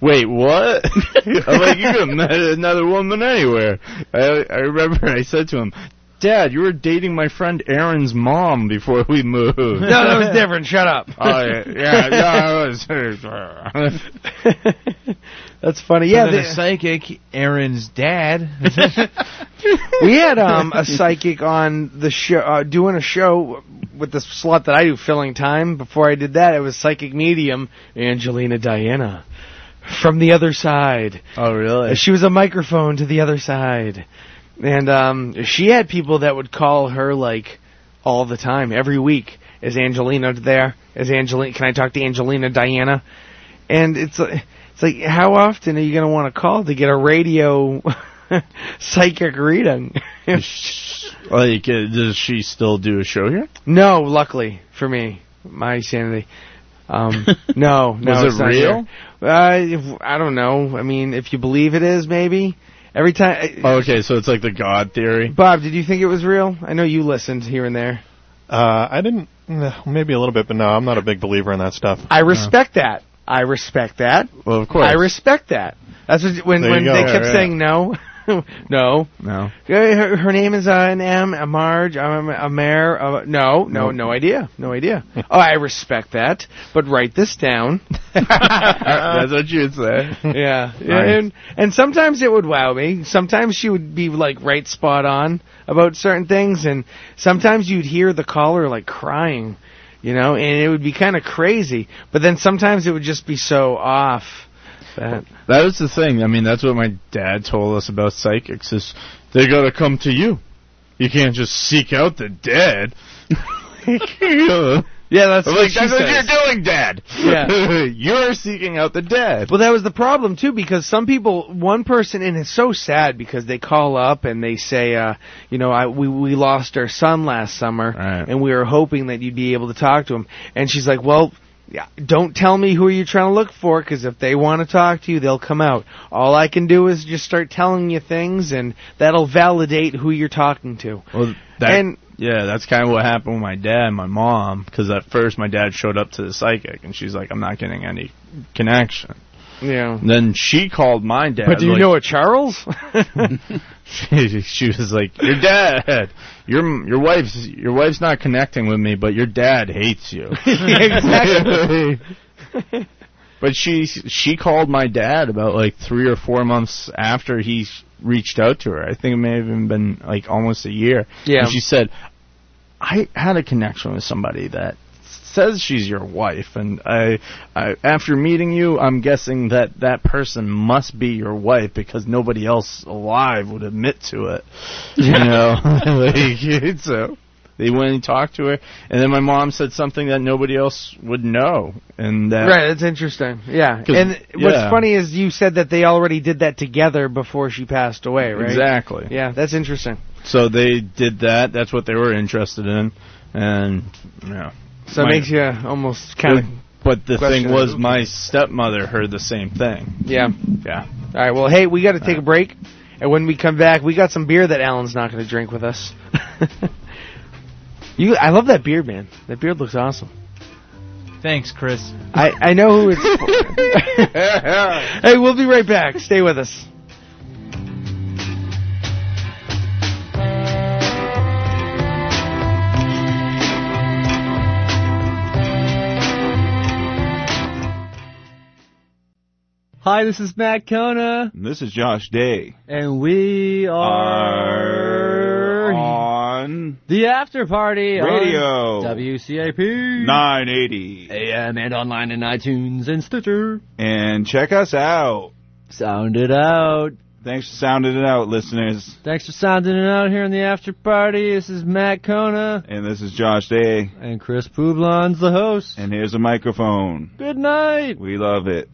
I: Wait, what? I'm like, you could have met another woman anywhere. I, I remember I said to him, Dad, you were dating my friend Aaron's mom before we moved. No,
C: no, that was different. Shut up.
I: Oh yeah, yeah, yeah, I was.
C: That's funny. Yeah,
K: the,
C: the-
K: psychic, Aaron's dad.
C: we had um, a psychic on the show uh, doing a show with the slot that I do, filling time. Before I did that, it was psychic medium Angelina Diana from the other side.
I: Oh, really?
C: She was a microphone to the other side, and um, she had people that would call her like all the time, every week. Is Angelina there? Is Angelina? Can I talk to Angelina Diana? And it's uh, it's like how often are you going to want to call to get a radio psychic reading?
I: like, uh, does she still do a show here?
C: no, luckily for me, my sanity. Um, no, no,
I: Was it
C: it's not
I: real?
C: here. Uh, if- I don't know. I mean, if you believe it is, maybe. Every time,
I: Oh, okay, so it's like the God theory.
C: Bob, did you think it was real? I know you listened here and there.
H: Uh, I didn't. eh, Maybe a little bit, but no, I'm not a big believer in that stuff.
C: I respect that. I respect that.
I: Well, of course.
C: I respect that. That's what, when
H: There you
C: when
H: go.
C: they
H: Yeah,
C: kept
H: yeah.
C: saying no, no.
I: No.
C: Yeah, Her, her name is uh, an M, a Marge, um, a Mare. Uh, no, no, no idea, no idea. oh, I respect that, but write this down.
I: That's what you'd say.
C: Yeah, yeah,
I: Nice.
C: and and sometimes it would wow me. Sometimes she would be like right spot on about certain things, and sometimes you'd hear the caller like crying, you know, and it would be kind of crazy. But then sometimes it would just be so off. That
I: That was the thing. I mean, that's what my dad told us about psychics is they gotta come to you. You can't just seek out the dead. yeah,
C: that's
I: I'm
C: what
I: like,
C: she says."
I: that's what you're doing, Dad.
C: Yeah.
I: you're seeking out the dead.
C: Well, that was the problem too, because some people, one person, and it's so sad because they call up and they say, uh, you know, I, we we lost our son last summer, and we were hoping that you'd be able to talk to him. And she's like, well. yeah, Don't tell me who you're trying to look for, because if they want to talk to you, they'll come out. All I can do is just start telling you things, and that'll validate who you're talking to.
I: Well, that,
C: And-
I: yeah, that's kind of what happened with my dad and my mom. Because at first, my dad showed up to the psychic, and she's like, "I'm not getting any connection."
C: Yeah.
I: And then she called my dad.
C: But do you
I: like,
C: know a Charles?
I: she, she was like, "Your dad, your your wife's your wife's not connecting with me, but your dad hates you."
C: exactly.
I: But she she called my dad about like three or four months after he s- reached out to her. I think it may have even been like almost a year.
C: Yeah.
I: And she said, "I had a connection with somebody that says she's your wife, and I, I after meeting you, I'm guessing that that person must be your wife because nobody else alive would admit to it. You know, like, so." They went and talked to her, and then my mom said something that nobody else would know, and that
C: Right, that's interesting. Yeah,
I: 'Cause-
C: and what's
I: yeah.
C: funny is you said that they already did that together before she passed away, right?
I: Exactly.
C: Yeah, that's interesting.
I: So they did that. That's what they were interested in, and yeah.
C: So it
I: My-
C: makes you almost kind of.
I: But the
C: question
I: thing
C: it.
I: was, my stepmother heard the same thing.
C: Yeah.
I: Yeah.
C: All right. Well, hey, we got to take a break, and when we come back, we got some beer that Alan's not going to drink with us. you, I love that beard, man. That beard looks awesome.
K: Thanks, Chris.
C: I I know who it's. for. hey, we'll be right back. Stay with us.
D: Hi, this is Matt Kona.
O: And this is Josh Day.
D: And we are,
O: on
D: the after party on
O: Radio.
D: WCAP
O: 980.
D: AM and online in iTunes and Stitcher.
O: And check us out.
D: Sound it out.
O: Thanks for sounding it out, listeners.
D: Thanks for sounding it out here in the after party. This is Matt Kona.
O: And this is Josh Day.
D: And Chris Poublon's the host.
O: And here's a microphone.
D: Good night.
O: We love it.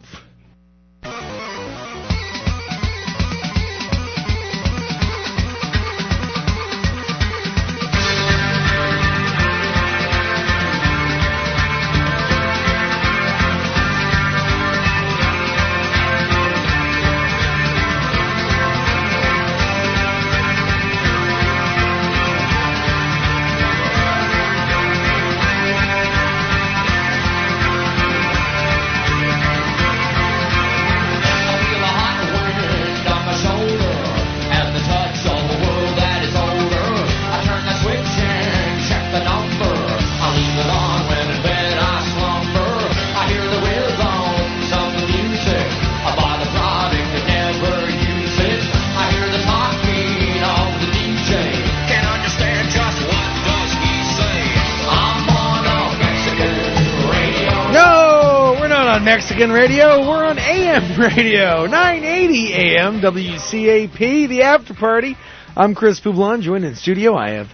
C: No, we're not on Mexican radio. We're on AM radio, 980 AM WCAP, the after party. I'm Chris Poublon. Joined in studio, I have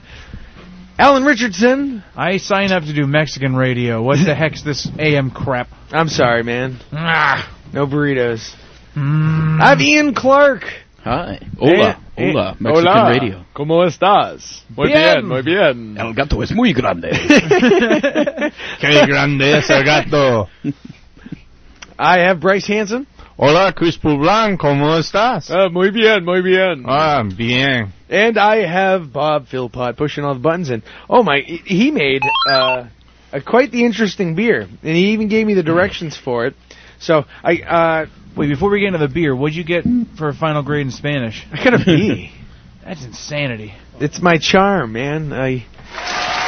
C: Alan Richardson.
K: I sign up to do Mexican radio. What the heck's this AM crap?
C: I'm sorry, man.
Q: Ah.
C: No burritos.
Q: Mm.
C: I have Ian Clark.
G: Hi.
M: Eh,
G: Hola. Hola. Mexican
C: Hola.
G: radio.
Q: ¿Cómo estás? Muy
C: Bien.
Q: bien, muy bien.
G: El gato es muy grande.
M: Qué grande es el gato.
C: I have Bryce Hanson.
M: Hola, Chris Poublan, ¿cómo estás?
K: Oh,
C: Uh, muy bien, muy bien.
M: Ah, bien.
C: And I have Bob Philpott pushing all the buttons, and oh my, he made uh, a quite the interesting beer, and he even gave me the directions for it. So I uh,
K: Wait, before we get into the beer, what'd you get for a final grade in Spanish?
C: I got a B.
K: That's insanity.
C: it's my charm, man. I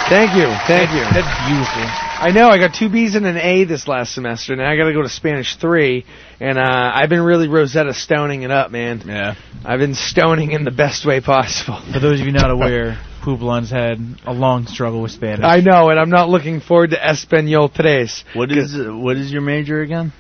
C: thank you, thank you.
K: That's beautiful.
C: I know I got two B's and an A this last semester, and I got to go to Spanish three, and uh, I've been really Rosetta stoning it up, man.
M: Yeah,
C: I've been stoning in the best way possible.
K: For those of you not aware, Poublon's had a long struggle with Spanish.
C: I know, and I'm not looking forward to Espanol tres.
M: What is what is your major again?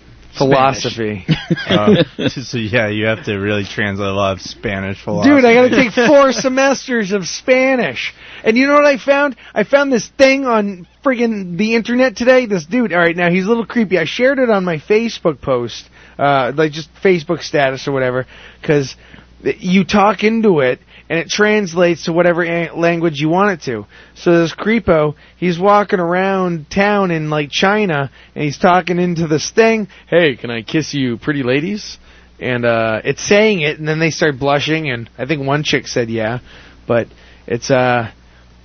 C: Philosophy.
M: Oh, so yeah, you have to really translate a lot of Spanish philosophy.
C: Dude, I got to take four semesters of Spanish. And you know what I found? I found this thing on friggin' the internet today. This dude, all right, now he's a little creepy. I shared it on my Facebook post, uh, like just Facebook status or whatever, because you talk into it and it translates to whatever an- language you want it to. So this creepo, he's walking around town in like China and he's talking into this thing. Hey, can I kiss you, pretty ladies? and uh, it's saying it, and then they start blushing, and I think one chick said yeah, but it's uh,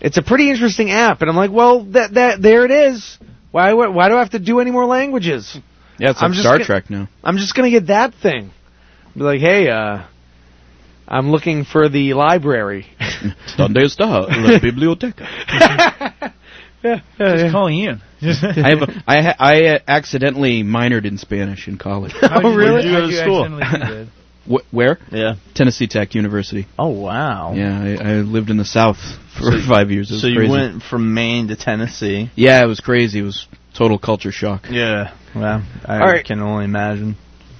C: it's a pretty interesting app, and I'm like, well, that that there it is. Why why why do I have to do any more languages?
G: Yeah, it's
C: I'm
G: like
C: just
G: Star
C: get-
G: Trek now.
C: I'm just gonna get that thing. Be like, hey, uh, I'm looking for the library.
G: Donde está la biblioteca?
C: yeah,
K: Just calling in.
G: I have a, I ha, I uh, accidentally minored in Spanish in college.
M: Oh,
K: How'd you-
C: really?
K: how'd You go to
C: How'd you
K: school.
G: Wh- where?
M: Yeah.
G: Tennessee Tech University.
M: Oh wow.
G: Yeah, I, I lived in the South for
M: So-
G: five years. It was
M: So you
G: crazy.
M: went from Maine to Tennessee.
G: Yeah, it was crazy. It was total culture shock.
M: Yeah. Well, I
C: All right.
M: can only imagine.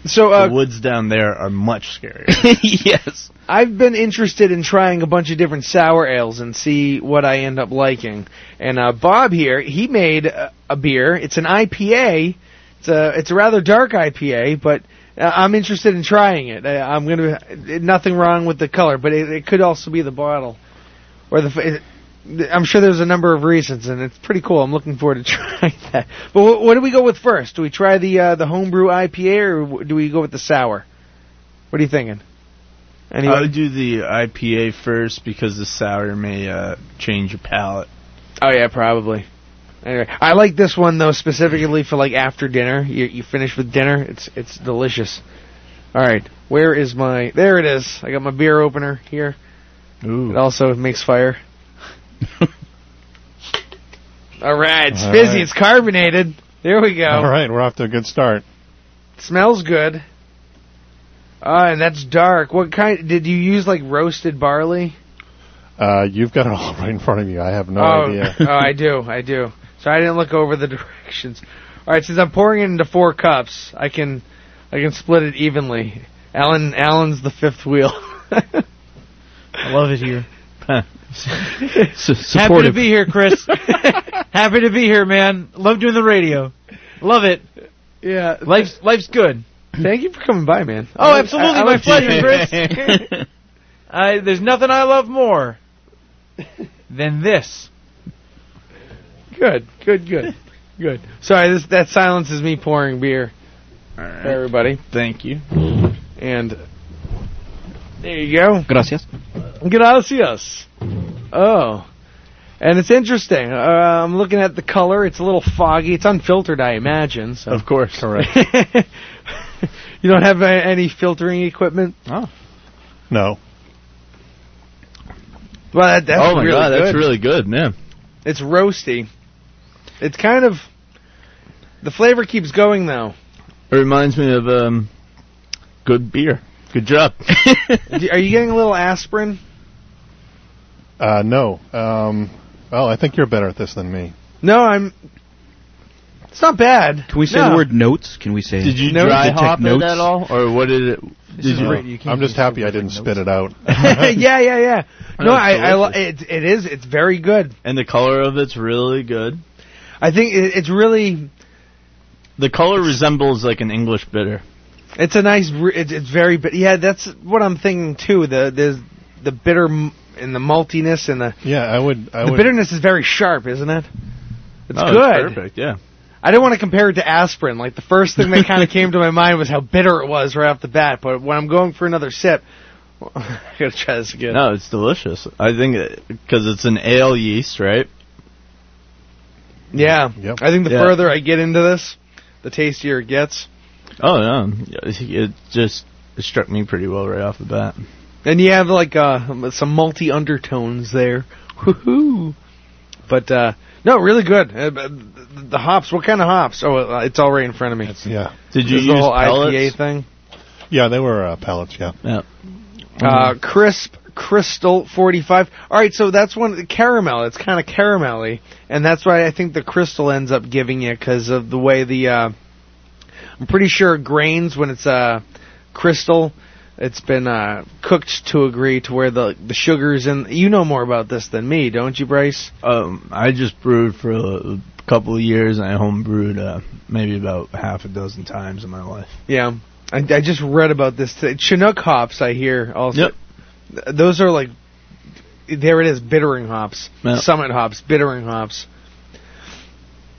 C: So uh,
M: the woods down there are much scarier.
G: yes.
C: I've been interested in trying a bunch of different sour ales and see what I end up liking. And uh, Bob here, he made a, a beer. It's an IPA. It's a it's a rather dark IPA, but uh, I'm interested in trying it. I, I'm gonna nothing wrong with the color, but it, it could also be the bottle or the. f- It, I'm sure there's a number of reasons, and it's pretty cool. I'm looking forward to trying that. But what, what do we go with first? Do we try the uh, the homebrew IPA, or w- do we go with the sour? What are you thinking? Anyway.
I: Uh,
M: I would do the IPA first because the sour may uh, change your palate.
C: Oh yeah, probably. Anyway, I like this one though specifically for like after dinner. You you finish with dinner. It's it's delicious. All right, where is my? There it is. I got my beer opener here.
M: Ooh.
C: It also makes fire. All right, it's
H: All
C: fizzy.
H: right.
C: It's carbonated. There we go.
H: All right, we're off to a good start.
C: Smells good. Uh, and that's dark. What kind? Did you use like roasted barley?
H: Uh, you've got it all right in front of you. I have no
C: oh,
H: idea.
C: oh, I do, I do. So I didn't look over the directions. All right, since I'm pouring it into four cups, I can, I can split it evenly. Alan, Alan's the fifth wheel.
F: I love it here.
K: Happy to be here, Chris. Happy to be here, man. Love doing the radio. Love it.
C: Yeah,
K: life's life's good.
C: Thank you for coming by, man.
K: Oh,
C: I-
K: absolutely,
C: I- I
K: my
C: like
K: pleasure,
C: you.
K: Chris. I, there's nothing I love more than this.
C: Good, good, good, good. Sorry, this, that silences me pouring beer. for Everybody,
M: thank you.
C: And there you go.
G: Gracias.
C: Gracias. Oh, and it's interesting. Uh, I'm looking at the color. It's a little foggy. It's unfiltered, I imagine. So
M: Of course. Correct.
C: you don't have a, any filtering equipment. Oh,
H: no.
C: well, that, that's
M: oh my
C: really
M: god,
C: good.
M: that's really good, man.
C: It's roasty. It's kind of the flavor keeps going though.
M: It reminds me of um, good beer. Good job.
C: D- Are you getting a little aspirin?
H: Uh, no. Um, well, I think you're better at this than me.
C: No, I'm. It's not bad.
G: Can we say
C: No.
G: the word notes? Can we say?
M: Did you
G: notes?
M: dry
G: Detect
M: hop it
G: notes?
M: at all, or what did it? Did
H: No.
M: you?
H: I'm just happy I didn't spit it out.
C: yeah, yeah, yeah. No,
M: That's
C: I, I li-
M: delicious.
C: it, it is. It's very good.
M: And the color of it's really good.
C: I think it, it's really.
M: The color resembles like an English bitter.
C: It's a nice. re- It's, it's very. bi- Yeah, that's what I'm thinking too. The there's the bitter m- and the maltiness and the
H: Yeah, I would. I
C: the
H: would.
C: bitterness is very sharp, isn't it? It's
M: Oh,
C: good.
M: perfect. Yeah.
C: I didn't want to compare it to aspirin. Like the first thing that kind of came to my mind was how bitter it was right off the bat. But when I'm going for another sip, I gotta try this again.
M: No, it's delicious. I think because it's an ale yeast, right?
C: Yeah,
M: Yep.
C: I think the
M: Yeah.
C: further I get into this, the tastier it gets.
M: Oh no, it just it struck me pretty well right off the bat.
C: And you have like uh, some multi undertones there. Woohoo! But uh, no, really good. Uh, but the- the hops. What kind of hops? Oh, uh, it's all right in front of me.
H: yeah.
M: Did you
C: This is
M: use
C: the whole IPA
M: pellets?
C: thing?
H: Yeah, they were uh, pellets. Yeah.
M: Yeah.
C: Uh, crisp crystal 45. All right, so that's one the caramel. It's kind of caramelly, and that's why I think the crystal ends up giving you because of the way the. Uh, I'm pretty sure grains when it's uh, crystal, it's been uh, cooked to agree to where the the sugars and you know more about this than me, don't you, Bryce?
M: Um, I just brewed for a couple of years, and I home brewed uh, maybe about half a dozen times in my life.
C: Yeah, I, I just read about this today. Chinook hops, I hear also.
M: Yep.
C: Th- Those are like, there it is, bittering hops,
M: Yep.
C: summit hops, bittering hops.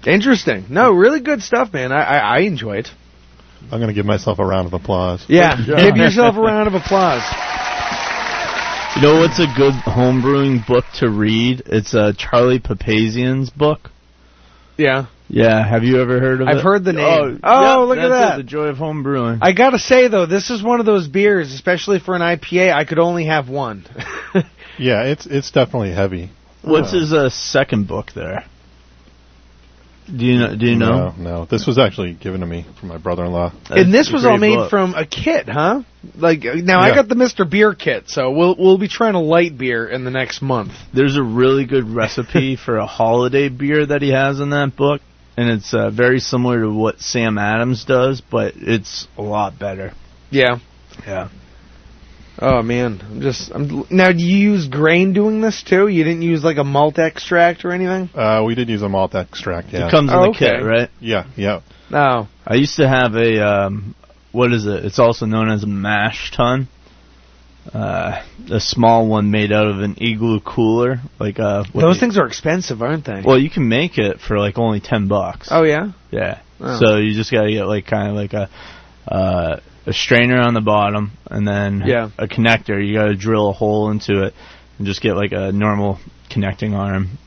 C: Interesting. No, really good stuff, man. I I, I enjoy it.
H: I'm going to give myself a round of applause.
C: Yeah,
H: Good job.
C: give yourself a round of applause.
M: You know what's a good homebrewing book to read? It's uh, Charlie Papazian's book.
C: Yeah,
M: Yeah, have you ever heard of it?
C: I've heard the name.
M: yeah,
C: Oh, look at
M: that's it,
C: that.
M: the joy of home brewing.
C: I gotta say though, this is one of those beers, especially for an IPA. I could only have one.
H: Yeah, it's it's definitely heavy.
M: What's his uh, second book there? Do you know? Do you know?
H: No, no. This was actually given to me from my brother-in-law.
C: and this
M: It's a
C: was all
M: great
C: made
M: book.
C: from a kit, huh? Like uh, now, I
M: Yeah.
C: got the Mister Beer kit, so we'll we'll be trying a light beer in the next month.
M: There's a really good recipe for a holiday beer that he has in that book, and it's uh, very similar to what Sam Adams does, but it's a lot better.
C: Yeah.
M: Yeah.
C: Oh man, I'm just I'm now. Do you use grain doing this too? You didn't use like a malt extract or anything?
H: Uh, we did use a malt extract. Yeah.
M: It comes in
C: Oh,
M: the
C: okay.
M: kit, right?
H: Yeah, yeah.
C: No.
M: I used to have a um, what is it? It's also known as a mash tun. Uh, a small one made out of an igloo cooler, like uh, what
C: Those
M: you-
C: things are expensive, aren't they?
M: Well, you can make it for like only ten bucks.
C: oh yeah.
M: Yeah.
C: Oh.
M: So you just gotta get like kind of like a uh, a strainer on the bottom, and then
C: Yeah.
M: a connector. You gotta drill a hole into it, and just get like a normal connecting arm.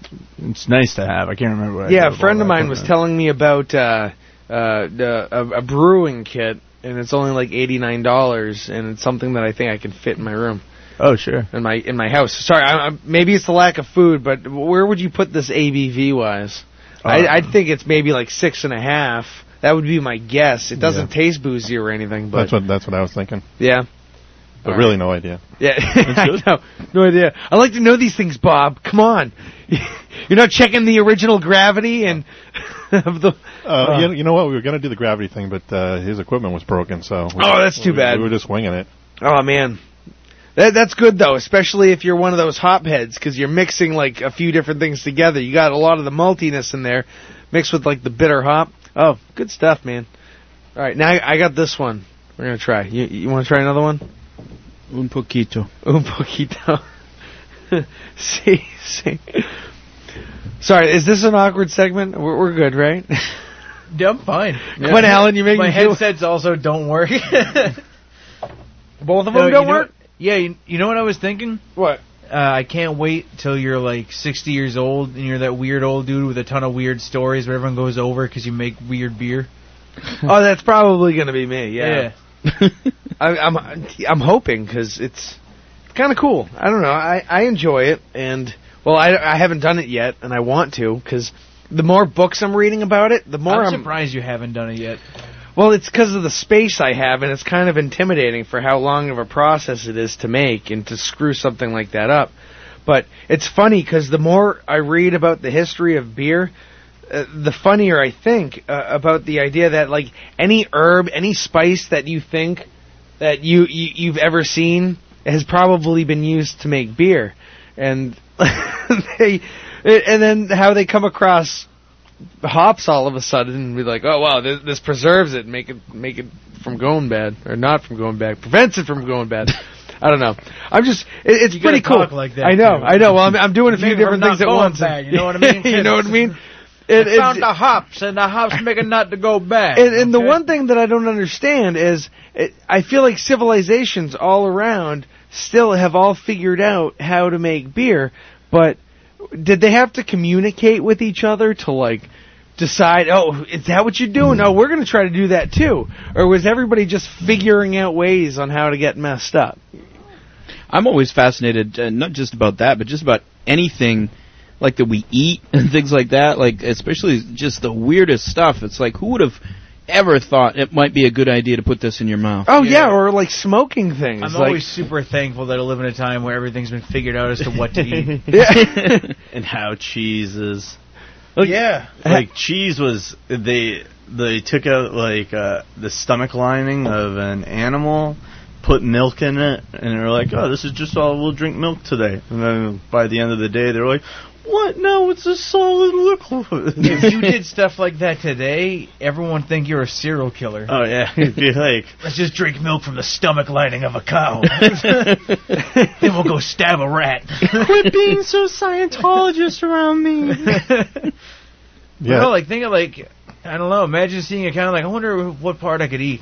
M: It's nice to have. I can't remember what. I did
C: yeah, a
M: with
C: friend of
M: all that
C: mine was
M: equipment.
C: telling me about uh, uh, the, a, a brewing kit, and it's only like eighty nine dollars, and it's something that I think I can fit in my room.
M: Oh sure.
C: in my in my house. Sorry, I, I, maybe it's the lack of food, but where would you put this ABV wise? I,
M: Uh,
C: I think it's maybe like six and a half, That would be my guess. It doesn't taste boozy or anything, but
H: that's what that's what I was thinking.
C: yeah,
H: But
C: All
H: really,
C: right.
H: no idea.
C: yeah. no, no idea. I like to know these things, Bob. Come on, you're not checking the original gravity and of the.
H: Uh, you, you know what? We were going to do the gravity thing, but uh, his equipment was broken, so. we-
C: Oh, that's too
H: we-
C: bad.
H: We were just winging it.
C: Oh man, that that's good though, especially if you're one of those hop heads because you're mixing like a few different things together. You got a lot of the maltiness in there, mixed with like the bitter hop. Oh, good stuff, man. All right, now I, I got this one. We're gonna try. You you want to try another one?
G: Un poquito.
C: Un poquito. see, see. Sorry, is this an awkward segment? We're, we're good, right?
F: Yeah, I'm fine.
C: Come on, Alan, you make
F: my
C: me feel-
F: headsets also don't work.
C: Both of
F: No,
C: them
F: you
C: don't
F: know-
C: work.
F: Yeah, you, you know what I was thinking?
C: What?
F: Uh, I can't wait till you're like 60 years old and you're that weird old dude with a ton of weird stories where everyone goes over because you make weird beer.
C: oh, that's probably gonna be me.
F: Yeah.
C: Yeah, I, I'm I'm hoping because it's kind of cool. I don't know. I I enjoy it, and well, I I haven't done it yet, and I want to because the more books I'm reading about it, the more
F: I'm
C: I'm,
F: surprised you haven't done it yet.
C: well, it's because of the space I have, and it's kind of intimidating for how long of a process it is to make and to screw something like that up. But it's funny because the more I read about the history of beer, uh, the funnier I think uh, about the idea that like any herb, any spice that you think that you, you you've ever seen has probably been used to make beer, and they and then how they come across hops all of a sudden and be like, oh wow, this, this preserves it, make it make it from going bad or not from going bad, prevents it from going bad. I don't know. I'm just it, it's
F: You gotta
C: pretty cool.
F: talk like that,
C: I know.
F: too.
C: I know. Well, I'm, I'm doing a
F: Make
C: few
F: it from
C: different
F: not
C: things at
F: going
C: once.
F: bad, you know what I mean?
C: you know what I mean? It-
F: I
C: it's-
F: found the hops and the hops make a nut to go back.
C: and, and the one thing that I don't understand is, it, I feel like civilizations all around still have all figured out how to make beer, but did they have to communicate with each other to like decide? Oh, is that what you're doing? Oh, we're going to try to do that too, or was everybody just figuring out ways on how to get messed up?
G: I'm always fascinated, uh, not just about that, but just about anything like that we eat and things like that. Like especially just the weirdest stuff. It's like who would have ever thought it might be a good idea to put this in your mouth?
C: Oh yeah, or like smoking things.
F: I'm
C: like,
F: always super thankful that I live in a time where everything's been figured out as to what to eat.
C: Yeah.
M: and how cheese is.
F: yeah.
M: Like cheese was they they took out like uh, the stomach lining of an animal, put milk in it, and they're like, oh, this is just all we'll drink milk today. And then by the end of the day, they're like, what? No, it's a solid liquid.
F: if you did stuff like that today, everyone would think you're a serial killer.
M: oh yeah, it'd be like
F: Let's just drink milk from the stomach lining of a cow. then we'll go stab a rat.
M: quit being so Scientologist around me.
F: Yeah. No, like think of like I don't know. Imagine seeing a kind of like I wonder what part I could eat,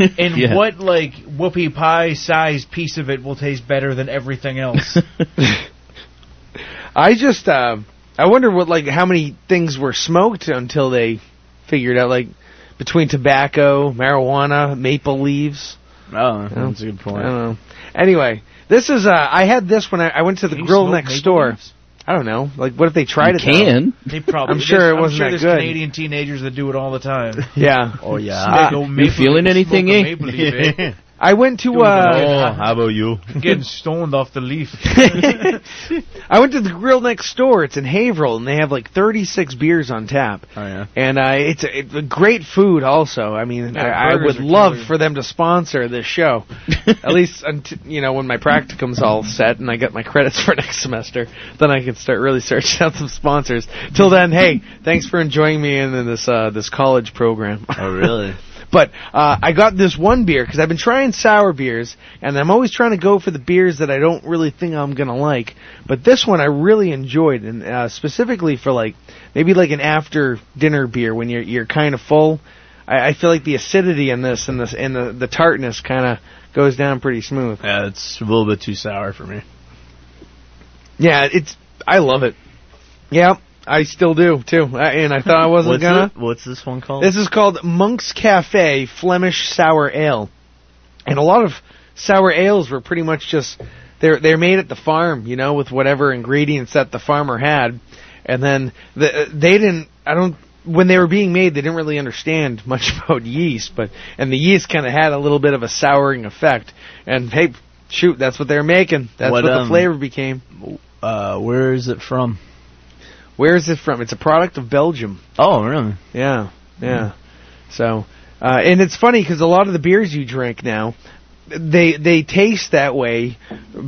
F: and
G: Yeah.
F: what like whoopie pie sized piece of it will taste better than everything else.
C: I just uh, I wonder what like how many things were smoked until they figured out like between tobacco, marijuana, maple leaves.
M: Oh,
C: know?
M: that's a good
C: I
M: point.
C: don't know. Anyway, this is uh, I had this when I, I went to the
F: Can you
C: grill
F: smoke
C: next
F: maple
C: door.
F: leaves?
C: I don't know. Like, what if they tried
G: You
C: it?
G: can.
C: though?
F: They probably.
C: I'm sure
F: there's-
C: it wasn't
F: sure
C: that
F: there's
C: good.
F: Canadian teenagers that do it all the time.
C: Yeah. Ah.
M: Oh yeah.
F: Smoke a maple- smoke a
C: eh?
F: maple leaf, eh?
C: I went to
M: oh,
C: uh,
M: how about you?
F: Getting stoned off the leaf.
C: I went to the grill next door. It's in Haverhill, and they have like 36 beers on tap.
M: Oh yeah.
C: And uh, it's, it's a great food, also. I mean,
F: Yeah,
C: I, I
F: burgers
C: would
F: are
C: love
F: killer.
C: for them to sponsor this show, at least until you know when my practicum's all set and I get my credits for next semester. Then I can start really searching out some sponsors. Till then, hey, thanks for enjoying me in this uh, this college program.
M: Oh really?
C: But uh, I got this one beer because I've been trying sour beers, and I'm always trying to go for the beers that I don't really think I'm gonna like. But this one I really enjoyed, and uh, specifically for like maybe like an after dinner beer when you're you're kind of full. I, I feel like the acidity in this and this and the the tartness kind of goes down pretty smooth.
M: Yeah, it's a little bit too sour for me.
C: Yeah, it's I love it. Yeah, I still do too, I, and I thought I wasn't
M: what's
C: gonna.
M: it- what's this one called?
C: This is called Monk's Cafe Flemish Sour Ale, and a lot of sour ales were pretty much just they're they're made at the farm, you know, with whatever ingredients that the farmer had, and then the, they didn't. I don't when they were being made, they didn't really understand much about yeast, but and the yeast kind of had a little bit of a souring effect. And hey, shoot, that's what they're making. That's what,
I: What,
C: the
I: um,
C: flavor became.
I: Uh, where is it from?
C: Where is it from? It's a product of Belgium.
I: Oh, really?
C: Yeah, yeah. So, uh, and it's funny because a lot of the beers you drink now, they they taste that way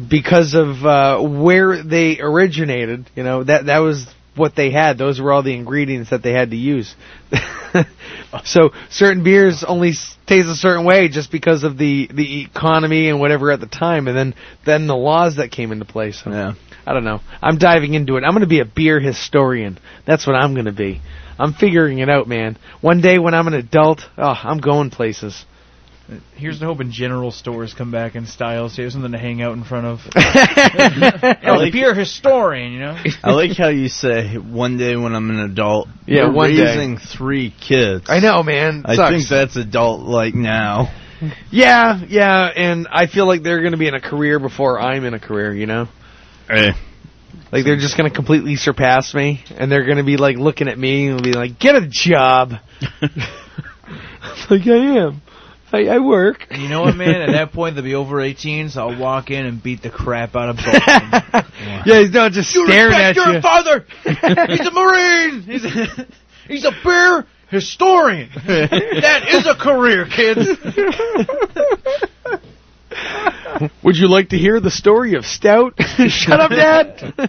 C: because of uh, where they originated. You know that that was what they had. Those were all the ingredients that they had to use. so certain beers only s- taste a certain way just because of the the economy and whatever at the time, and then then the laws that came into place.
I: yeah.
C: I don't know. I'm diving into it. I'm going to be a beer historian. That's what I'm going to be. I'm figuring it out, man. One day when I'm an adult, oh, I'm going places.
K: Here's to hoping general stores come back in style, so you have something to hang out in front of.
I: I
K: I'm a
I: like-
K: beer historian, you know.
I: I like how you say one day when I'm an adult.
K: Yeah,
I: You're
K: one day.
I: raising three kids.
C: I know, man.
I: I
C: Sucks.
I: think that's adult like now.
C: Yeah, yeah, and I feel like they're going to be in a career before I'm in a career, you know?
I: Eh.
C: Like they're just going to completely surpass me, and they're going to be like looking at me and be like, "Get a job." like I am. I, I work.
K: And you know what, man? At that point, they'll be over 18, so I'll walk in and beat the crap out of both of them.
C: yeah, he's not just staring at
N: respect
C: you.
N: your father. He's a Marine. He's a, he's a beer historian. that is a career, kids.
C: Would you like to hear the story of Stout? Shut up, Dad.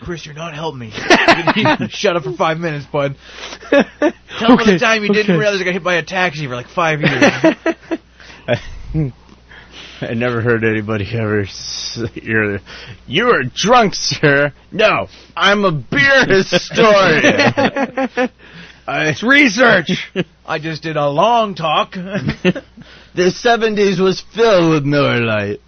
K: Chris, you're not helping me. Shut up for five minutes, bud. Tell me about
N: Okay,
K: the time you
N: okay.
K: didn't realize I got hit by a taxi for like five years.
I: I never heard anybody ever. s- You're, you are drunk, sir. No, I'm a beer historian.
C: it's research.
K: I just did a long talk. the
I: 70s was filled with Miller Lite.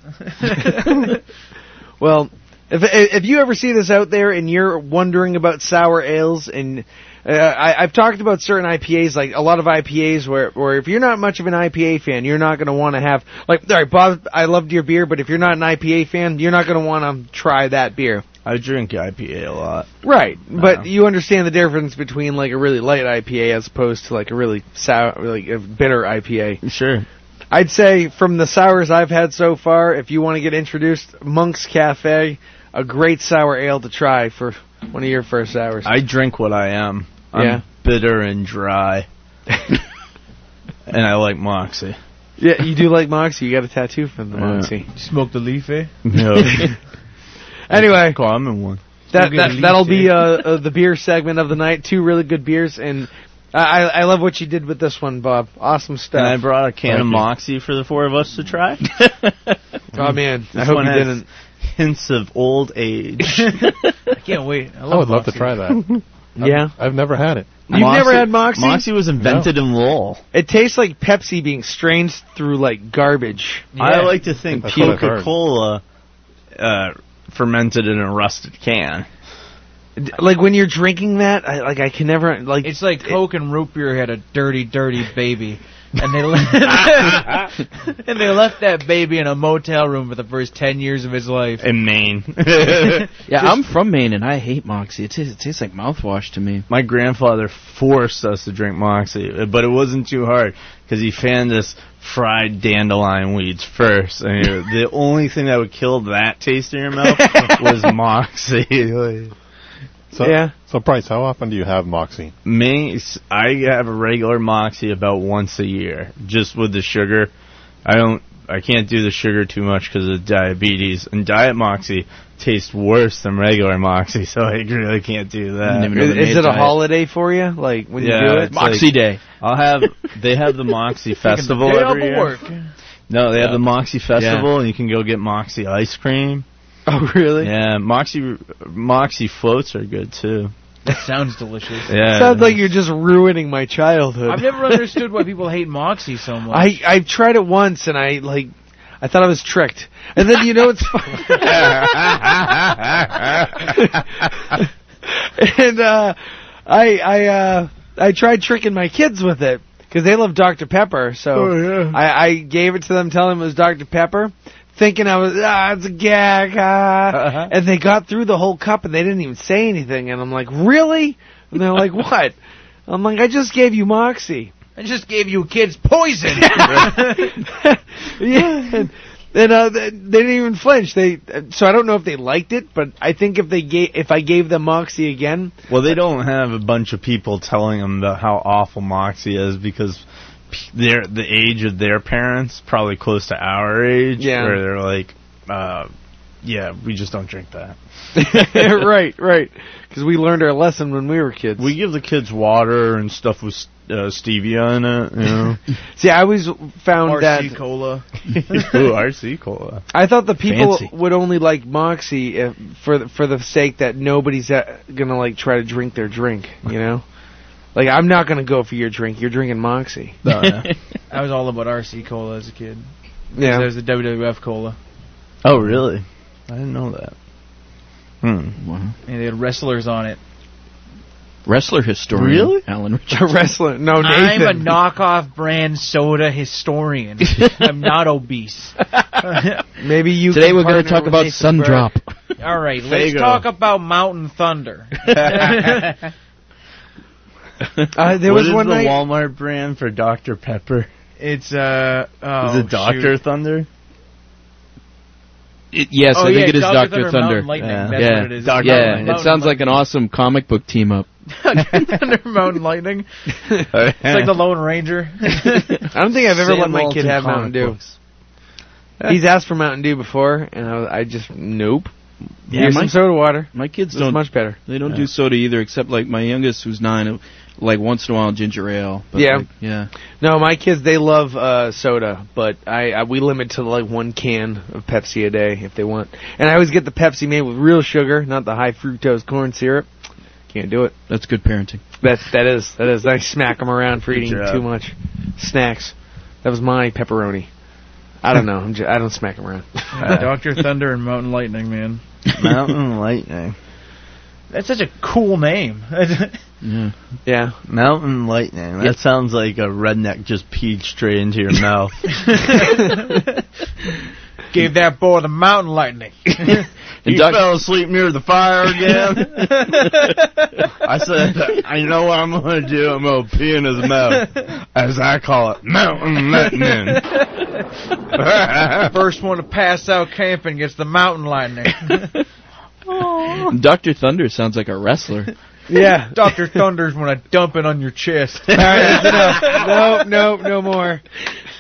C: Well, if if you ever see this out there and you're wondering about sour ales, and uh, I, I've talked about certain IPAs, like a lot of IPAs, where where if you're not much of an IPA fan, you're not going to want to have like, all right, Bob, I loved your beer, but if you're not an IPA fan, you're not going to want to try that beer.
I: I drink IPA a lot.
C: Right, but you understand the difference between like a really light IPA as opposed to like a really sour, like a bitter IPA.
I: Sure.
C: I'd say from the sours I've had so far, if you want to get introduced, Monk's Cafe, a great sour ale to try for one of your first sours.
I: I drink what I am. I'm
C: Yeah.
I: bitter and dry. and I like Moxie.
C: yeah, you do like Moxie. You got a tattoo from the
I: Yeah.
C: Moxie.
K: Smoke the leaf, eh?
I: No.
C: anyway,
I: Cool, I'm in one.
C: that,
K: We'll get
C: that
K: a
C: that'll
K: leaf,
C: be
K: yeah.
C: uh, uh, the beer segment of the night. Two really good beers, and I I I love what you did with this one, Bob. Awesome stuff.
I: And I brought a can
C: Thank
I: of
C: you.
I: Moxie for the four of us to try.
C: Oh man, I
I: This
C: hope
I: one
C: you
I: has
C: didn't.
I: Hints of old age.
K: I can't wait. I, love
H: I would love to
K: Moxie.
H: try that.
C: Yeah.
H: I've, I've never had it.
C: You've never had Moxie?
I: Moxie was invented in Lowell.
C: It tastes like Pepsi being strained through like garbage.
I: I like to think
C: That's what I've
I: Coca Cola uh, fermented in a rusted can.
C: D- Like when you're drinking that, I, like I can never like.
K: It's like Coke and root beer had a dirty, dirty baby, and they left and they left that baby in a motel room for the first ten years of his life.
I: In Maine.
G: Yeah, I'm from Maine and I hate Moxie. It, tastes it tastes like mouthwash to me.
I: My grandfather forced us to drink Moxie, uh, but it wasn't too hard because he fanned us fried dandelion weeds first. And he- the only thing that would kill that taste in your mouth was Moxie.
H: So,
C: Yeah.
H: So, Bryce, how often do you have Moxie?
I: Me, s- I have a regular Moxie about once a year, just with the sugar. I don't, I can't do the sugar too much because of diabetes, and diet Moxie tastes worse than regular Moxie, so I really can't do that.
C: is, is it a holiday for you? Like when you do it,
I: it's like- I'll have they have the Moxie Festival
C: day
I: every
C: off of
I: year.
C: work.
I: No, they have
C: Yeah.
I: the Moxie Festival, and you can go get Moxie ice cream.
C: Oh really?
I: Yeah, Moxie Moxie floats are good too.
K: That sounds delicious.
I: Yeah.
C: Sounds like you're just ruining my childhood.
K: I've never understood why people hate Moxie so much.
C: I I tried it once and I like I thought I was tricked. And then you know it's fun. and uh I I uh I tried tricking my kids with it cuz they love Dr Pepper. So I I gave it to them telling them it was Dr Pepper. Thinking I was ah, it's a gag, ah. and they got through the whole cup and they didn't even say anything. And I'm like, really? And they're like, what? I'm like, I just gave you Moxie.
K: I just gave you kids poison.
C: yeah. And, and uh, they they didn't even flinch. They so I don't know if they liked it, but I think if they gave if I gave them Moxie again,
M: Well, they don't have a bunch of people telling them about how awful Moxie is because p- they're the age of their parents, probably close to our age,
C: Yeah.
M: where they're like, uh, "Yeah, we just don't drink that."
C: right, right, because we learned our lesson when we were kids.
M: We give the kids water and stuff with uh, stevia in it. You know,
C: See, I always found that
K: RC cola.
M: Ooh, RC cola.
C: I thought the people
M: Fancy.
C: would only like Moxie if, for the, for the sake that nobody's uh, gonna like try to drink their drink. You know, like I'm not gonna go for your drink. You're drinking Moxie.
K: No, no. I was all about RC cola as a kid. 'Cause
C: Yeah.
K: There was the WWF cola.
M: Oh, really? I didn't know that. Hmm.
K: And they had wrestlers on it.
G: Wrestler historian.
K: Really?
G: Alan
C: A
G: Richardson.
C: wrestler? No,
K: I'm
C: Nathan.
K: a knockoff brand soda historian. I'm not obese.
C: Maybe you.
G: Today
C: can
G: we're
C: going
G: gonna
C: to
G: talk about Sundrop.
K: All right, let's
C: Fago.
K: talk about Mountain Thunder.
C: Uh, there
M: What
C: was
M: is
C: one
M: the
C: night-
M: Walmart brand for Dr Pepper.
K: it's uh oh,
M: is it Doctor
K: shoot.
M: Thunder?
G: It- yes,
K: Oh,
G: I think
K: yeah,
G: it is
K: Dr.
G: Doctor
K: Thunder,
G: Thunder.
K: Mountain Lightning,
G: Yeah,
K: that's
G: yeah.
K: what it is.
G: Yeah,
K: Dr. Lightning.
G: it sounds like an awesome comic book team up.
K: Thunder Mountain Lightning. It's like the Lone Ranger.
C: I don't think I've ever
K: Sam
C: let my
K: Walton
C: kid have
K: comic
C: Mountain Dew.
K: books.
C: He's asked for Mountain Dew before, and I, I just nope.
G: Yeah,
C: Here's
G: my-
C: some soda water.
G: My kids
C: It's
G: don't
C: much better.
G: They don't
C: Yeah.
G: do soda either, except like my youngest, who's nine, like once in a while ginger ale. But
C: Yeah.
G: like, yeah.
C: No, my kids they love uh, soda, but I, I we limit to like one can of Pepsi a day if they want. And I always get the Pepsi made with real sugar, not the high fructose corn syrup. Can't do it.
G: That's good parenting.
C: That that is that is. I smack them around for
G: Good
C: eating
G: job.
C: too much snacks. That was my pepperoni. I don't know. I'm just, I don't smack them around.
K: Doctor Thunder and Mountain Lightning, man.
M: Mountain Lightning.
K: That's such a cool name.
G: Yeah.
C: Yeah.
M: Mountain Lightning. That
K: Yeah.
M: sounds like a redneck just peed straight into your mouth.
K: Gave that boy the Mountain Lightning.
M: You fell asleep near the fire again. I said, I know what I'm going to do. I'm going to pee in his mouth. As I call it, mountain lightning.
K: First one to pass out camping gets the Mountain Lightning.
G: Doctor Thunder sounds like a wrestler.
C: Yeah.
K: Doctor Thunder's when I dump it on your chest.
C: All right, that's enough. Nope, nope, no more.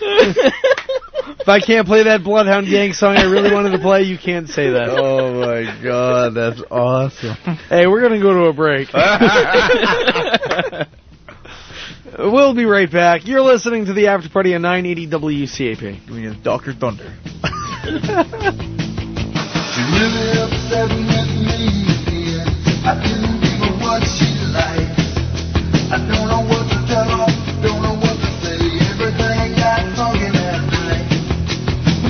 C: if I can't play that Bloodhound Gang song I really wanted to play, you can't say that.
M: Oh my god, that's awesome.
C: Hey, we're gonna go to a break. we'll be right back. You're listening to the After Party on 980 WCAP.
K: We need Doctor Thunder.
N: She really upset with me, dear. I didn't give her what she liked. I don't know what to tell her, don't know what to say. Everything got funky that night.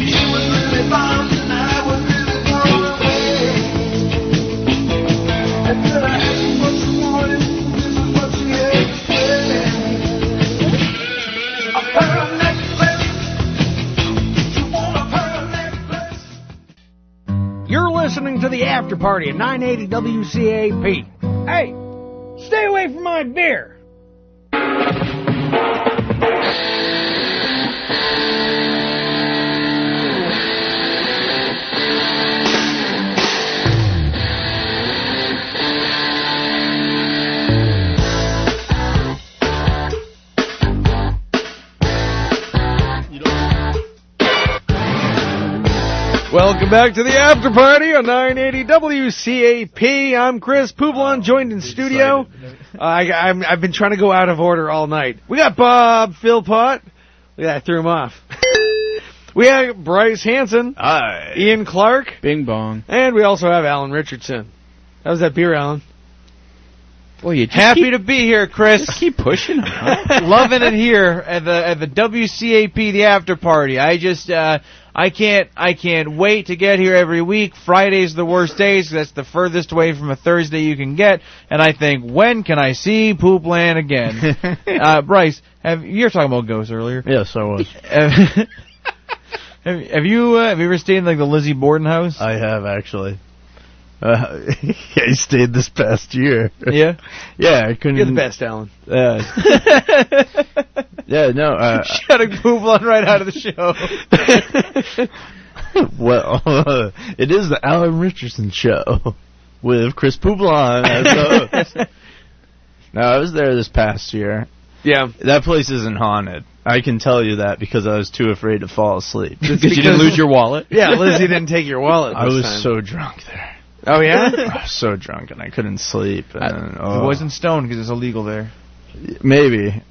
N: She was really fond and I was really blown away. And then I asked her what she wanted, this is what she had to say. A pair of necklaces. She want a pair of necklaces.
C: You're listening to the After Party at 980 WCAP. Hey, stay away from my beer. Welcome back to the After Party on 980 WCAP. I'm Chris Poublon, joined in studio. Uh, I, I'm, I've been trying to go out of order all night. We got Bob Philpott. Look at that, I threw him off. we have Bryce Hanson.
M: Hi.
C: Ian Clark.
G: Bing bong.
C: And we also have Alan Richardson. How was that beer, Alan?
G: Boy, you just
K: Happy
G: keep,
K: to be here, Chris.
G: keep pushing them. Huh?
K: Loving it here at the at the WCAP the after party. I just uh I can't I can't wait to get here every week. Friday's the worst days. That's the furthest away from a Thursday you can get. And I think when can I see Poopland again? uh Bryce, have you're talking about ghosts earlier?
M: Yes, I was.
K: have, have have you uh, have you ever stayed in like the Lizzie Borden house?
M: I have actually.
I: Uh, I stayed this past year.
C: Yeah?
I: yeah, I couldn't.
C: You're the best, Alan.
I: Uh, yeah, no. Uh,
K: Shut a move on right out of the show.
I: well, it is the Alan Richardson show with Chris Poublan as the host. No, I was there this past year.
C: Yeah.
I: That place isn't haunted. I can tell you that because I was too afraid to fall asleep.
C: Because you didn't lose your wallet? Yeah, Lizzie didn't take your wallet
I: I
C: this
I: was
C: time.
I: so drunk there.
C: Oh, yeah?
I: I was so drunk and I couldn't sleep. And,
K: It
I: oh,
K: wasn't stoned because it's illegal there.
I: maybe.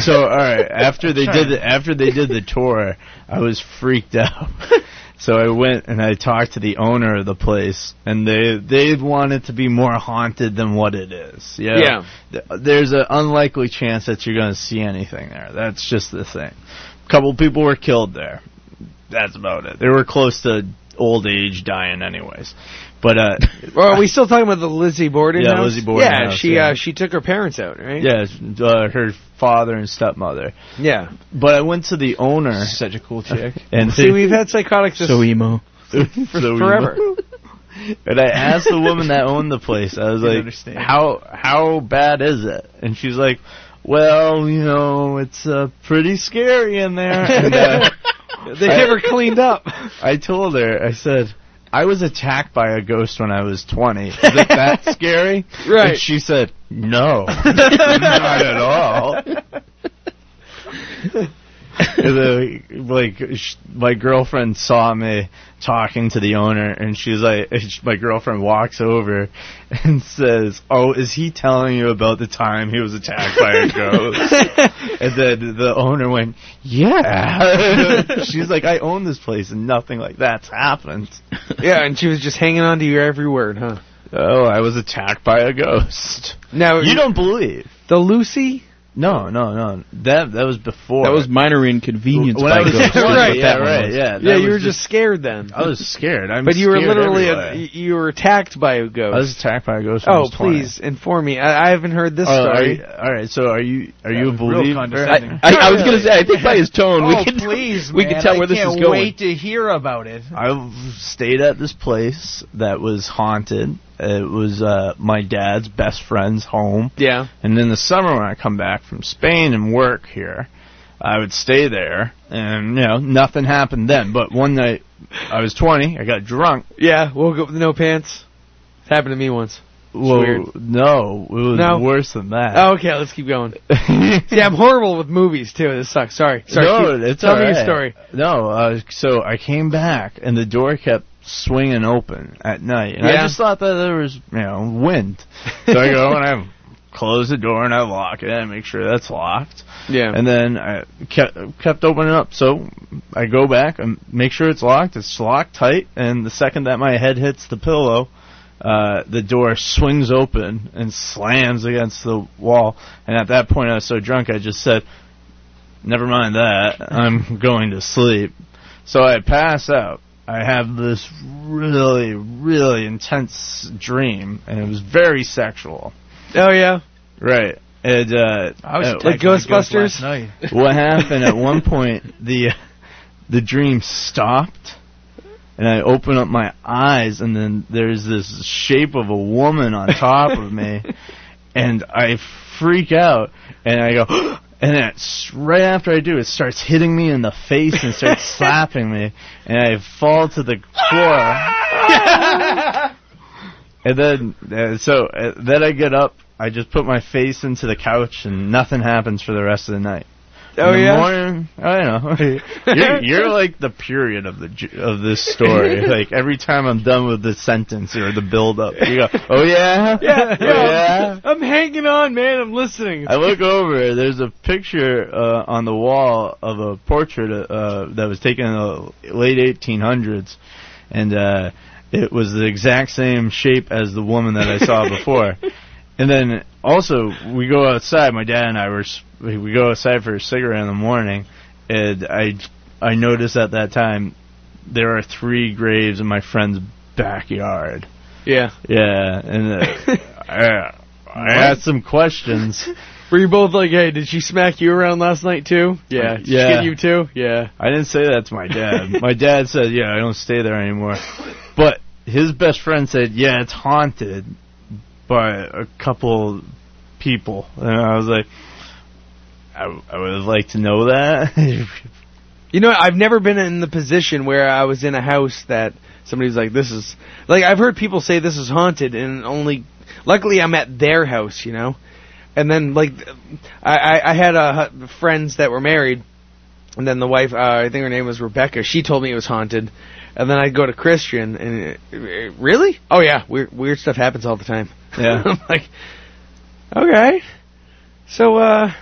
I: so all right, after they did the, after they did the tour, I was freaked out. So I went and I talked to the owner of the place, and they they want it to be more haunted than what it is. You know?
C: Yeah.
I: Th- There's an unlikely chance that you're going to see anything there. That's just the thing. A couple people were killed there. That's about it. They were close to old age dying, anyways. But uh,
C: Well, are we still talking about the Lizzie Borden?
I: Yeah,
C: house?
I: Lizzie Borden
C: Yeah,
I: house,
C: she
I: yeah.
C: Uh, she took her parents out, right?
I: yeah, uh, her father and stepmother.
C: Yeah.
I: But I went to the owner. Such a cool chick. And
C: See, we've had psychotics this
G: So emo.
I: for
C: for forever.
I: And I asked the woman that owned the place. I was like, "How how bad is it?" And she's like, "Well, you know, it's uh, pretty scary in there." And, uh,
C: They never cleaned up.
I: I told her. I said. I was attacked by a ghost when I was 20. Is it that scary?
C: Right.
I: And she said, no, not at all. the, like sh- my girlfriend saw me talking to the owner and she's like and sh- my girlfriend walks over and says oh is he telling you about the time he was attacked by a ghost and then the owner went yeah she's like i own this place and nothing like that's happened
C: yeah, and she was just hanging on to your every word, huh?
I: oh i was attacked by a ghost
C: Now
I: you don't believe
C: the Lucy
I: no no no that that was before
G: That was minor inconvenience
I: When
G: by
I: I was-
G: ghosts.
I: Right,
G: That's what
I: yeah,
G: that one
I: right,
G: was.
I: yeah.
C: Yeah,
I: That
C: you
I: was
C: were just,
I: just-
C: scared then.
I: I was scared. I'm
C: but you were
I: scared
C: literally a-
I: everywhere.
C: you were attacked by a ghost.
I: I was attacked by a ghost. when I
C: oh,
I: was 20.
C: please inform me. I, I haven't heard this
I: Oh, are
C: story.
I: you- all right, so are you are you a believer?
G: condescending. I- I- I was gonna say, I think by his tone, we
K: Oh,
G: can-
K: please,
G: we can
K: man,
G: tell
K: I
G: where this is
K: can't
G: going. Uh,
K: Wait to hear about it.
I: I've stayed at this place that was haunted. It was uh, my dad's best friend's home.
C: Yeah.
I: And in the summer, when I come back from Spain and work here, I would stay there, and you know nothing happened then. But one night, I was 20. I got drunk.
C: Yeah, woke up with no pants. It happened to me once. It's
I: Well,
C: weird.
I: no, it was
C: No?
I: worse than that.
C: Oh, okay, let's keep going. See, I'm horrible with movies too. This sucks. Sorry. Sorry.
I: No,
C: keep-
I: it's
C: tell me
I: alright.
C: your story.
I: No, uh, so I came back and the door kept swinging open at night, and
C: Yeah.
I: I just thought that there was you know wind. So I go and I close the door and I lock it and make sure that's locked.
C: Yeah.
I: And then I kept kept opening up, so I go back and make sure it's locked. It's locked tight, and the second that my head hits the pillow. Uh, the door swings open and slams against the wall, and at that point I was so drunk I just said, never mind that. I'm going to sleep. So I pass out. I have this really, really intense dream, and it was very sexual.
C: Oh yeah.
I: Right. And uh,
K: I was
I: uh,
K: attacked by a ghost last night.
I: what happened at one point? The uh, the dream stopped, and I open up my eyes, and then there's this shape of a woman on top of me, and I freak out, and I go. And then it's right after I do, it starts hitting me in the face and starts slapping me, and I fall to the floor. And then, uh, so uh, then I get up. I just put my face into the couch, and nothing happens for the rest of the night.
C: Oh,
I: In the
C: yeah?
I: morning, I know. you're, you're like the period of the ju- of this story. like every time I'm done with the sentence or the build up, you go, "Oh yeah,
C: Yeah. yeah.
I: oh, yeah." Uh,
C: I'm hanging on, man. I'm listening.
I: I look over. There's a picture uh, on the wall of a portrait uh, that was taken in the late 1800s, and uh, it was the exact same shape as the woman that I saw before. And then also we go outside. My dad and I were s- we go outside for a cigarette in the morning, and I I noticed at that time there are three graves in my friend's backyard.
C: Yeah.
I: Yeah, and uh, I, I had some questions.
C: Were you both like, hey, did she smack you around last night too? Yeah. Did
I: Yeah.
C: She hit you too? Yeah.
I: I didn't say that to my dad. my dad said, "Yeah, I don't stay there anymore." But
M: his best friend said, "Yeah, it's haunted by a couple people," and I was like, "I, I would have liked to know that."
C: You know, I've never been in the position where I was in a house that somebody's like, "This is like." I've heard people say this is haunted, and only luckily I'm at their house, you know. And then like, I I, I had uh hu- friends that were married, and then the wife, uh, I think her name was Rebecca. She told me it was haunted, and then I'd go to Christian, and uh, really? Oh yeah, weird weird stuff happens all the time.
R: Yeah.
C: I'm like, okay, so uh,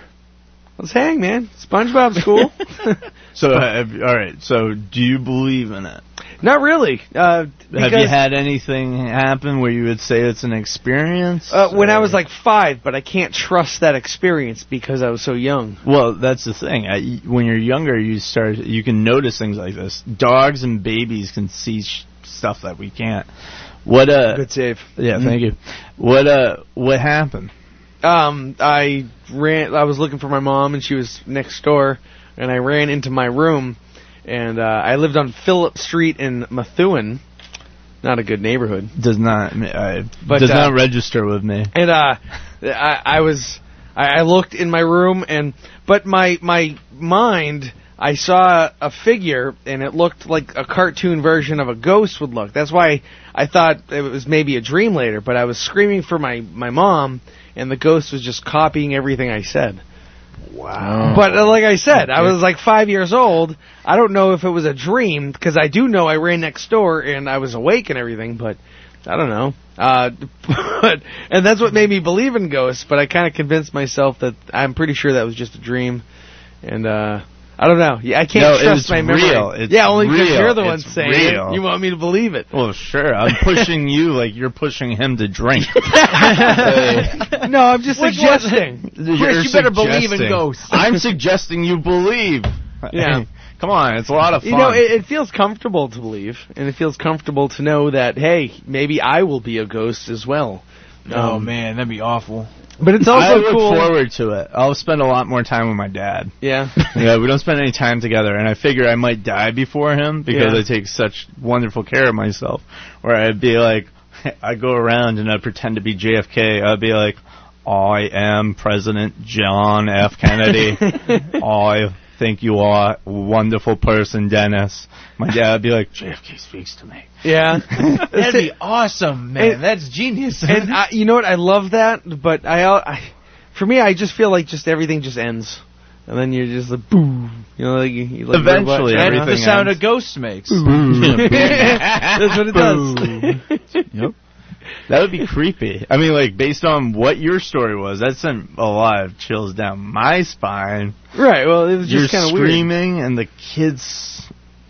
C: let's hang, man. SpongeBob's cool.
M: so, have, all right. So, do you believe in it?
C: Not really. Uh,
M: have you
C: because-
M: had anything happen where you would say it's an experience?
C: Uh, when I was like five, but I can't trust that experience because I was so young.
M: Well, that's the thing. I, when you're younger, you start you can notice things like this. Dogs and babies can see sh- stuff that we can't. What uh?
C: Good save.
M: Yeah,
K: mm.
C: Mhm.
M: thank you. What uh? What happened?
C: Um, I ran. I was looking for my mom, and she was next door, and I ran into my room, and uh, I lived on Phillip Street in Methuen, not a good neighborhood.
M: Does not uh,
C: But,
M: does
C: uh,
M: not register with me.
C: And uh, I, I was, I, I looked in my room, and but my my mind, I saw a figure, and it looked like a cartoon version of a ghost would look. That's why I thought it was maybe a dream later. But I was screaming for my my mom, and the ghost was just copying everything I said.
M: Wow.
C: But uh, like I said, I was like five years old. I don't know if it was a dream because I do know I ran next door and I was awake and everything, but I don't know. Uh, but, and that's what made me believe in ghosts. But I kind of convinced myself that I'm pretty sure that was just a dream, and uh, I don't know. Yeah, I
M: No,
C: can't
M: it
C: trust
M: is
C: my memory.
M: real. It's
C: yeah, only because
M: real.
C: you're the one
M: It's
C: saying
M: real.
C: it. You want me to believe it?
M: Well, sure. I'm pushing you like you're pushing him to drink.
C: no, I'm just
M: Which one-
C: suggesting.
M: You're
C: Chris, you better believe in
M: suggesting.
C: ghosts.
M: I'm suggesting you believe.
C: Yeah.
M: Come on, it's a lot of fun.
C: You know, it, it feels comfortable to believe, and it feels comfortable to know that hey, maybe I will be a ghost as well. Um,
M: Oh,
K: man, that'd be awful.
C: But it's
M: I
C: also
M: look
C: cool.
M: forward to it. I'll spend a lot more time with my dad.
C: Yeah.
M: yeah, we don't spend any time together, and I figure I might die before him because
K: Yeah.
M: I take such wonderful care of myself. Where I'd be like, I go around and I pretend to be JFK. I'd be like, I am President John F. Kennedy. I think you are a wonderful person, Dennis. My dad would be like, JFK speaks to me.
C: Yeah,
K: That'd be awesome, man.
C: And-
K: That's genius.
C: and I, you know what? I love that, but I, I, for me, I just feel like just everything just ends, and then you're just like boom. You know, like, you- you like
M: Eventually,
C: robot-
K: That's the sound a ghost makes.
C: That's what it does.
M: yep. That would be creepy. I mean, like based on what your story was, that sent a lot of chills down my spine.
C: Right. Well, it was
M: You're
C: just kind of weird.
M: screaming, and the kids,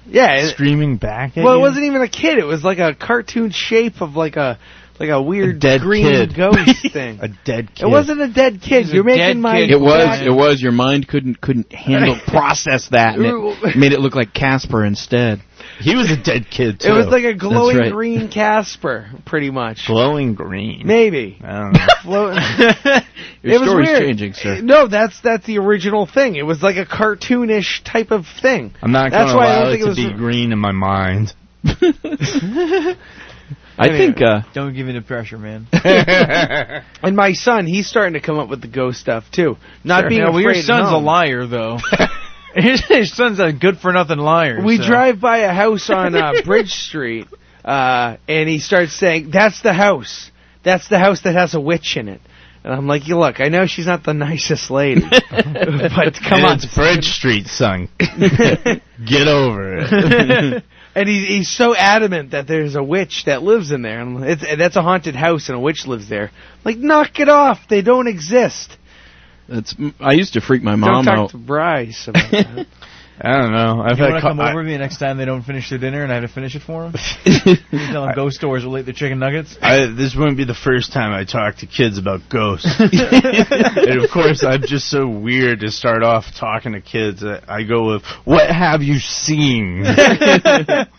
C: Yeah, it-
M: screaming back. At
C: Well, it
M: you.
C: wasn't even a kid. It was like a cartoon shape of like a like a weird
M: dead
C: green
M: kid.
C: ghost thing.
M: a dead kid.
C: It wasn't a dead kid. You're making my
G: It was. It was. Your mind couldn't couldn't handle process that, and it made it look like Casper instead.
M: He was a dead kid
C: It was like a
G: That's
C: glowing
G: right.
C: green Casper, pretty much.
M: glowing green.
C: Maybe.
M: I don't know.
C: Floating.
G: Your
C: it was
G: story's
C: weird.
G: changing, sir.
C: No, that's that's the original thing. It was like a cartoonish type of thing.
M: I'm not going
C: That's
M: to
C: why I
M: allow
C: don't think
M: it to
C: it was.
M: be green in my mind.
G: I think. Uh,
K: Don't give in to pressure, man.
C: and my son, he's starting to come up with the ghost stuff too. Not
K: Sure.
C: being
K: Yeah, well,
C: afraid.
K: your
C: at
K: son's a
C: home.
K: liar, though. his, his son's a good for nothing liar.
C: We
K: so.
C: drive by a house on uh, Bridge Street, uh, and he starts saying, "That's the house. That's the house that has a witch in it." And I'm like, "You look, I know she's not the nicest lady, but come
M: And
C: on."
M: it's Bridge Street, son. Get over it.
C: and he's he's so adamant that there's a witch that lives in there, and it's, and that's a haunted house, and a witch lives there. I'm like, knock it off. They don't exist.
G: it's. I used to freak my
C: Don't
G: mom
C: talk
G: out.
C: to Bryce. About that.
M: I don't know. I've
K: You want to
M: had co-
K: come
M: I-
K: over to me next time they don't finish their dinner and I have to finish it for them? you tell them ghost stories relate to chicken nuggets?
M: I, this wouldn't be the first time I talk to kids about ghosts. and of course, I'm just so weird to start off talking to kids. that I go with, "What have you seen?"
C: you have
M: And then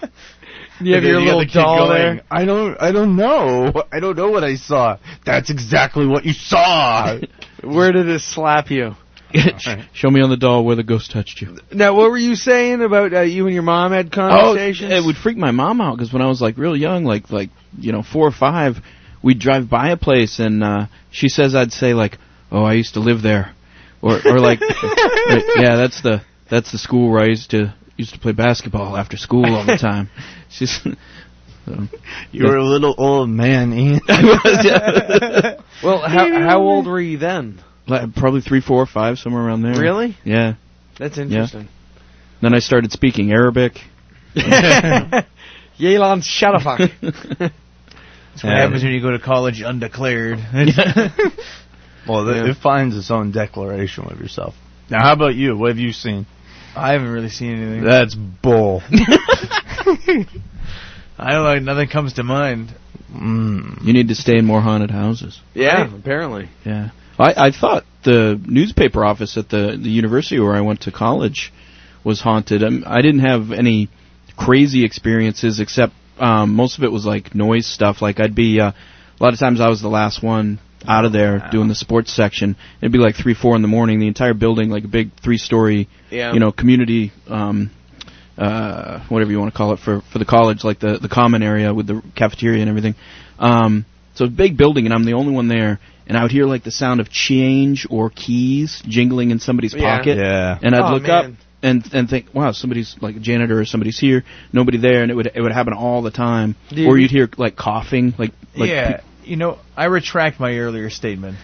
C: your
M: the
C: little
M: other kid
C: doll
M: going,
C: there.
M: I don't. I don't know. I don't know what I saw. That's exactly what you saw.
C: Where did it slap you?
G: Show me on the doll where the ghost touched you.
C: Now, what were you saying about uh, you and your mom had conversations?
G: Oh, it would freak my mom out because when I was like real young, like like you know four or five, we'd drive by a place and uh, she says I'd say like, "Oh, I used to live there," or or like, "Yeah, that's the that's the school where I used to used to play basketball after school all the time." She's so,
I: You were a little old man, Ian.
C: well, how, how old were you then?
G: like, probably three, four, five, somewhere around there.
C: Really?
G: Yeah.
C: That's
G: Yeah.
C: interesting.
G: Then I started speaking Arabic.
C: Yelan Shadafak.
K: That's what happens when you go to college undeclared.
I: well,
K: Yeah.
I: it, it finds its own declaration with yourself. Now, how about you? What have you seen?
K: I haven't really seen anything.
I: That's bull.
K: I don't like nothing comes to mind.
G: Mm. You need to stay in more haunted houses.
C: Yeah, apparently.
G: Yeah. I, I thought the newspaper office at the, the university where I went to college was haunted. I'm, I i did not have any crazy experiences except um, most of it was like noise stuff. Like I'd be uh, a lot of times I was the last one out of there doing the sports section. It'd be like three, four in the morning. The entire building, like a big three story,
C: Yeah.
G: you know, community. Um, uh, whatever you want to call it for for the college, like the the common area with the cafeteria and everything. Um, so it's a big building, and I'm the only one there. And I would hear like the sound of change or keys jingling in somebody's
I: Yeah.
G: pocket.
I: Yeah.
G: And I'd
I: Oh,
G: look
I: man.
G: up and and think, wow, somebody's like a janitor or somebody's here, nobody there, and it would it would happen all the time.
K: Dude.
G: Or you'd hear like coughing, like like
K: yeah,
G: pe-
K: you know, I retract my earlier statement.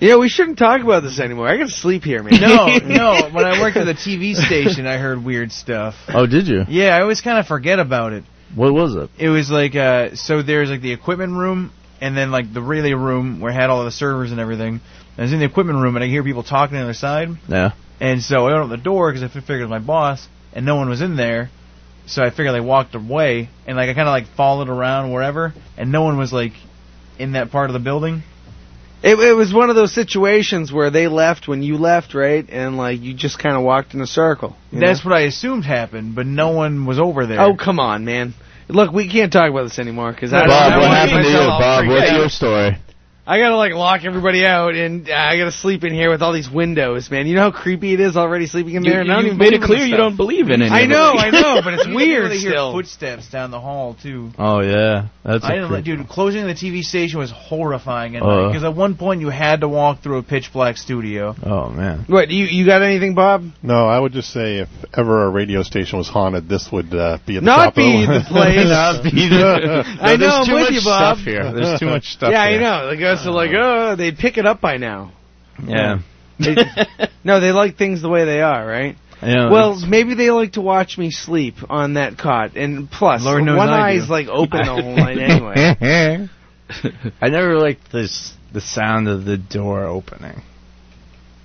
C: Yeah, we shouldn't talk about this anymore. I can sleep here, man.
K: No, no. When I worked at the TV station, I heard weird stuff.
I: Oh, did you?
K: Yeah, I always kind of forget about it.
I: What was it?
K: It was like uh, so there's like the equipment room and then like the relay room where it had all the servers and everything. And I was in the equipment room and I hear people talking on the other side.
I: Yeah.
K: And so I opened up the door because I figured it was my boss, and no one was in there. So I figured they walked away, and like I kind of like followed around wherever, and no one was like in that part of the building.
C: It, it was one of those situations where they left when you left, right? And like you just kind of walked in a circle. you
K: That's
C: know?
K: what I assumed happened, but no one was over there.
C: Oh come on, man! Look, we can't talk about this anymore because I,
K: Bob,
C: I
K: what
C: wanna get
K: happened to you,
C: myself all
K: Bob?
C: freaked
K: What's
C: out.
K: your
I: story?
C: I gotta like lock everybody out, and uh, I gotta sleep in here with all these windows, man. You know how creepy it is already sleeping in
G: You-
C: there. and I don't
G: you
C: even
G: made it
C: believe in
G: clear
C: this
G: you
C: stuff.
G: don't believe in any
C: I
G: of
C: know,
G: it.
C: I know, but it's
K: You can
C: weird
K: really hear
C: still.
K: footsteps down the hall too.
I: Oh yeah, that's.
K: I
I: a
K: didn't, like-
I: creep.
K: dude. Closing the TV station was horrifying, and
I: Uh.
K: because at one point you had to walk through a pitch black studio.
I: Oh man.
C: What you you got anything, Bob?
H: No, I would just say if ever a radio station was haunted, this would uh, be at the
C: Not
H: top
C: be
H: of the,
C: the place.
I: Not be the-
C: I know,
I: No, there's
C: I'm
I: too
C: with
I: much
C: you, Bob.
I: stuff here. There's too much stuff
C: Yeah,
I: here. Uh.
C: I know. The guys are like, oh, they pick it up by now.
I: Yeah.
C: They- no, they like things the way they are, right?
I: Yeah.
C: well, maybe they like to watch me sleep on that cot, and plus,
I: Lord knows
C: one
I: I
C: eye's
I: do.
C: like open the whole night anyway.
I: I never liked this the sound of the door opening.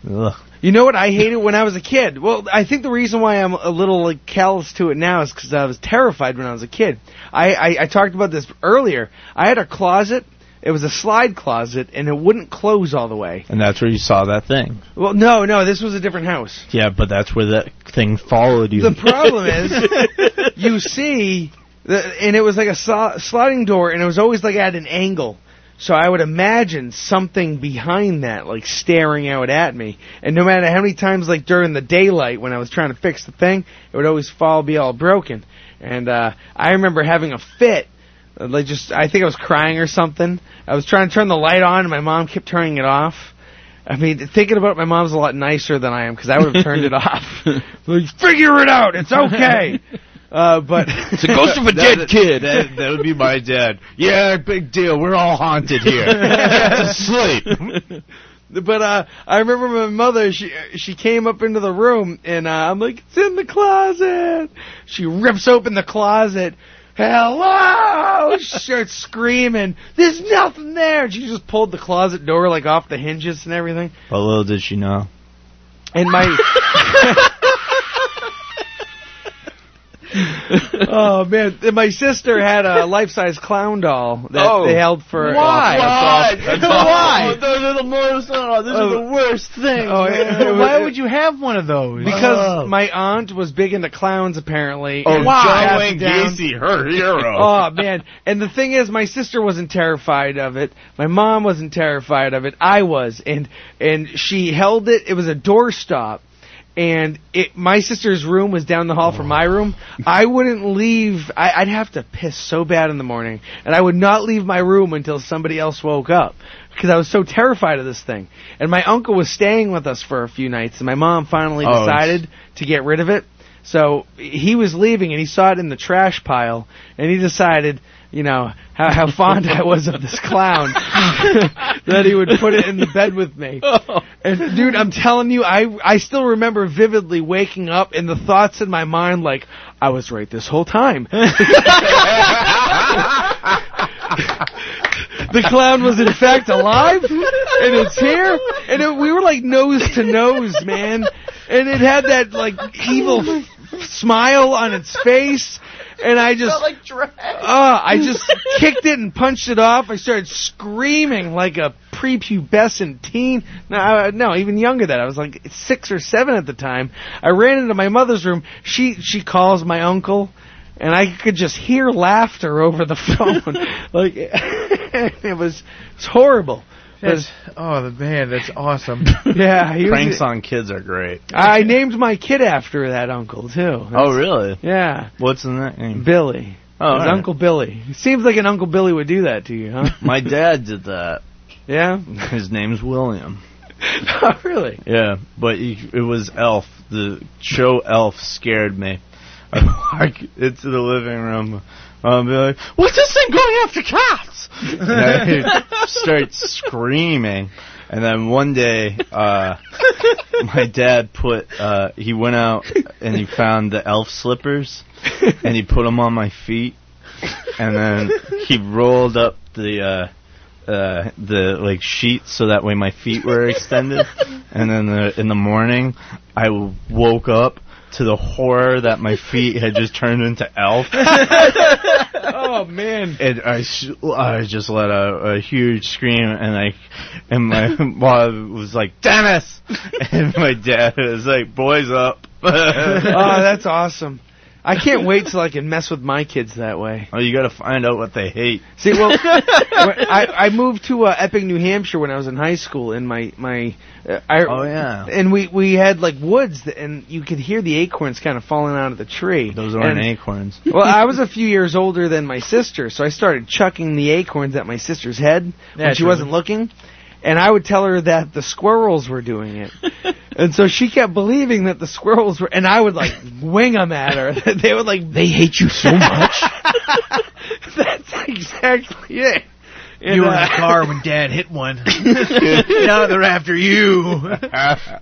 I: Ugh.
C: You know what? I hated when I was a kid. Well, I think the reason why I'm a little like callous to it now is because I was terrified when I was a kid. I, I I talked about this earlier. I had a closet. It was a slide closet, and it wouldn't close all the way.
I: And that's where you saw that thing.
C: Well, no, no, this was a different house.
I: Yeah, but that's where that thing followed you.
C: The problem is, you see, the, and it was like a sl- sliding door, and it was always like at an angle. So I would imagine something behind that, like staring out at me. And no matter how many times, like during the daylight when I was trying to fix the thing, it would always fall, be all broken. And uh, I remember having a fit. uh, Like just, I think I was crying or something. I was trying to turn the light on, and my mom kept turning it off. I mean, thinking about it, my mom's a lot nicer than I am because I would have turned it off. Like, figure it out. It's okay. Uh, but
I: it's That, that would be my dad. Yeah, big deal. We're all haunted here. Sleep.
C: but uh, I remember my mother. She she came up into the room, and uh, I'm like, "It's in the closet." She rips open the closet. Hello! She starts screaming. There's nothing there. And she just pulled the closet door like off the hinges and everything.
I: But little did she know.
C: And my oh man, And my sister had a life-size clown doll that
I: Oh.
C: they held for.
I: Why?
C: Why?
I: That's awful. That's awful.
C: Why?
I: Those are the most. Oh, these
C: Oh.
I: are the worst things.
C: Oh,
I: man.
C: it- it-
I: Why
C: it-
I: would you have one of those?
C: Because my aunt was big into clowns, apparently.
I: Oh,
C: and
I: Wow. John
C: passed
I: Wayne
C: it down.
I: Gacy, her hero.
C: oh man! And the thing is, my sister wasn't terrified of it. My mom wasn't terrified of it. I was, and and she held it. It was a doorstop, and it. My sister's room was down the hall from my room. I wouldn't leave. I, I'd have to piss so bad in the morning, and I would not leave my room until somebody else woke up because I was so terrified of this thing. And my uncle was staying with us for a few nights, and my mom finally
I: Oh, it's-
C: decided to get rid of it. So he was leaving and he saw it in the trash pile and he decided, you know, how, how fond I was of this clown that he would put it in the bed with me. And dude, I'm telling you, I I still remember vividly waking up and the thoughts in my mind like I was right this whole time. the clown was in fact alive, and it's here, and it, we were like nose to nose, man, and it had that like evil f- smile on its face, and I just, uh, I just kicked it and punched it off. I started screaming like a prepubescent teen. No, I, no, even younger than that. I was like six or seven at the time. I ran into my mother's room. She she calls my uncle. And I could just hear laughter over the phone. like it was it's horrible. But
K: That's, oh man, that's awesome.
C: yeah, he was-
I: Pranks on kids are great.
C: I named my kid after that uncle too.
I: oh, really?
C: Yeah.
I: What's in that name?
C: Billy. His
I: Oh, all right.
C: Uncle Billy. Seems like an Uncle Billy would do that to you, huh?
I: My dad did that.
C: Yeah.
I: His name's William.
C: oh, really?
I: Yeah, but he, it was Elf. The show Elf scared me. I'd walk into the living room. I'll be like, "What's this thing going after cats?" And I start screaming. And then one day, uh, my dad put uh, he went out and he found the elf slippers, and he put them on my feet, and then he rolled up the. Uh, uh, the like sheets so that way my feet were extended. and then the, in the morning, I woke up to the horror that my feet had just turned into elf.
C: oh man.
I: And I, s- I just let a, a huge scream, and I, and my mom was like, "Dennis!" and my dad was like, "Boys up!"
C: oh, that's awesome. I can't wait till I can mess with my kids that way.
I: Oh, you got to find out what they hate.
C: See, well, when I, I moved to uh, Epping, New Hampshire when I was in high school, and my my, uh, I,
I: Oh, yeah.
C: and we we had like woods, that, and you could hear the acorns kind of falling out of the tree.
I: Those aren't
C: And-
I: acorns.
C: well, I was a few years older than my sister, so I started chucking the acorns at my sister's head when she
I: Naturally.
C: wasn't looking. And I would tell her that the squirrels were doing it. and so she kept believing that the squirrels were, and I would like wing them at her. they would like, they hate you so much. That's exactly it. And,
K: you were in
C: uh,
K: the car when Dad hit one. now they're after you.
C: and uh,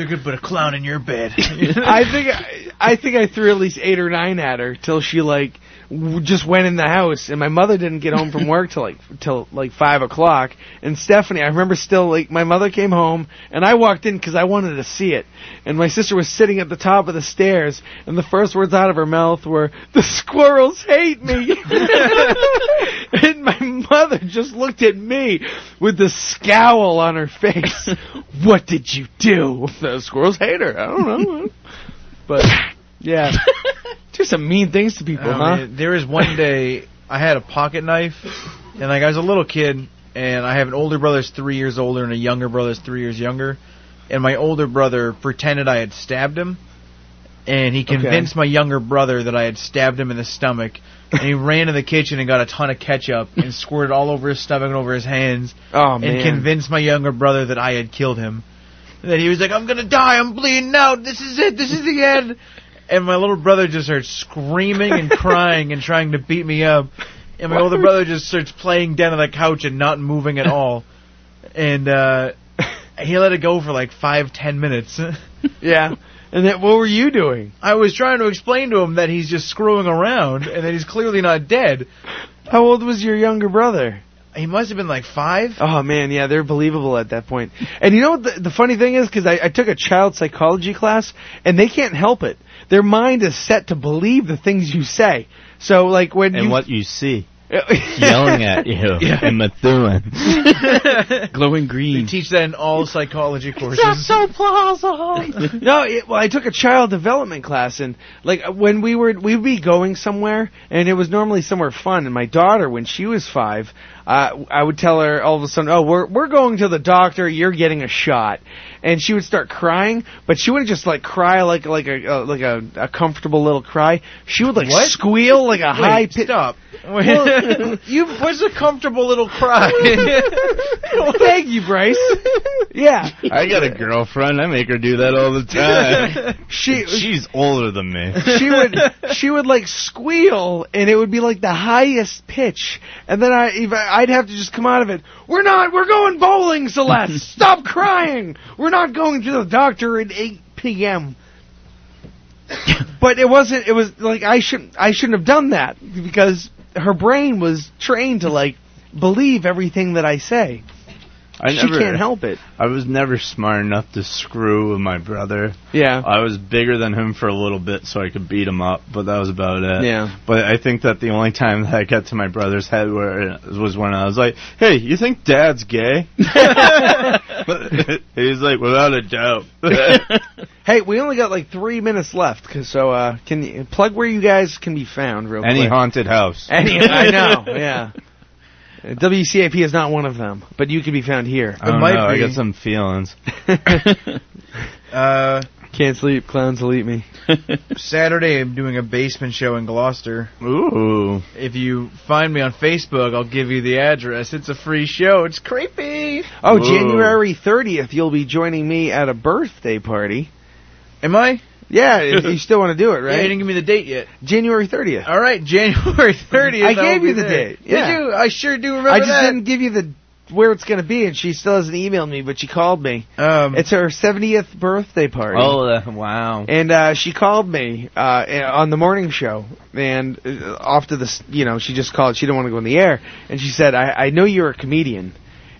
K: they're gonna put a clown in your bed.
C: I think I, I think I threw at least eight or nine at her till she like w- just went in the house, and my mother didn't get home from work till like till like five o'clock. And Stephanie, I remember still like my mother came home, and I walked in because I wanted to see it, and my sister was sitting at the top of the stairs, and the first words out of her mouth were, "The squirrels hate me," and my mother just looked at me with the scowl on her face. what did you do? The squirrels hate her. I don't know. But yeah, Oh, do some mean things to people,
K: I
C: huh?
K: mean, there was one day I had a pocket knife, and like I was a little kid, and I have an older brother that's three years older and a younger brother that's three years younger, and my older brother pretended I had stabbed him, and he
I: Okay.
K: convinced my younger brother that I had stabbed him in the stomach, and he ran to the kitchen and got a ton of ketchup and squirted all over his stomach and over his hands,
C: Oh,
K: and
C: man.
K: convinced my younger brother that I had killed him. And then he was like, I'm gonna die, I'm bleeding out, this is it, this is the end. And my little brother just starts screaming and crying and trying to beat me up. And my older brother just starts playing down on the couch and not moving at all. And uh he let it go for like five, ten minutes.
C: yeah. And then what were you doing?
K: I was trying to explain to him that he's just screwing around and that he's clearly not dead.
C: How old was your younger brother?
S: He must have been like five.
C: Oh man, yeah, they're believable at that point. And you know what the, the funny thing is, because I, I took a child psychology class, and they can't help it. Their mind is set to believe the things you say. So like when
I: and
C: you
I: what you see. yelling at you
C: Yeah.
I: and Methuen.
G: glowing green.
S: They teach that in all psychology courses.
C: so plausible. no, it, well, I took a child development class, and like when we were, we'd be going somewhere, and it was normally somewhere fun. And my daughter, when she was five, uh, I would tell her all of a sudden, "Oh, we're we're going to the doctor. You're getting a shot," and she would start crying, but she wouldn't just like cry like like a uh, like a, a comfortable little cry. She would like
S: What?
C: squeal like a
S: Wait,
C: high pitch.
S: Stop. Wait.
C: Well-
S: you was a comfortable little cry.
C: Thank you, Bryce. Yeah.
I: I got a girlfriend. I make her do that all the time.
C: She-
I: she's older than me.
C: she would she would like squeal and it would be like the highest pitch and then I if I- I'd have to just come out of it. We're not we're going bowling, Celeste. Stop crying. We're not going to the doctor at 8 p.m. but it wasn't it was like I shouldn't I shouldn't have done that because her brain was trained to like believe everything that I say.
I: I
C: she can't help it.
I: I was never smart enough to screw with my brother.
C: Yeah.
I: I was bigger than him for a little bit, so I could beat him up, but that was about it.
C: Yeah.
I: But I think that the only time that I got to my brother's head where was when I was like, "Hey, you think Dad's gay?" He's like, "Without a doubt."
C: Hey, we only got like three minutes left, 'cause- so uh, can you plug where you guys can be found real
I: Any
C: quick?
I: haunted house.
C: Any, I know, yeah. Uh, WCAP is not one of them, but you can be found here.
I: I don't know. I got some feelings.
S: uh,
C: Can't sleep. Clowns will eat me.
S: Saturday, I'm doing a basement show in Gloucester.
I: Ooh.
S: If you find me on Facebook, I'll give you the address. It's a free show. It's creepy.
C: Oh, January 30th, you'll be joining me at a birthday party.
S: Am I?
C: Yeah, you you still want to do it,
S: Yeah, you
C: right?
S: didn't give me the date yet.
C: January 30th.
S: All right, January 30th.
C: I
S: will
C: gave
S: be
C: you the
S: there.
C: date, yeah.
S: Did you? I sure do remember
C: I just
S: that.
C: didn't give you the where it's going to be, and she still hasn't emailed me, but she called me.
S: Um,
C: it's her 70th birthday party.
I: Oh, uh,
S: Mm-hmm.
I: wow.
C: And uh, she called me uh, on the morning show, and uh, off to the, s- you know, she just called. She didn't want to go on the air, and she said, "I, I know you're a comedian,"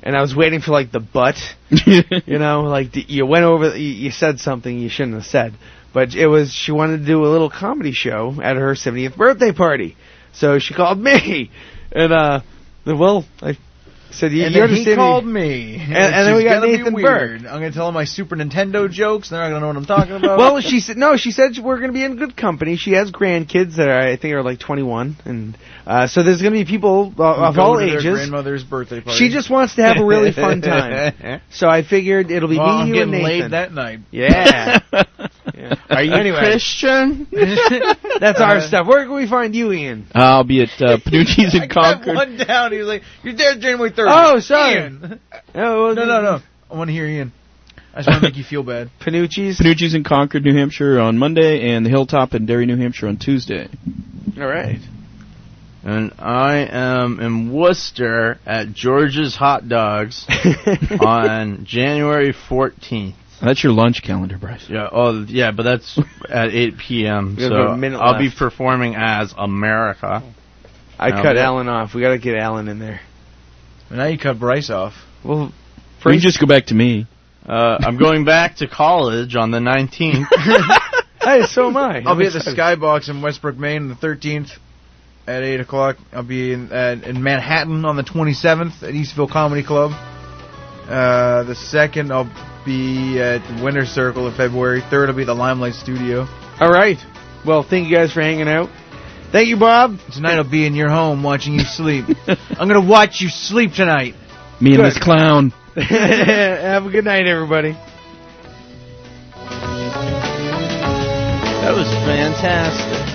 C: and I was waiting for like the butt, you know, like d- you went over, you, you said something you shouldn't have said, but it was she wanted to do a little comedy show at her 70th birthday party, so she called me, and uh, well, I said, "You,
S: and
C: you
S: then
C: understand?"
S: he
C: me-
S: called me,
C: and, and then
S: she's
C: we got
S: gonna be
C: Nathan Burke.
S: weird. I'm gonna tell him my Super Nintendo jokes. They're not gonna know what I'm talking about.
C: well, she said no. She said we're going to be in good company. She has grandkids that are, I think are like 21, and uh, so there's going to be people uh,
S: Go
C: of all
S: to their
C: ages.
S: grandmother's birthday party.
C: She just wants to have a really fun time. So I figured it'll be
S: Well,
C: me,
S: I'm
C: you, and
S: getting laid
C: Nathan.
S: that night.
C: Yeah. Yeah.
G: Are you
C: Anyway.
G: Christian?
C: That's
S: Uh,
C: our stuff. Where can we find you, Ian?
G: I'll be at uh, Panucci's in
S: Got
G: Concord.
S: one down. He was like, "You're there January 30th."
C: Oh, sorry.
S: Ian.
C: Oh, well,
S: No, no, no. I want to hear Ian. I just want to make you feel bad.
C: Panucci's.
G: Panucci's in Concord, New Hampshire on Monday, and the Hilltop in Derry, New Hampshire on Tuesday.
C: All right.
I: And I am in Worcester at George's Hot Dogs on January 14th.
G: That's your lunch calendar, Bryce.
I: Yeah, oh yeah, but that's at 8 p.m.
C: We have
I: So
C: a
I: I'll
C: minute
I: be
C: left.
I: performing as America.
C: I
G: Oh,
I: Um,
C: cut Alan off. We got to get Alan in there.
S: now you cut Bryce off.
C: Well,
G: Or you just go back to me.
I: Uh, I'm going back to college on the 19th.
C: Hey, so am I.
S: I'll be at the
C: excited.
S: Skybox in Westbrook, Maine, on the 13th at 8 o'clock. I'll be in, at, in Manhattan on the 27th at Eastville Comedy Club. Uh, the 2nd, I'll be at the Winter Circle in February. 3rd, I'll be at the Limelight Studio.
C: All right. Well, thank you guys for hanging out. Thank you, Bob.
S: Tonight, I'll be in your home watching you sleep. I'm going to watch you sleep tonight.
G: Me and
C: Good.
G: this clown.
C: Have a good night, everybody.
I: That was fantastic.